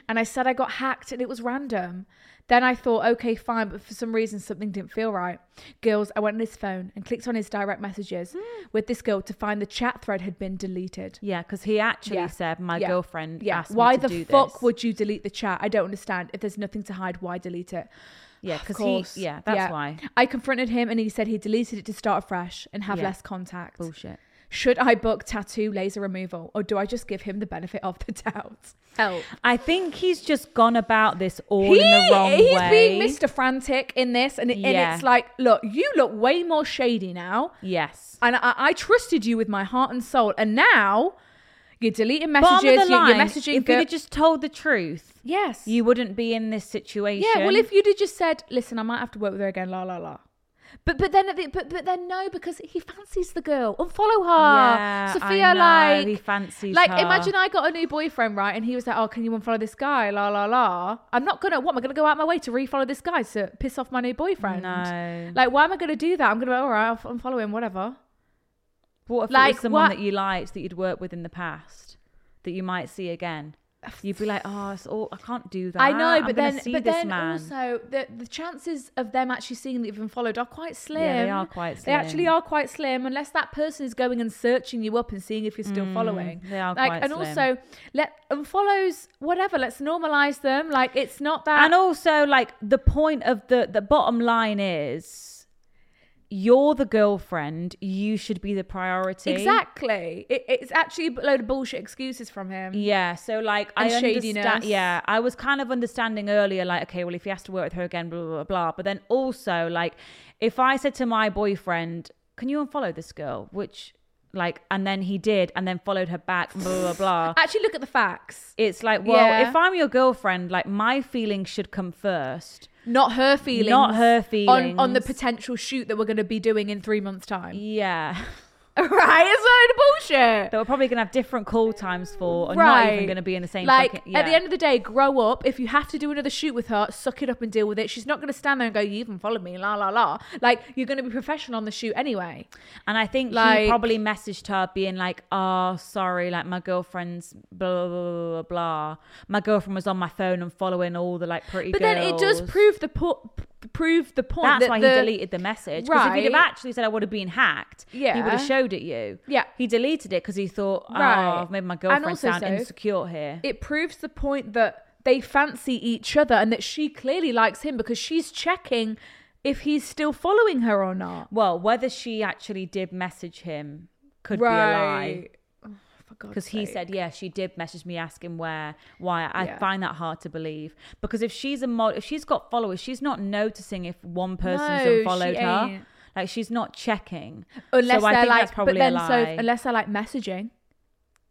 [SPEAKER 1] And I said I got hacked and it was random. Then I thought, okay, fine, but for some reason something didn't feel right. Girls, I went on his phone and clicked on his direct messages with this girl to find the chat thread had been deleted.
[SPEAKER 2] Yeah, because he actually
[SPEAKER 1] Yeah.
[SPEAKER 2] said, my
[SPEAKER 1] Yeah.
[SPEAKER 2] girlfriend
[SPEAKER 1] Yeah.
[SPEAKER 2] asked
[SPEAKER 1] why
[SPEAKER 2] me to
[SPEAKER 1] the
[SPEAKER 2] do
[SPEAKER 1] fuck
[SPEAKER 2] this.
[SPEAKER 1] would you delete the chat? I don't understand. If there's nothing to hide, why delete it?
[SPEAKER 2] Yeah,
[SPEAKER 1] Of
[SPEAKER 2] because
[SPEAKER 1] course.
[SPEAKER 2] he. Yeah, that's why.
[SPEAKER 1] I confronted him and he said he deleted it to start afresh and have
[SPEAKER 2] Yeah.
[SPEAKER 1] less contact.
[SPEAKER 2] Bullshit.
[SPEAKER 1] Should I book tattoo laser removal or do I just give him the benefit of the doubt? Help.
[SPEAKER 2] I think he's just gone about this all
[SPEAKER 1] He,
[SPEAKER 2] in the wrong
[SPEAKER 1] he's
[SPEAKER 2] way.
[SPEAKER 1] being Mr. Frantic in this, and, it, and
[SPEAKER 2] Yeah.
[SPEAKER 1] it's like, look, you look way more shady now,
[SPEAKER 2] Yes.
[SPEAKER 1] and I, I trusted you with my heart and soul, and now you're deleting messages, you, are messaging.
[SPEAKER 2] if
[SPEAKER 1] gir-
[SPEAKER 2] you had just told the truth,
[SPEAKER 1] yes,
[SPEAKER 2] you wouldn't be in this situation.
[SPEAKER 1] Yeah, well, if you'd have just said, listen, I might have to work with her again, la la la. But but then at the, but but then no because he fancies the girl. Unfollow her,
[SPEAKER 2] Yeah, I
[SPEAKER 1] Sophia.
[SPEAKER 2] know,
[SPEAKER 1] Like
[SPEAKER 2] he fancies
[SPEAKER 1] Like
[SPEAKER 2] her.
[SPEAKER 1] imagine I got a new boyfriend right, and he was like, "Oh, can you unfollow this guy?" La la la. I'm not gonna. What am I gonna go out my way to refollow this guy to piss off my new boyfriend?
[SPEAKER 2] No.
[SPEAKER 1] Like why am I gonna do that? I'm gonna be like, all right. I'll f- unfollow him. Whatever.
[SPEAKER 2] What if it
[SPEAKER 1] Like,
[SPEAKER 2] was someone
[SPEAKER 1] what-
[SPEAKER 2] that you liked that you'd worked with in the past that you might see again? You'd be like, oh, it's all, I can't do that.
[SPEAKER 1] I know,
[SPEAKER 2] I'm
[SPEAKER 1] but
[SPEAKER 2] gonna
[SPEAKER 1] then,
[SPEAKER 2] see
[SPEAKER 1] but
[SPEAKER 2] this
[SPEAKER 1] then
[SPEAKER 2] man.
[SPEAKER 1] also the the chances of them actually seeing that you've been followed are quite slim.
[SPEAKER 2] Yeah, they are quite
[SPEAKER 1] They actually
[SPEAKER 2] slim.
[SPEAKER 1] are quite slim, unless that person is going and searching you up and seeing if you're still following.
[SPEAKER 2] Mm, they are
[SPEAKER 1] like,
[SPEAKER 2] quite
[SPEAKER 1] and
[SPEAKER 2] slim.
[SPEAKER 1] also let unfollows whatever. Let's normalize them. Like it's not that.
[SPEAKER 2] and also like the point of the the bottom line is you're the girlfriend you should be the priority
[SPEAKER 1] exactly, it, it's actually a load of bullshit excuses from him.
[SPEAKER 2] yeah so like i
[SPEAKER 1] And
[SPEAKER 2] understand
[SPEAKER 1] shadiness.
[SPEAKER 2] yeah i was kind of understanding earlier like okay well if he has to work with her again blah blah blah, blah. but then also like if i said to my boyfriend can you unfollow this girl which like and then he did and then followed her back blah blah blah
[SPEAKER 1] Actually, look at the facts.
[SPEAKER 2] it's like well
[SPEAKER 1] Yeah.
[SPEAKER 2] if i'm your girlfriend like my feelings should come first
[SPEAKER 1] Not her feelings.
[SPEAKER 2] Not her
[SPEAKER 1] On, on the
[SPEAKER 2] feelings.
[SPEAKER 1] potential shoot that we're going to be doing in three months' time.
[SPEAKER 2] yeah
[SPEAKER 1] right? It's a load of bullshit.
[SPEAKER 2] that we're probably going to have different call times for and not even going to be in the same
[SPEAKER 1] like
[SPEAKER 2] fucking,
[SPEAKER 1] at the
[SPEAKER 2] yeah.
[SPEAKER 1] end of the day grow up if you have to do another shoot with her suck it up and deal with it she's not going to stand there and go you even followed me la la la like you're going to be professional on the shoot anyway
[SPEAKER 2] and I think
[SPEAKER 1] like-
[SPEAKER 2] he probably messaged her being like, "Oh, sorry, like my girlfriend's blah blah blah blah, blah. My girlfriend was on my phone and following all the like pretty
[SPEAKER 1] but
[SPEAKER 2] girls."
[SPEAKER 1] then it does prove the po- p- prove the point
[SPEAKER 2] That's
[SPEAKER 1] that
[SPEAKER 2] why
[SPEAKER 1] the-
[SPEAKER 2] he deleted the message. Because if he'd have
[SPEAKER 1] Right.
[SPEAKER 2] actually said I would have been hacked, he would
[SPEAKER 1] Yeah.
[SPEAKER 2] have showed it you.
[SPEAKER 1] Yeah.
[SPEAKER 2] He deleted it because he thought, oh,
[SPEAKER 1] Right.
[SPEAKER 2] I've made my
[SPEAKER 1] And
[SPEAKER 2] girlfriend
[SPEAKER 1] also,
[SPEAKER 2] sound
[SPEAKER 1] Soph,
[SPEAKER 2] insecure here.
[SPEAKER 1] it proves the point that they fancy each other and that she clearly likes him because she's checking if he's still following her or not
[SPEAKER 2] well, whether she actually did message him could be a lie.
[SPEAKER 1] Oh,
[SPEAKER 2] because he said yeah she did message me asking where why i
[SPEAKER 1] Yeah.
[SPEAKER 2] find that hard to believe because if she's a mod if she's got followers she's not noticing if one
[SPEAKER 1] No,
[SPEAKER 2] person's
[SPEAKER 1] she
[SPEAKER 2] unfollowed her
[SPEAKER 1] ain't.
[SPEAKER 2] like she's not checking
[SPEAKER 1] unless
[SPEAKER 2] so i
[SPEAKER 1] they're
[SPEAKER 2] think
[SPEAKER 1] like
[SPEAKER 2] that's probably
[SPEAKER 1] but then
[SPEAKER 2] a
[SPEAKER 1] so
[SPEAKER 2] lie
[SPEAKER 1] unless they're like messaging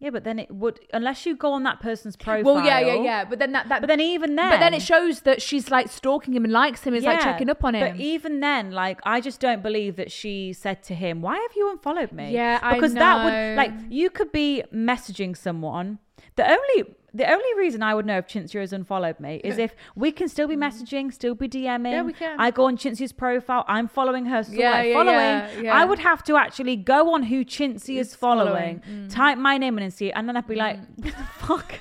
[SPEAKER 2] yeah but then it would unless you go on that person's profile
[SPEAKER 1] Well, yeah, yeah, yeah. But then that, that
[SPEAKER 2] But then even
[SPEAKER 1] but then
[SPEAKER 2] then-
[SPEAKER 1] it shows that she's like stalking him and likes him. Is like
[SPEAKER 2] Yeah,
[SPEAKER 1] checking up on him.
[SPEAKER 2] But even then, like, I just don't believe that she said to him, Why have you unfollowed me?
[SPEAKER 1] Yeah, I
[SPEAKER 2] Because that would,
[SPEAKER 1] know.
[SPEAKER 2] like, you could be messaging someone. The only. The only reason I would know if Chintzia has unfollowed me is if we can still be messaging, still be DMing.
[SPEAKER 1] Mm. Yeah, we can.
[SPEAKER 2] I go on Chintzia's profile. I'm following her. So
[SPEAKER 1] Yeah,
[SPEAKER 2] like
[SPEAKER 1] yeah,
[SPEAKER 2] following.
[SPEAKER 1] yeah, yeah.
[SPEAKER 2] I would have to actually go on who Chintzia is
[SPEAKER 1] Is following, mm.
[SPEAKER 2] following, type my name in and see it, and then I'd be like, what the fuck?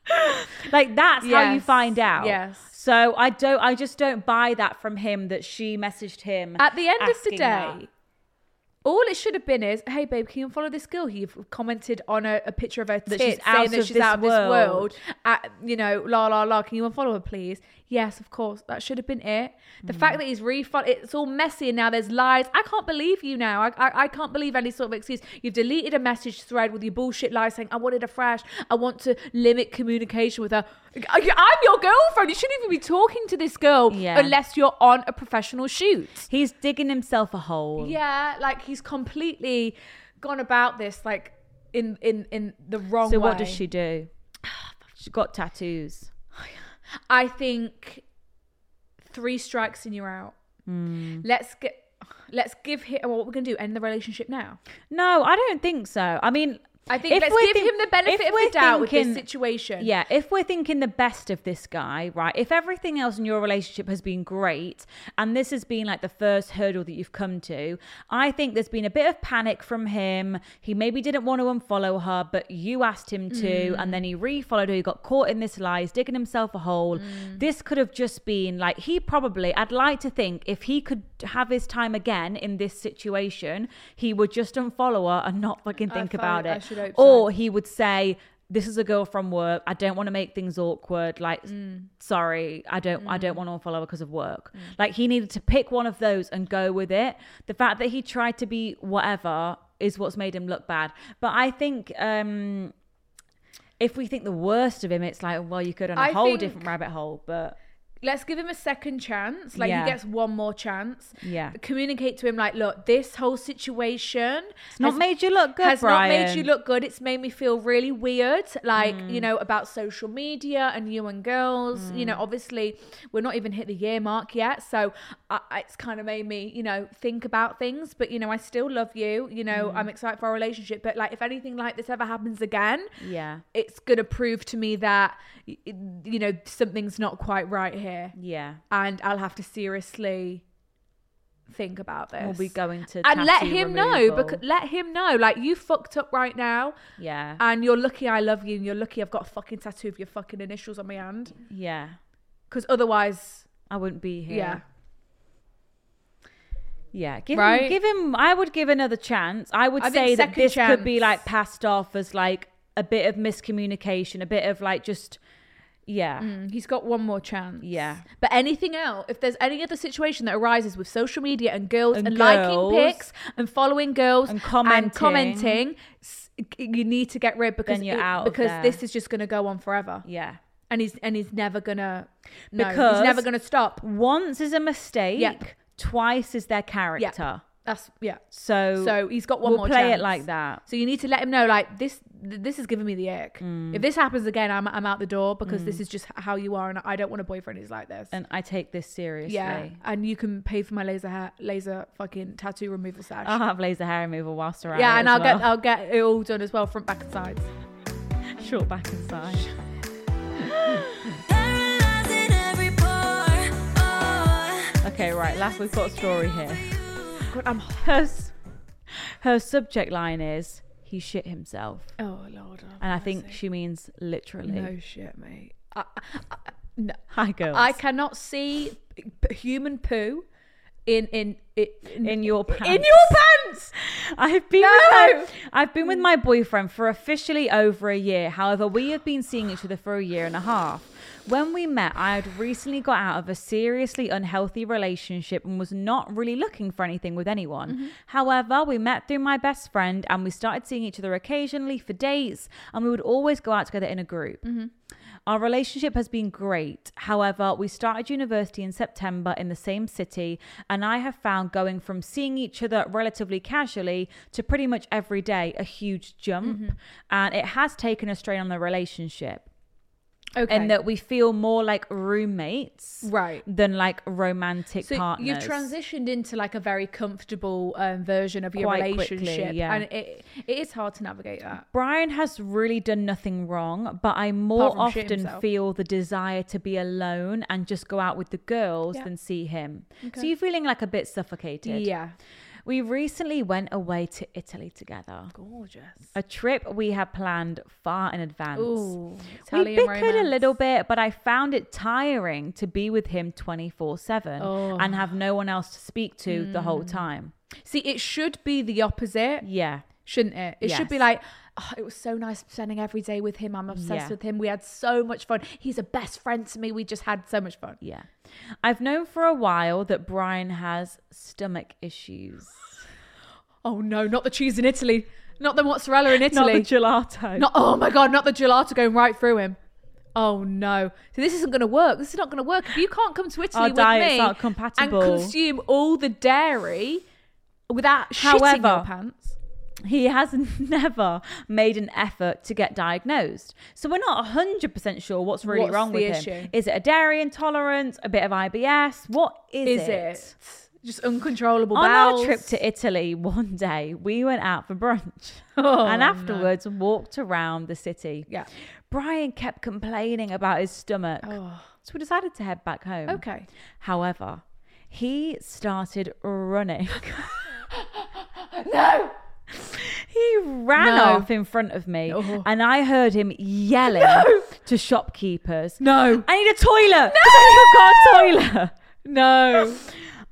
[SPEAKER 2] like that's how you
[SPEAKER 1] Yes,
[SPEAKER 2] find out.
[SPEAKER 1] yes.
[SPEAKER 2] So I don't. I just don't buy that from him that she messaged him
[SPEAKER 1] At the end of
[SPEAKER 2] asking that.
[SPEAKER 1] today, all it should have been is, "Hey, babe, can you follow this girl? You've commented on a, a picture of her
[SPEAKER 2] That
[SPEAKER 1] tits,
[SPEAKER 2] she's
[SPEAKER 1] saying
[SPEAKER 2] out
[SPEAKER 1] that
[SPEAKER 2] of
[SPEAKER 1] she's
[SPEAKER 2] this
[SPEAKER 1] out of this
[SPEAKER 2] world.
[SPEAKER 1] world. At, you know, la la la. Can you unfollow her, please? Yes, of course. That should have been it. The
[SPEAKER 2] Mm.
[SPEAKER 1] fact that he's refund, it's all messy, and now there's lies. I can't believe you now. I, I I can't believe any sort of excuse. You've deleted a message thread with your bullshit lies saying, "I wanted a fresh. I want to limit communication with her. I- I'm your girlfriend. You shouldn't even be talking to this girl
[SPEAKER 2] Yeah.
[SPEAKER 1] unless you're on a professional shoot."
[SPEAKER 2] he's digging himself a hole.
[SPEAKER 1] Yeah, like he's completely gone about this like in in in the wrong
[SPEAKER 2] So
[SPEAKER 1] way.
[SPEAKER 2] what does she do? She got tattoos.
[SPEAKER 1] I think three strikes and you're out.
[SPEAKER 2] Hmm.
[SPEAKER 1] Let's get let's give him well, what we're going to do end the relationship now.
[SPEAKER 2] No, I don't think so. I mean,
[SPEAKER 1] I think
[SPEAKER 2] if
[SPEAKER 1] let's
[SPEAKER 2] we're
[SPEAKER 1] give
[SPEAKER 2] think-
[SPEAKER 1] him the benefit
[SPEAKER 2] if
[SPEAKER 1] of the
[SPEAKER 2] we're
[SPEAKER 1] doubt with this
[SPEAKER 2] thinking-
[SPEAKER 1] situation.
[SPEAKER 2] Yeah, if we're thinking the best of this guy, right? If everything else in your relationship has been great and this has been like the first hurdle that you've come to, I think there's been a bit of panic from him. He maybe didn't want to unfollow her, but you asked him to, and then he refollowed her. He got caught in this lie, he's digging himself a hole. This could have just been like he probably, I'd like to think if he could have his time again in this situation, he would just unfollow her and not fucking
[SPEAKER 1] I
[SPEAKER 2] think
[SPEAKER 1] find-
[SPEAKER 2] about
[SPEAKER 1] I
[SPEAKER 2] it.
[SPEAKER 1] should hope so.
[SPEAKER 2] or he would say, "This is a girl from work. I don't want to make things awkward. Like,
[SPEAKER 1] Mm.
[SPEAKER 2] sorry, I don't. I don't want to follow her because of work." Like, he needed to pick one of those and go with it. The fact that he tried to be whatever is what's made him look bad. But I think. um if we think the worst of him, it's like, well, you could on a
[SPEAKER 1] I
[SPEAKER 2] whole
[SPEAKER 1] think-
[SPEAKER 2] different rabbit hole, but
[SPEAKER 1] let's give him a second chance. Like
[SPEAKER 2] Yeah.
[SPEAKER 1] he gets one more chance.
[SPEAKER 2] Yeah.
[SPEAKER 1] Communicate to him like, look, this whole situation it's
[SPEAKER 2] not made you look good,
[SPEAKER 1] Has not made you
[SPEAKER 2] Brian. Mm.
[SPEAKER 1] look good. It's made me feel really weird. Like you know about social media and you and girls. You
[SPEAKER 2] Mm.
[SPEAKER 1] know, obviously we're not even hit the year mark yet, so I, I- it's kind of made me you know think about things. But you know, I still love you. You
[SPEAKER 2] Mm.
[SPEAKER 1] know, I'm excited for our relationship. But like, if anything like this ever happens again,
[SPEAKER 2] Yeah.
[SPEAKER 1] it's gonna prove to me that y- you know something's not quite right here
[SPEAKER 2] Yeah.
[SPEAKER 1] and I'll have to seriously think about this.
[SPEAKER 2] We'll be going to
[SPEAKER 1] and let
[SPEAKER 2] tattoo
[SPEAKER 1] him know
[SPEAKER 2] removal.
[SPEAKER 1] because let him know like you fucked up right now.
[SPEAKER 2] Yeah.
[SPEAKER 1] And you're lucky I love you and you're lucky I've got a fucking tattoo of your fucking initials on my hand
[SPEAKER 2] Yeah.
[SPEAKER 1] cuz otherwise
[SPEAKER 2] I wouldn't be
[SPEAKER 1] yeah.
[SPEAKER 2] here. Yeah, give him,
[SPEAKER 1] Right?
[SPEAKER 2] give him. I would give another chance. I would
[SPEAKER 1] I think
[SPEAKER 2] say that
[SPEAKER 1] second
[SPEAKER 2] this could be
[SPEAKER 1] chance.
[SPEAKER 2] like passed off as like a bit of miscommunication, a bit of like just, yeah,
[SPEAKER 1] Mm, He's got one more chance.
[SPEAKER 2] Yeah.
[SPEAKER 1] But anything else, if there's any other situation that arises with social media and girls
[SPEAKER 2] And
[SPEAKER 1] and,
[SPEAKER 2] girls.
[SPEAKER 1] liking pics and following girls
[SPEAKER 2] And commenting.
[SPEAKER 1] commenting, s- you need to get rid because
[SPEAKER 2] Then you're
[SPEAKER 1] it-
[SPEAKER 2] out of
[SPEAKER 1] because
[SPEAKER 2] there.
[SPEAKER 1] this is just going to go on forever.
[SPEAKER 2] yeah.
[SPEAKER 1] and he's and he's never gonna no,
[SPEAKER 2] Because-
[SPEAKER 1] he's never gonna stop.
[SPEAKER 2] Once is a mistake. Twice is their character.
[SPEAKER 1] That's yeah.
[SPEAKER 2] So
[SPEAKER 1] So he's got one
[SPEAKER 2] we'll
[SPEAKER 1] more.
[SPEAKER 2] play
[SPEAKER 1] chance.
[SPEAKER 2] it like that.
[SPEAKER 1] So you need to let him know like this. th- This is giving me the ick.
[SPEAKER 2] Mm.
[SPEAKER 1] If this happens again, I'm I'm out the door because this is just how you are, and I don't want a boyfriend who's like this.
[SPEAKER 2] And I take this seriously.
[SPEAKER 1] yeah, and you can pay for my laser hair, laser fucking tattoo removal sash.
[SPEAKER 2] I'll have laser hair removal whilst around.
[SPEAKER 1] yeah,
[SPEAKER 2] it
[SPEAKER 1] and
[SPEAKER 2] Uh-huh. as
[SPEAKER 1] I'll
[SPEAKER 2] well.
[SPEAKER 1] get I'll get it all done as well, front, back, and sides.
[SPEAKER 2] short back and side. okay, right. Last we've got a story here.
[SPEAKER 1] God, I'm.
[SPEAKER 2] Her, s- her subject line is he shit himself,
[SPEAKER 1] Oh lord. have
[SPEAKER 2] and I think
[SPEAKER 1] mercy.
[SPEAKER 2] she means literally.
[SPEAKER 1] No shit, mate. I, I, I, no.
[SPEAKER 2] Hi girls.
[SPEAKER 1] I cannot see p- human poo in in in,
[SPEAKER 2] in your pants.
[SPEAKER 1] in your pants.
[SPEAKER 2] I've been
[SPEAKER 1] No! Mm.
[SPEAKER 2] with my, I've been with my boyfriend for officially over a year. However, we have been seeing each other for a year and a half. When we met, I had recently got out of a seriously unhealthy relationship and was not really looking for anything with anyone.
[SPEAKER 1] Mm-hmm.
[SPEAKER 2] However, we met through my best friend and we started seeing each other occasionally for dates and we would always go out together in a group. Our relationship has been great. However, we started university in September in the same city, and I have found going from seeing each other relatively casually to pretty much every day a huge jump.
[SPEAKER 1] Mm-hmm.
[SPEAKER 2] And it has taken a strain on the relationship,
[SPEAKER 1] Okay.
[SPEAKER 2] and that we feel more like roommates
[SPEAKER 1] Right.
[SPEAKER 2] than like romantic
[SPEAKER 1] so
[SPEAKER 2] partners.
[SPEAKER 1] you've transitioned into like a very comfortable um, version of your
[SPEAKER 2] Quite
[SPEAKER 1] relationship,
[SPEAKER 2] quickly, yeah.
[SPEAKER 1] and it it is hard to navigate that.
[SPEAKER 2] Brian has really done nothing wrong, but I
[SPEAKER 1] Apart
[SPEAKER 2] more
[SPEAKER 1] from shit
[SPEAKER 2] often
[SPEAKER 1] himself.
[SPEAKER 2] feel the desire to be alone and just go out with the girls
[SPEAKER 1] Yeah.
[SPEAKER 2] than see him. So you're feeling like a bit suffocated.
[SPEAKER 1] Yeah,
[SPEAKER 2] We recently went away to Italy together.
[SPEAKER 1] gorgeous.
[SPEAKER 2] A trip we had planned far in advance.
[SPEAKER 1] Ooh,
[SPEAKER 2] we
[SPEAKER 1] Italian
[SPEAKER 2] bickered a
[SPEAKER 1] romance.
[SPEAKER 2] little bit, but I found it tiring to be with him 24 7
[SPEAKER 1] Oh.
[SPEAKER 2] and have no one else to speak to the whole
[SPEAKER 1] Mm.
[SPEAKER 2] time.
[SPEAKER 1] See, it should be the opposite,
[SPEAKER 2] Yeah.
[SPEAKER 1] shouldn't it? It should be
[SPEAKER 2] Yes.
[SPEAKER 1] like. Oh, it was so nice spending every day with him. I'm obsessed
[SPEAKER 2] Yeah.
[SPEAKER 1] with him. We had so much fun. He's a best friend to me. We just had so much fun.
[SPEAKER 2] Yeah. I've known for a while that Brian has stomach issues.
[SPEAKER 1] Oh no, not the cheese in Italy. Not the mozzarella in Italy.
[SPEAKER 2] Not the gelato.
[SPEAKER 1] Not oh my god, not the gelato going right through him. Oh no. So this isn't gonna work. This is not gonna work. If you can't come to Italy
[SPEAKER 2] Our
[SPEAKER 1] with
[SPEAKER 2] diets
[SPEAKER 1] me
[SPEAKER 2] aren't compatible.
[SPEAKER 1] and consume all the dairy without shitting
[SPEAKER 2] However-
[SPEAKER 1] your pants.
[SPEAKER 2] he has never made an effort to get diagnosed. So we're not 100% sure what's really
[SPEAKER 1] What's
[SPEAKER 2] wrong
[SPEAKER 1] the
[SPEAKER 2] with
[SPEAKER 1] issue?
[SPEAKER 2] him. Is it a dairy intolerance, a bit of IBS? What is,
[SPEAKER 1] Is it? Just uncontrollable
[SPEAKER 2] On
[SPEAKER 1] bowels.
[SPEAKER 2] our trip to Italy one day, we went out for brunch and afterwards walked around the city.
[SPEAKER 1] Oh, Yeah.
[SPEAKER 2] Brian kept complaining about his stomach. So we decided to head back home.
[SPEAKER 1] Oh. Okay.
[SPEAKER 2] However, he started running.
[SPEAKER 1] No!
[SPEAKER 2] He ran
[SPEAKER 1] No.
[SPEAKER 2] off in front of me, and I heard him yelling to shopkeepers.
[SPEAKER 1] No.
[SPEAKER 2] I need a toilet. No, you've got a toilet.
[SPEAKER 1] No.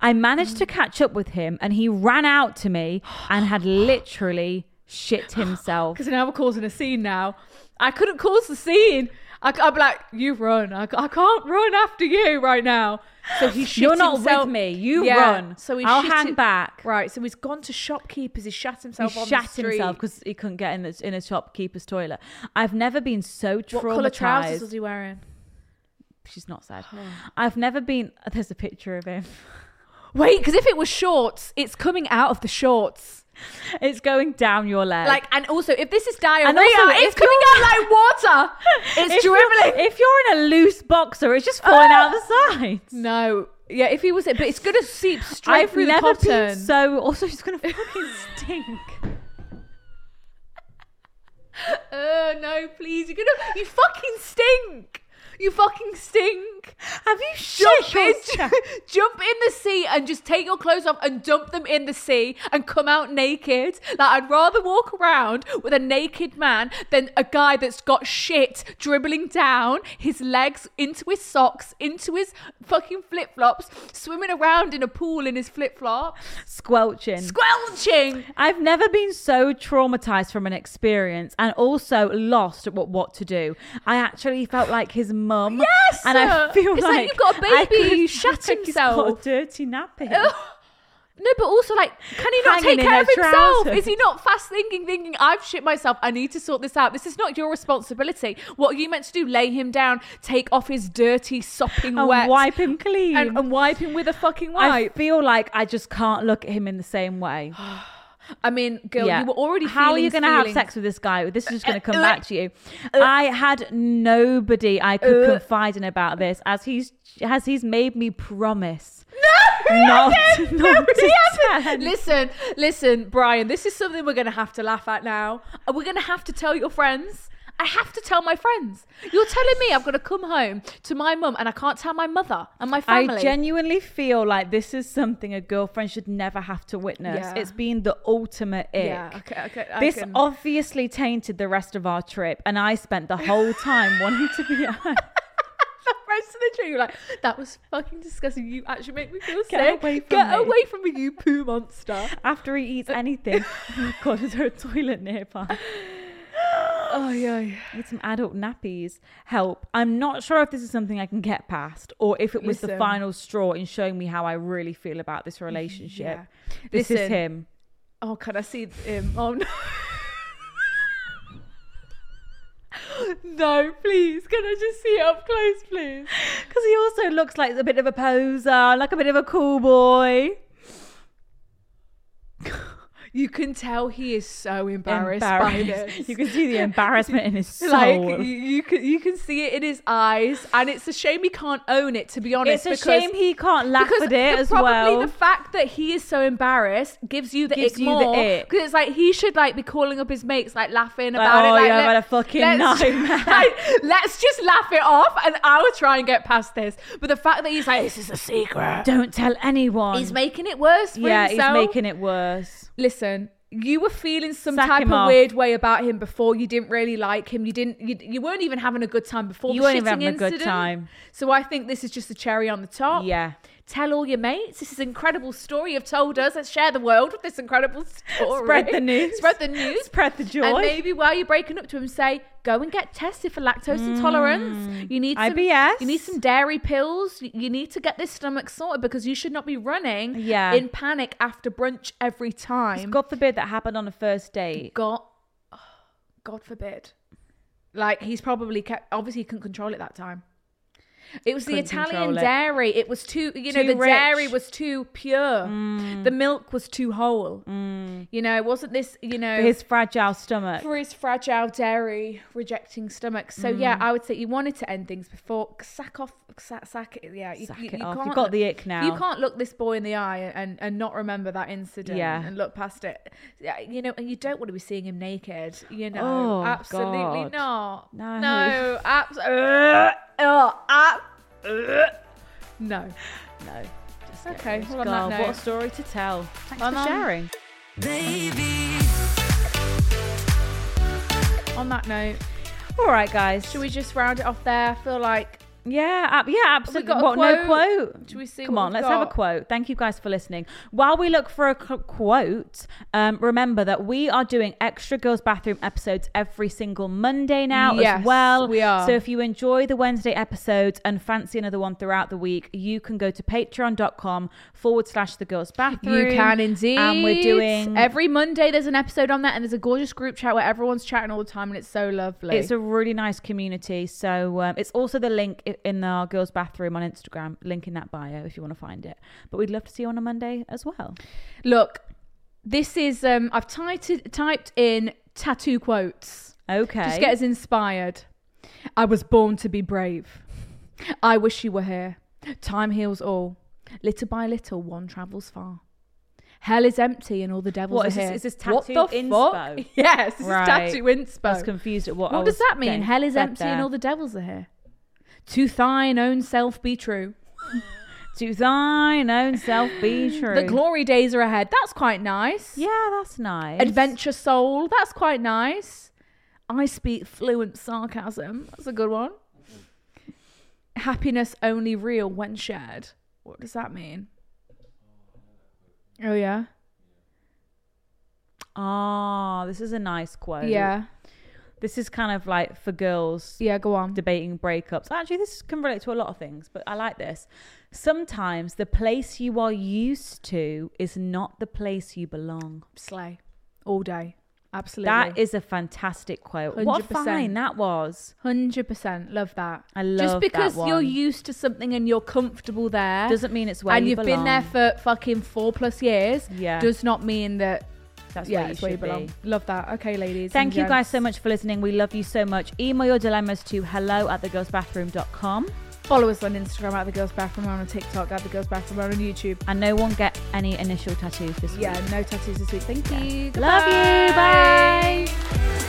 [SPEAKER 2] I managed to catch up with him, and he ran out to me and had literally shit himself.
[SPEAKER 1] Because now we're causing a scene now. I couldn't cause the scene. I, would be like, you run. I, I can't run after you right now. So he shit
[SPEAKER 2] You're not with
[SPEAKER 1] himself.
[SPEAKER 2] me. You run. I'll
[SPEAKER 1] shit
[SPEAKER 2] hang
[SPEAKER 1] it-
[SPEAKER 2] back.
[SPEAKER 1] Right. So he's gone to shopkeepers. He's shat
[SPEAKER 2] He
[SPEAKER 1] himself on
[SPEAKER 2] shat
[SPEAKER 1] the street.
[SPEAKER 2] himself because he couldn't get in, the, in a shopkeeper's toilet. I've never been so
[SPEAKER 1] what
[SPEAKER 2] traumatized.
[SPEAKER 1] colour trousers was he wearing?
[SPEAKER 2] She's not sad. I've never been. There's a picture of him.
[SPEAKER 1] Wait, because if it was shorts, it's coming out of the shorts.
[SPEAKER 2] It's going down your leg.
[SPEAKER 1] Like, and also, if this is diarrhea,
[SPEAKER 2] also, if
[SPEAKER 1] it's coming out
[SPEAKER 2] you're-
[SPEAKER 1] like water. It's
[SPEAKER 2] if
[SPEAKER 1] dribbling.
[SPEAKER 2] You're, if you're in a loose boxer, it's just falling out the sides.
[SPEAKER 1] no, yeah, if he was it, but it's gonna seep straight
[SPEAKER 2] I've
[SPEAKER 1] through the
[SPEAKER 2] never
[SPEAKER 1] cotton.
[SPEAKER 2] been so. Also, she's gonna fucking stink.
[SPEAKER 1] Uh, no, please, you're gonna, you fucking stink. You fucking stink.
[SPEAKER 2] Have you
[SPEAKER 1] Jump
[SPEAKER 2] shit
[SPEAKER 1] in,
[SPEAKER 2] yourself?
[SPEAKER 1] jump in the sea and just take your clothes off and dump them in the sea and come out naked. Like I'd rather walk around with a naked man than a guy that's got shit dribbling down his legs into his socks, into his fucking flip flops, swimming around in a pool in his flip flops,
[SPEAKER 2] Squelching.
[SPEAKER 1] squelching.
[SPEAKER 2] I've never been so traumatized from an experience and also lost at what, what to do. I actually felt like his mum.
[SPEAKER 1] Yes!
[SPEAKER 2] And I feel
[SPEAKER 1] It's like
[SPEAKER 2] like,
[SPEAKER 1] you've got a
[SPEAKER 2] I
[SPEAKER 1] baby
[SPEAKER 2] could've-
[SPEAKER 1] who shat
[SPEAKER 2] I think he's got
[SPEAKER 1] himself.
[SPEAKER 2] a dirty nappy.
[SPEAKER 1] No, but also like, can he not
[SPEAKER 2] Hanging
[SPEAKER 1] take
[SPEAKER 2] in
[SPEAKER 1] care
[SPEAKER 2] her
[SPEAKER 1] of himself?
[SPEAKER 2] trousers.
[SPEAKER 1] Is he not fast thinking, thinking I've shit myself? I need to sort this out. This is not your responsibility. What are you meant to do? Lay him down, take off his dirty, sopping
[SPEAKER 2] and
[SPEAKER 1] wet,
[SPEAKER 2] wipe him clean.
[SPEAKER 1] and, uh, and wipe him with a fucking
[SPEAKER 2] I
[SPEAKER 1] wipe.
[SPEAKER 2] feel like I just can't look at him in the same way.
[SPEAKER 1] I mean, girl, you were already.
[SPEAKER 2] How are you
[SPEAKER 1] going
[SPEAKER 2] gonna
[SPEAKER 1] to
[SPEAKER 2] have sex with this guy? This is just going to come
[SPEAKER 1] uh,
[SPEAKER 2] back to you. I had nobody I could
[SPEAKER 1] Uh.
[SPEAKER 2] confide in about this, as he's as he's made me promise.
[SPEAKER 1] No, he
[SPEAKER 2] Not-
[SPEAKER 1] hasn't.
[SPEAKER 2] not
[SPEAKER 1] No, he
[SPEAKER 2] to
[SPEAKER 1] hasn't.
[SPEAKER 2] ten.
[SPEAKER 1] Listen, listen, Brian. This is something we're going to have to laugh at now. And We're going to have to tell your friends. I have to tell my friends. You're telling me I've got to come home to my mum and I can't tell my mother and my family.
[SPEAKER 2] I genuinely feel like this is something a girlfriend should never have to witness.
[SPEAKER 1] Yeah.
[SPEAKER 2] It's been the ultimate ick.
[SPEAKER 1] Yeah, okay, okay, I
[SPEAKER 2] This
[SPEAKER 1] can-
[SPEAKER 2] obviously tainted the rest of our trip, and I spent the whole time wanting to be at home.
[SPEAKER 1] rest of the tree. You're like, that was fucking disgusting. You actually make me feel
[SPEAKER 2] Get
[SPEAKER 1] sick.
[SPEAKER 2] away from
[SPEAKER 1] Get
[SPEAKER 2] me."
[SPEAKER 1] away from me, you poo monster.
[SPEAKER 2] After he eats anything, oh my god, is there a toilet nearby?
[SPEAKER 1] Oh yeah.
[SPEAKER 2] Need some adult nappies. Help. I'm not sure if this is something I can get past or if it was the
[SPEAKER 1] Listen.
[SPEAKER 2] final straw in showing me how I really feel about this relationship.
[SPEAKER 1] Yeah.
[SPEAKER 2] This is
[SPEAKER 1] Listen.
[SPEAKER 2] him.
[SPEAKER 1] Oh, can I see him? Oh no. No, please. Can I just see it up close, please?
[SPEAKER 2] Because he also looks like a bit of a poser, like a bit of a cool boy.
[SPEAKER 1] You can tell he is so embarrassed, by
[SPEAKER 2] Embarrassed.
[SPEAKER 1] this.
[SPEAKER 2] You can see the embarrassment in his soul.
[SPEAKER 1] like you, you can you can see it in his eyes, and it's a shame he can't own it. To be honest,
[SPEAKER 2] it's a
[SPEAKER 1] because
[SPEAKER 2] shame he can't laugh
[SPEAKER 1] because
[SPEAKER 2] at it
[SPEAKER 1] the-
[SPEAKER 2] as
[SPEAKER 1] probably
[SPEAKER 2] well.
[SPEAKER 1] the fact that he is so embarrassed gives you the
[SPEAKER 2] Gives
[SPEAKER 1] ick
[SPEAKER 2] you the
[SPEAKER 1] more
[SPEAKER 2] ick.
[SPEAKER 1] because it's like he should like be calling up his mates like laughing
[SPEAKER 2] Like,
[SPEAKER 1] about
[SPEAKER 2] "Oh,
[SPEAKER 1] it like
[SPEAKER 2] yeah, I've
[SPEAKER 1] let-
[SPEAKER 2] had a fucking
[SPEAKER 1] let's,
[SPEAKER 2] nightmare."
[SPEAKER 1] like, let's just laugh it off and I'll try and get past this but the fact that he's like this is a secret
[SPEAKER 2] Don't tell anyone.
[SPEAKER 1] he's making it worse for
[SPEAKER 2] yeah,
[SPEAKER 1] himself
[SPEAKER 2] he's making it worse.
[SPEAKER 1] listen you were feeling some
[SPEAKER 2] Sack
[SPEAKER 1] type
[SPEAKER 2] him
[SPEAKER 1] of
[SPEAKER 2] off.
[SPEAKER 1] weird way about him before you didn't really like him you didn't you, you weren't even having a good time before
[SPEAKER 2] You
[SPEAKER 1] the
[SPEAKER 2] weren't even
[SPEAKER 1] shitting
[SPEAKER 2] having a good
[SPEAKER 1] incident.
[SPEAKER 2] time.
[SPEAKER 1] so i think this is just the cherry on the top
[SPEAKER 2] Yeah.
[SPEAKER 1] tell all your mates. This is an incredible story you've told us. Let's share the world with this incredible story.
[SPEAKER 2] Spread the news.
[SPEAKER 1] Spread the news.
[SPEAKER 2] Spread the joy.
[SPEAKER 1] And maybe while you're breaking up to him, say, go and get tested for lactose
[SPEAKER 2] Mm.
[SPEAKER 1] intolerance. You need some,
[SPEAKER 2] IBS.
[SPEAKER 1] You need some dairy pills. You- You need to get this stomach sorted because you should not be running
[SPEAKER 2] Yeah.
[SPEAKER 1] in panic after brunch every time.
[SPEAKER 2] God forbid that happened on a first date.
[SPEAKER 1] God, God forbid. Like he's probably kept. Obviously, he couldn't control it that time. It was the
[SPEAKER 2] Couldn't
[SPEAKER 1] Italian
[SPEAKER 2] control it.
[SPEAKER 1] dairy. It was too, you know,
[SPEAKER 2] Too
[SPEAKER 1] the
[SPEAKER 2] rich. Mm.
[SPEAKER 1] dairy was too pure. The milk was too whole. You know, it wasn't this, you know,
[SPEAKER 2] For Mm. his fragile stomach.
[SPEAKER 1] for his fragile dairy rejecting stomach. So
[SPEAKER 2] Mm.
[SPEAKER 1] yeah, I would say you wanted to end things before sack off, sack, sack it. Yeah,
[SPEAKER 2] Sack it off. You've got the ick now.
[SPEAKER 1] You can't look this boy in the eye and and not remember that incident.
[SPEAKER 2] Yeah.
[SPEAKER 1] and look past it. Yeah, you know, and you don't want to be seeing him naked. You know,
[SPEAKER 2] Oh,
[SPEAKER 1] absolutely
[SPEAKER 2] God.
[SPEAKER 1] not.
[SPEAKER 2] No.
[SPEAKER 1] no, abs- uh, uh, ab- uh, no.
[SPEAKER 2] No. Just
[SPEAKER 1] Okay,
[SPEAKER 2] get rid.
[SPEAKER 1] well, on
[SPEAKER 2] God,
[SPEAKER 1] that note-
[SPEAKER 2] what a story to tell. Thanks
[SPEAKER 1] On-
[SPEAKER 2] for
[SPEAKER 1] on-
[SPEAKER 2] sharing.
[SPEAKER 1] On that note,
[SPEAKER 2] All right, guys.
[SPEAKER 1] should we just round it off there? I feel like
[SPEAKER 2] Yeah, ab- yeah, absolutely.
[SPEAKER 1] got a
[SPEAKER 2] What? No
[SPEAKER 1] quote?
[SPEAKER 2] quote.
[SPEAKER 1] Should we see
[SPEAKER 2] Come
[SPEAKER 1] what
[SPEAKER 2] on,
[SPEAKER 1] we've
[SPEAKER 2] let's have a
[SPEAKER 1] got?
[SPEAKER 2] quote. Thank you guys for listening. While we look for a qu- quote, um, remember that we are doing extra girls' bathroom episodes every single Monday now
[SPEAKER 1] Yes,
[SPEAKER 2] as well.
[SPEAKER 1] we are.
[SPEAKER 2] So if you enjoy the Wednesday episodes and fancy another one throughout the week, you can go to patreon.com forward slash the girls' bathroom.
[SPEAKER 1] You can indeed.
[SPEAKER 2] And we're doing
[SPEAKER 1] every Monday. There's an episode on that, and there's a gorgeous group chat where everyone's chatting all the time, and it's so lovely.
[SPEAKER 2] It's a really nice community. So um, it's also the link i- i- in our girls' bathroom on Instagram, link in that bio if you want to find it. But we'd love to see you on a Monday as well.
[SPEAKER 1] Look, this is um I've typed typed in tattoo quotes.
[SPEAKER 2] Okay.
[SPEAKER 1] Just get us inspired. I was born to be brave. I wish you were here. Time heals all. Little by little, one travels far. Hell is empty and all the devils
[SPEAKER 2] What,
[SPEAKER 1] are
[SPEAKER 2] is this-
[SPEAKER 1] here.
[SPEAKER 2] is this
[SPEAKER 1] what the
[SPEAKER 2] tattoo inspo?
[SPEAKER 1] fuck? Yes, this
[SPEAKER 2] Right.
[SPEAKER 1] is tattoo inspo.
[SPEAKER 2] I was confused at what. I
[SPEAKER 1] What does
[SPEAKER 2] was
[SPEAKER 1] that mean?
[SPEAKER 2] getting
[SPEAKER 1] Hell is
[SPEAKER 2] said
[SPEAKER 1] empty and
[SPEAKER 2] there.
[SPEAKER 1] all the devils are here. To thine own self be true.
[SPEAKER 2] To thine own self be true.
[SPEAKER 1] The glory days are ahead. That's quite nice.
[SPEAKER 2] Yeah, that's nice.
[SPEAKER 1] Adventure soul. That's quite nice. I speak fluent sarcasm. That's a good one. Happiness only real when shared. What does that mean? Oh yeah.
[SPEAKER 2] Ah, this is a nice quote.
[SPEAKER 1] Yeah.
[SPEAKER 2] This is kind of like for girls
[SPEAKER 1] Yeah, go on.
[SPEAKER 2] debating breakups. Actually, this can relate to a lot of things, but I like this. Sometimes the place you are used to is not the place you belong.
[SPEAKER 1] Slay. All day. Absolutely.
[SPEAKER 2] That is a fantastic quote. What a
[SPEAKER 1] 100%.
[SPEAKER 2] fine that was.
[SPEAKER 1] hundred percent. Love that.
[SPEAKER 2] I love
[SPEAKER 1] Just
[SPEAKER 2] that
[SPEAKER 1] because you're
[SPEAKER 2] one.
[SPEAKER 1] used to something and you're comfortable there
[SPEAKER 2] Doesn't mean it's where
[SPEAKER 1] and
[SPEAKER 2] you
[SPEAKER 1] you've been there
[SPEAKER 2] belong.
[SPEAKER 1] for fucking four plus years.
[SPEAKER 2] Yeah.
[SPEAKER 1] Does not mean that
[SPEAKER 2] That's
[SPEAKER 1] yeah,
[SPEAKER 2] where you
[SPEAKER 1] it's where you
[SPEAKER 2] should
[SPEAKER 1] belong.
[SPEAKER 2] be.
[SPEAKER 1] Love that. Okay, ladies.
[SPEAKER 2] Thank
[SPEAKER 1] and
[SPEAKER 2] you guys
[SPEAKER 1] gents.
[SPEAKER 2] so much for listening. We love you so much. Email your dilemmas to hello at thegirlsbathroom.com.
[SPEAKER 1] Follow us on Instagram at the Girls Bathroom and on TikTok at the Girls Bathroom and on YouTube.
[SPEAKER 2] And no one get any initial tattoos this
[SPEAKER 1] Yeah,
[SPEAKER 2] week.
[SPEAKER 1] no tattoos this week. Thank you.
[SPEAKER 2] Love you.
[SPEAKER 1] Goodbye.
[SPEAKER 2] Bye.